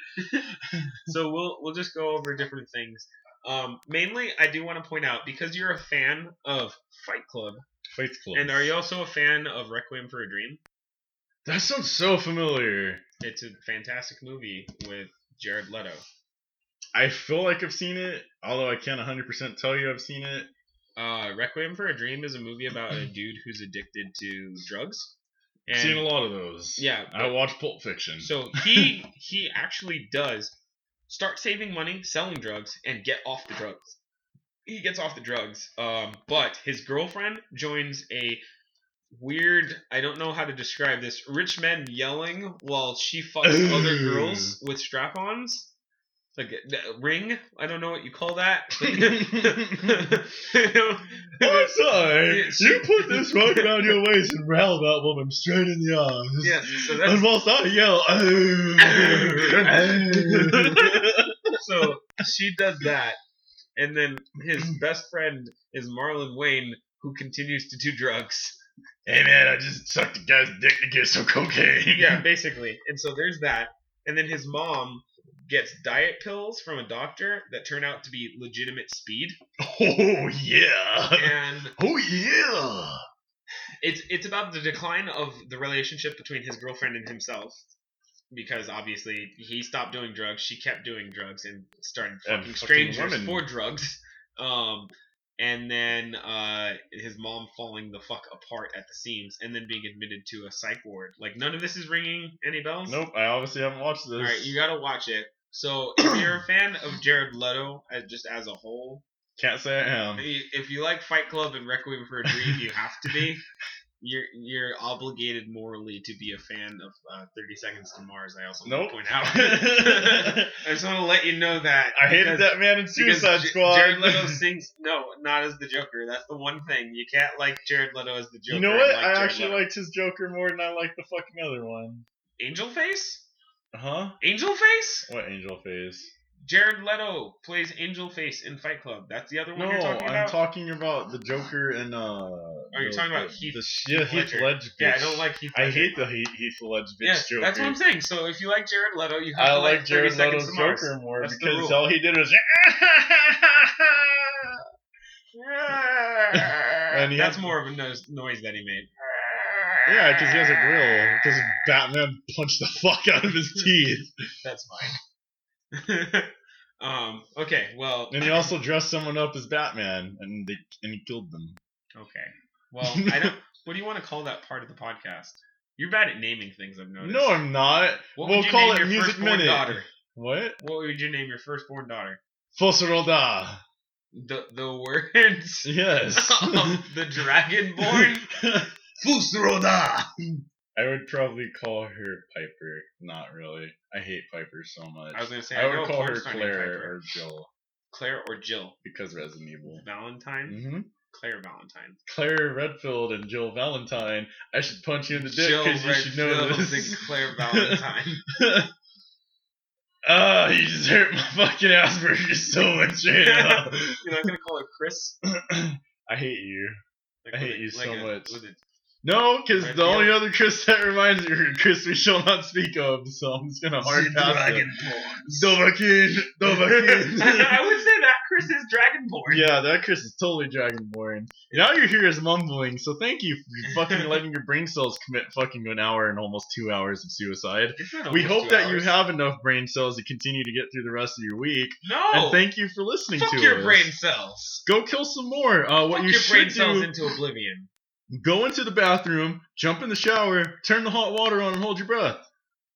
Speaker 2: So we'll we'll just go over different things. Um, mainly, I do want to point out because you're a fan of Fight Club,
Speaker 3: Fight's close.
Speaker 2: and are you also a fan of Requiem for a Dream?
Speaker 3: That sounds so familiar.
Speaker 2: It's a fantastic movie with Jared Leto.
Speaker 3: I feel like I've seen it, although I can't 100% tell you I've seen it.
Speaker 2: Uh, Requiem for a Dream is a movie about a dude who's addicted to drugs.
Speaker 3: I've seen a lot of those.
Speaker 2: Yeah,
Speaker 3: I
Speaker 2: but-
Speaker 3: watched Pulp Fiction.
Speaker 2: So he he actually does start saving money, selling drugs, and get off the drugs. He gets off the drugs, um, but his girlfriend joins a weird I don't know how to describe this rich men yelling while she fucks other girls with strap-ons. Like a, a ring, I don't know what you call that.
Speaker 3: I'm sorry.
Speaker 2: Yeah, she-
Speaker 3: You put this rock around your waist and rail that woman straight in the eyes.
Speaker 2: yes, so that's
Speaker 3: And whilst I yell,
Speaker 2: so she does that, and then his best friend is Marlon Wayne, who continues to do drugs.
Speaker 3: Hey man, I just sucked a guy's dick to get some cocaine.
Speaker 2: Yeah, basically. And so there's that, and then his mom gets diet pills from a doctor that turn out to be legitimate speed,
Speaker 3: Oh yeah.
Speaker 2: and
Speaker 3: Oh yeah.
Speaker 2: it's it's about the decline of the relationship between his girlfriend and himself. Because obviously he stopped doing drugs, she kept doing drugs and started
Speaker 3: And
Speaker 2: fucking
Speaker 3: fucking
Speaker 2: strangers
Speaker 3: women.
Speaker 2: for drugs. Um, and then uh, his mom falling the fuck apart at the seams, and then being admitted to a psych ward. Like none of this is ringing any bells.
Speaker 3: Nope, I obviously haven't watched this.
Speaker 2: All right, you gotta watch it. So if you're a fan of Jared Leto as just as a whole,
Speaker 3: Can't say I am.
Speaker 2: if you like Fight Club and Requiem for a Dream, you have to be. You're you're obligated morally to be a fan of uh, Thirty Seconds to Mars. I also want
Speaker 3: Nope.
Speaker 2: to point out. I
Speaker 3: I
Speaker 2: just want to let you know that
Speaker 3: hated
Speaker 2: because-
Speaker 3: that man in
Speaker 2: because
Speaker 3: Suicide
Speaker 2: J-
Speaker 3: Squad.
Speaker 2: Jared Leto sings no, not as the Joker. That's the one thing you can't like Jared Leto as the Joker.
Speaker 3: you know
Speaker 2: and
Speaker 3: what?
Speaker 2: like
Speaker 3: I
Speaker 2: Jared
Speaker 3: actually
Speaker 2: Leto.
Speaker 3: liked his Joker more than I liked the fucking other one.
Speaker 2: Angel Face.
Speaker 3: Huh?
Speaker 2: Angel Face.
Speaker 3: What angel phase?
Speaker 2: Jared Leto plays Angel Face in Fight Club. That's the other one
Speaker 3: No,
Speaker 2: you're talking
Speaker 3: I'm
Speaker 2: about.
Speaker 3: talking about the Joker and uh. Are
Speaker 2: you talking about Heath-
Speaker 3: The, sh- yeah, Heath
Speaker 2: Ledger?
Speaker 3: Ledge. Bitch.
Speaker 2: yeah, I don't like Heath.
Speaker 3: I
Speaker 2: Ledger.
Speaker 3: hate the Heath, Heath Ledge bitch
Speaker 2: Yes,
Speaker 3: Joker.
Speaker 2: that's what I'm saying. So if you like Jared Leto, you have
Speaker 3: I
Speaker 2: to
Speaker 3: like,
Speaker 2: like
Speaker 3: Jared
Speaker 2: 30 Seconds
Speaker 3: Leto's
Speaker 2: to Mars.
Speaker 3: Joker more
Speaker 2: That's the
Speaker 3: because
Speaker 2: rule.
Speaker 3: all he did was And he
Speaker 2: That's
Speaker 3: had-
Speaker 2: more of a noise, noise that he made.
Speaker 3: yeah, because he has a grill. Because Batman punched the fuck out of his teeth,
Speaker 2: That's fine. um. Okay. Well.
Speaker 3: and he also dressed someone up as Batman, and they and he killed them.
Speaker 2: Okay. Well, I don't. What do you want to call that part of the podcast? You're bad at naming things. I've noticed.
Speaker 3: No, I'm not.
Speaker 2: What
Speaker 3: we'll
Speaker 2: would you
Speaker 3: call
Speaker 2: name
Speaker 3: it
Speaker 2: your
Speaker 3: Music
Speaker 2: firstborn
Speaker 3: Minute.
Speaker 2: daughter?
Speaker 3: What?
Speaker 2: What would you name your firstborn daughter?
Speaker 3: Fosseroda.
Speaker 2: The the words
Speaker 3: Yes.
Speaker 2: of the dragonborn.
Speaker 5: Fusroda!
Speaker 3: I would probably call her Piper. Not really. I hate Piper so much.
Speaker 2: I was gonna say
Speaker 3: I
Speaker 2: I, know
Speaker 3: would
Speaker 2: a
Speaker 3: call
Speaker 2: porn
Speaker 3: her
Speaker 2: star named
Speaker 3: Clara
Speaker 2: Piper.
Speaker 3: or Jill
Speaker 2: Claire or Jill.
Speaker 3: because Resident Evil.
Speaker 2: Valentine.
Speaker 3: Mm-hmm.
Speaker 2: Claire Valentine.
Speaker 3: Claire Redfield and Jill Valentine. I should punch you in the dick
Speaker 2: Jill
Speaker 3: because you should know
Speaker 2: Redfield
Speaker 3: this.
Speaker 2: and Claire Valentine.
Speaker 3: Ah, you just hurt my fucking Asperger's so much right now.
Speaker 2: You're not gonna call her Chris.
Speaker 3: I hate you.
Speaker 2: Like
Speaker 3: I hate
Speaker 2: with a-
Speaker 3: you so
Speaker 2: a-
Speaker 3: much.
Speaker 2: with a-
Speaker 3: No, because the
Speaker 2: Redfield.
Speaker 3: only other Chris that reminds me is Chris we shall not speak of, so I'm just gonna hard pass it. Dovahkiin, Dovahkiin.
Speaker 2: I would say that Chris is Dragonborn.
Speaker 3: yeah, that Chris is totally Dragonborn. And all you hear is mumbling, so thank you for fucking letting your brain cells commit fucking an hour and almost two hours of suicide.
Speaker 2: It's not
Speaker 3: we
Speaker 2: almost
Speaker 3: hope
Speaker 2: two
Speaker 3: that you
Speaker 2: hours.
Speaker 3: have enough brain cells to continue to get through the rest of your week.
Speaker 2: No.
Speaker 3: And thank you for listening
Speaker 2: Oh, Fuck
Speaker 3: to
Speaker 2: your
Speaker 3: us.
Speaker 2: brain cells.
Speaker 3: Go kill some more. Uh, what
Speaker 2: Fuck
Speaker 3: you
Speaker 2: your
Speaker 3: should
Speaker 2: brain
Speaker 3: do:
Speaker 2: cells into oblivion.
Speaker 3: go into the bathroom, jump in the shower, turn the hot water on, and hold your breath.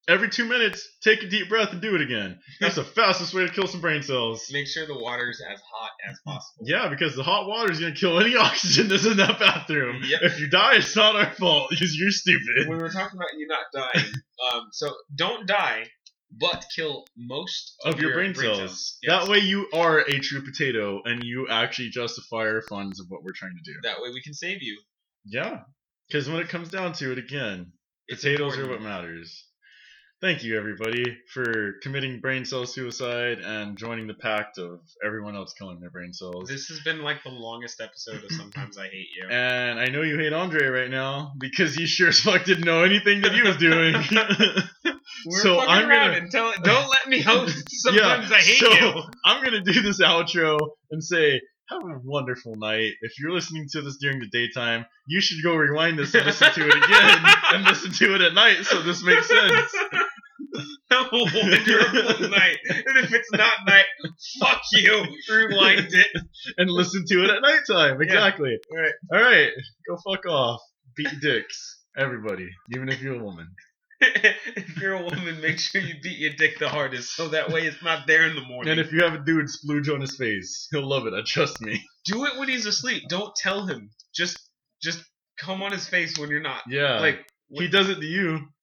Speaker 3: Every two minutes, take a deep breath and do it again. That's the fastest way to kill some brain cells.
Speaker 2: Make sure the water's as hot as possible.
Speaker 3: Yeah, because the hot water is gonna kill any oxygen that's in that bathroom.
Speaker 2: Yep.
Speaker 3: If you die, it's not our fault because you're stupid.
Speaker 2: When we were talking about you not dying, um, so don't die, but kill most of,
Speaker 3: Of your brain cells.
Speaker 2: Yes.
Speaker 3: That way, you are a true potato, and you actually justify our funds of what we're trying to do.
Speaker 2: That way we can save you.
Speaker 3: Yeah, because when it comes down to it, again,
Speaker 2: It's
Speaker 3: potatoes are
Speaker 2: important.
Speaker 3: what matters. Thank you, everybody, for committing brain cell suicide and joining the pact of everyone else killing their brain cells.
Speaker 2: This has been like the longest episode of Sometimes I Hate You.
Speaker 3: and I know you hate Andre right now because he sure as fuck didn't know anything that he was doing.
Speaker 2: We're
Speaker 3: so
Speaker 2: fucking
Speaker 3: I'm
Speaker 2: around
Speaker 3: gonna-
Speaker 2: and tell, don't let me host Sometimes I Hate
Speaker 3: so
Speaker 2: You.
Speaker 3: I'm gonna do this outro and say, have a wonderful night. If you're listening to this during the daytime, you should go rewind this and listen to it again and listen to it at night so this makes sense.
Speaker 2: Have a wonderful night. And if it's not night, fuck you. Rewind it.
Speaker 3: And listen to it at nighttime. Exactly.
Speaker 2: Alright.
Speaker 3: All right. Go fuck off. Beat dicks. Everybody. Even if you're a woman.
Speaker 2: if you're a woman, make sure you beat your dick the hardest, so that way it's not there in the morning.
Speaker 3: And if you have a dude, splooge on his face. He'll love it. I trust me.
Speaker 2: do it when he's asleep. Don't tell him. Just, just come on his face when you're not.
Speaker 3: Yeah.
Speaker 2: Like
Speaker 3: he does it to you.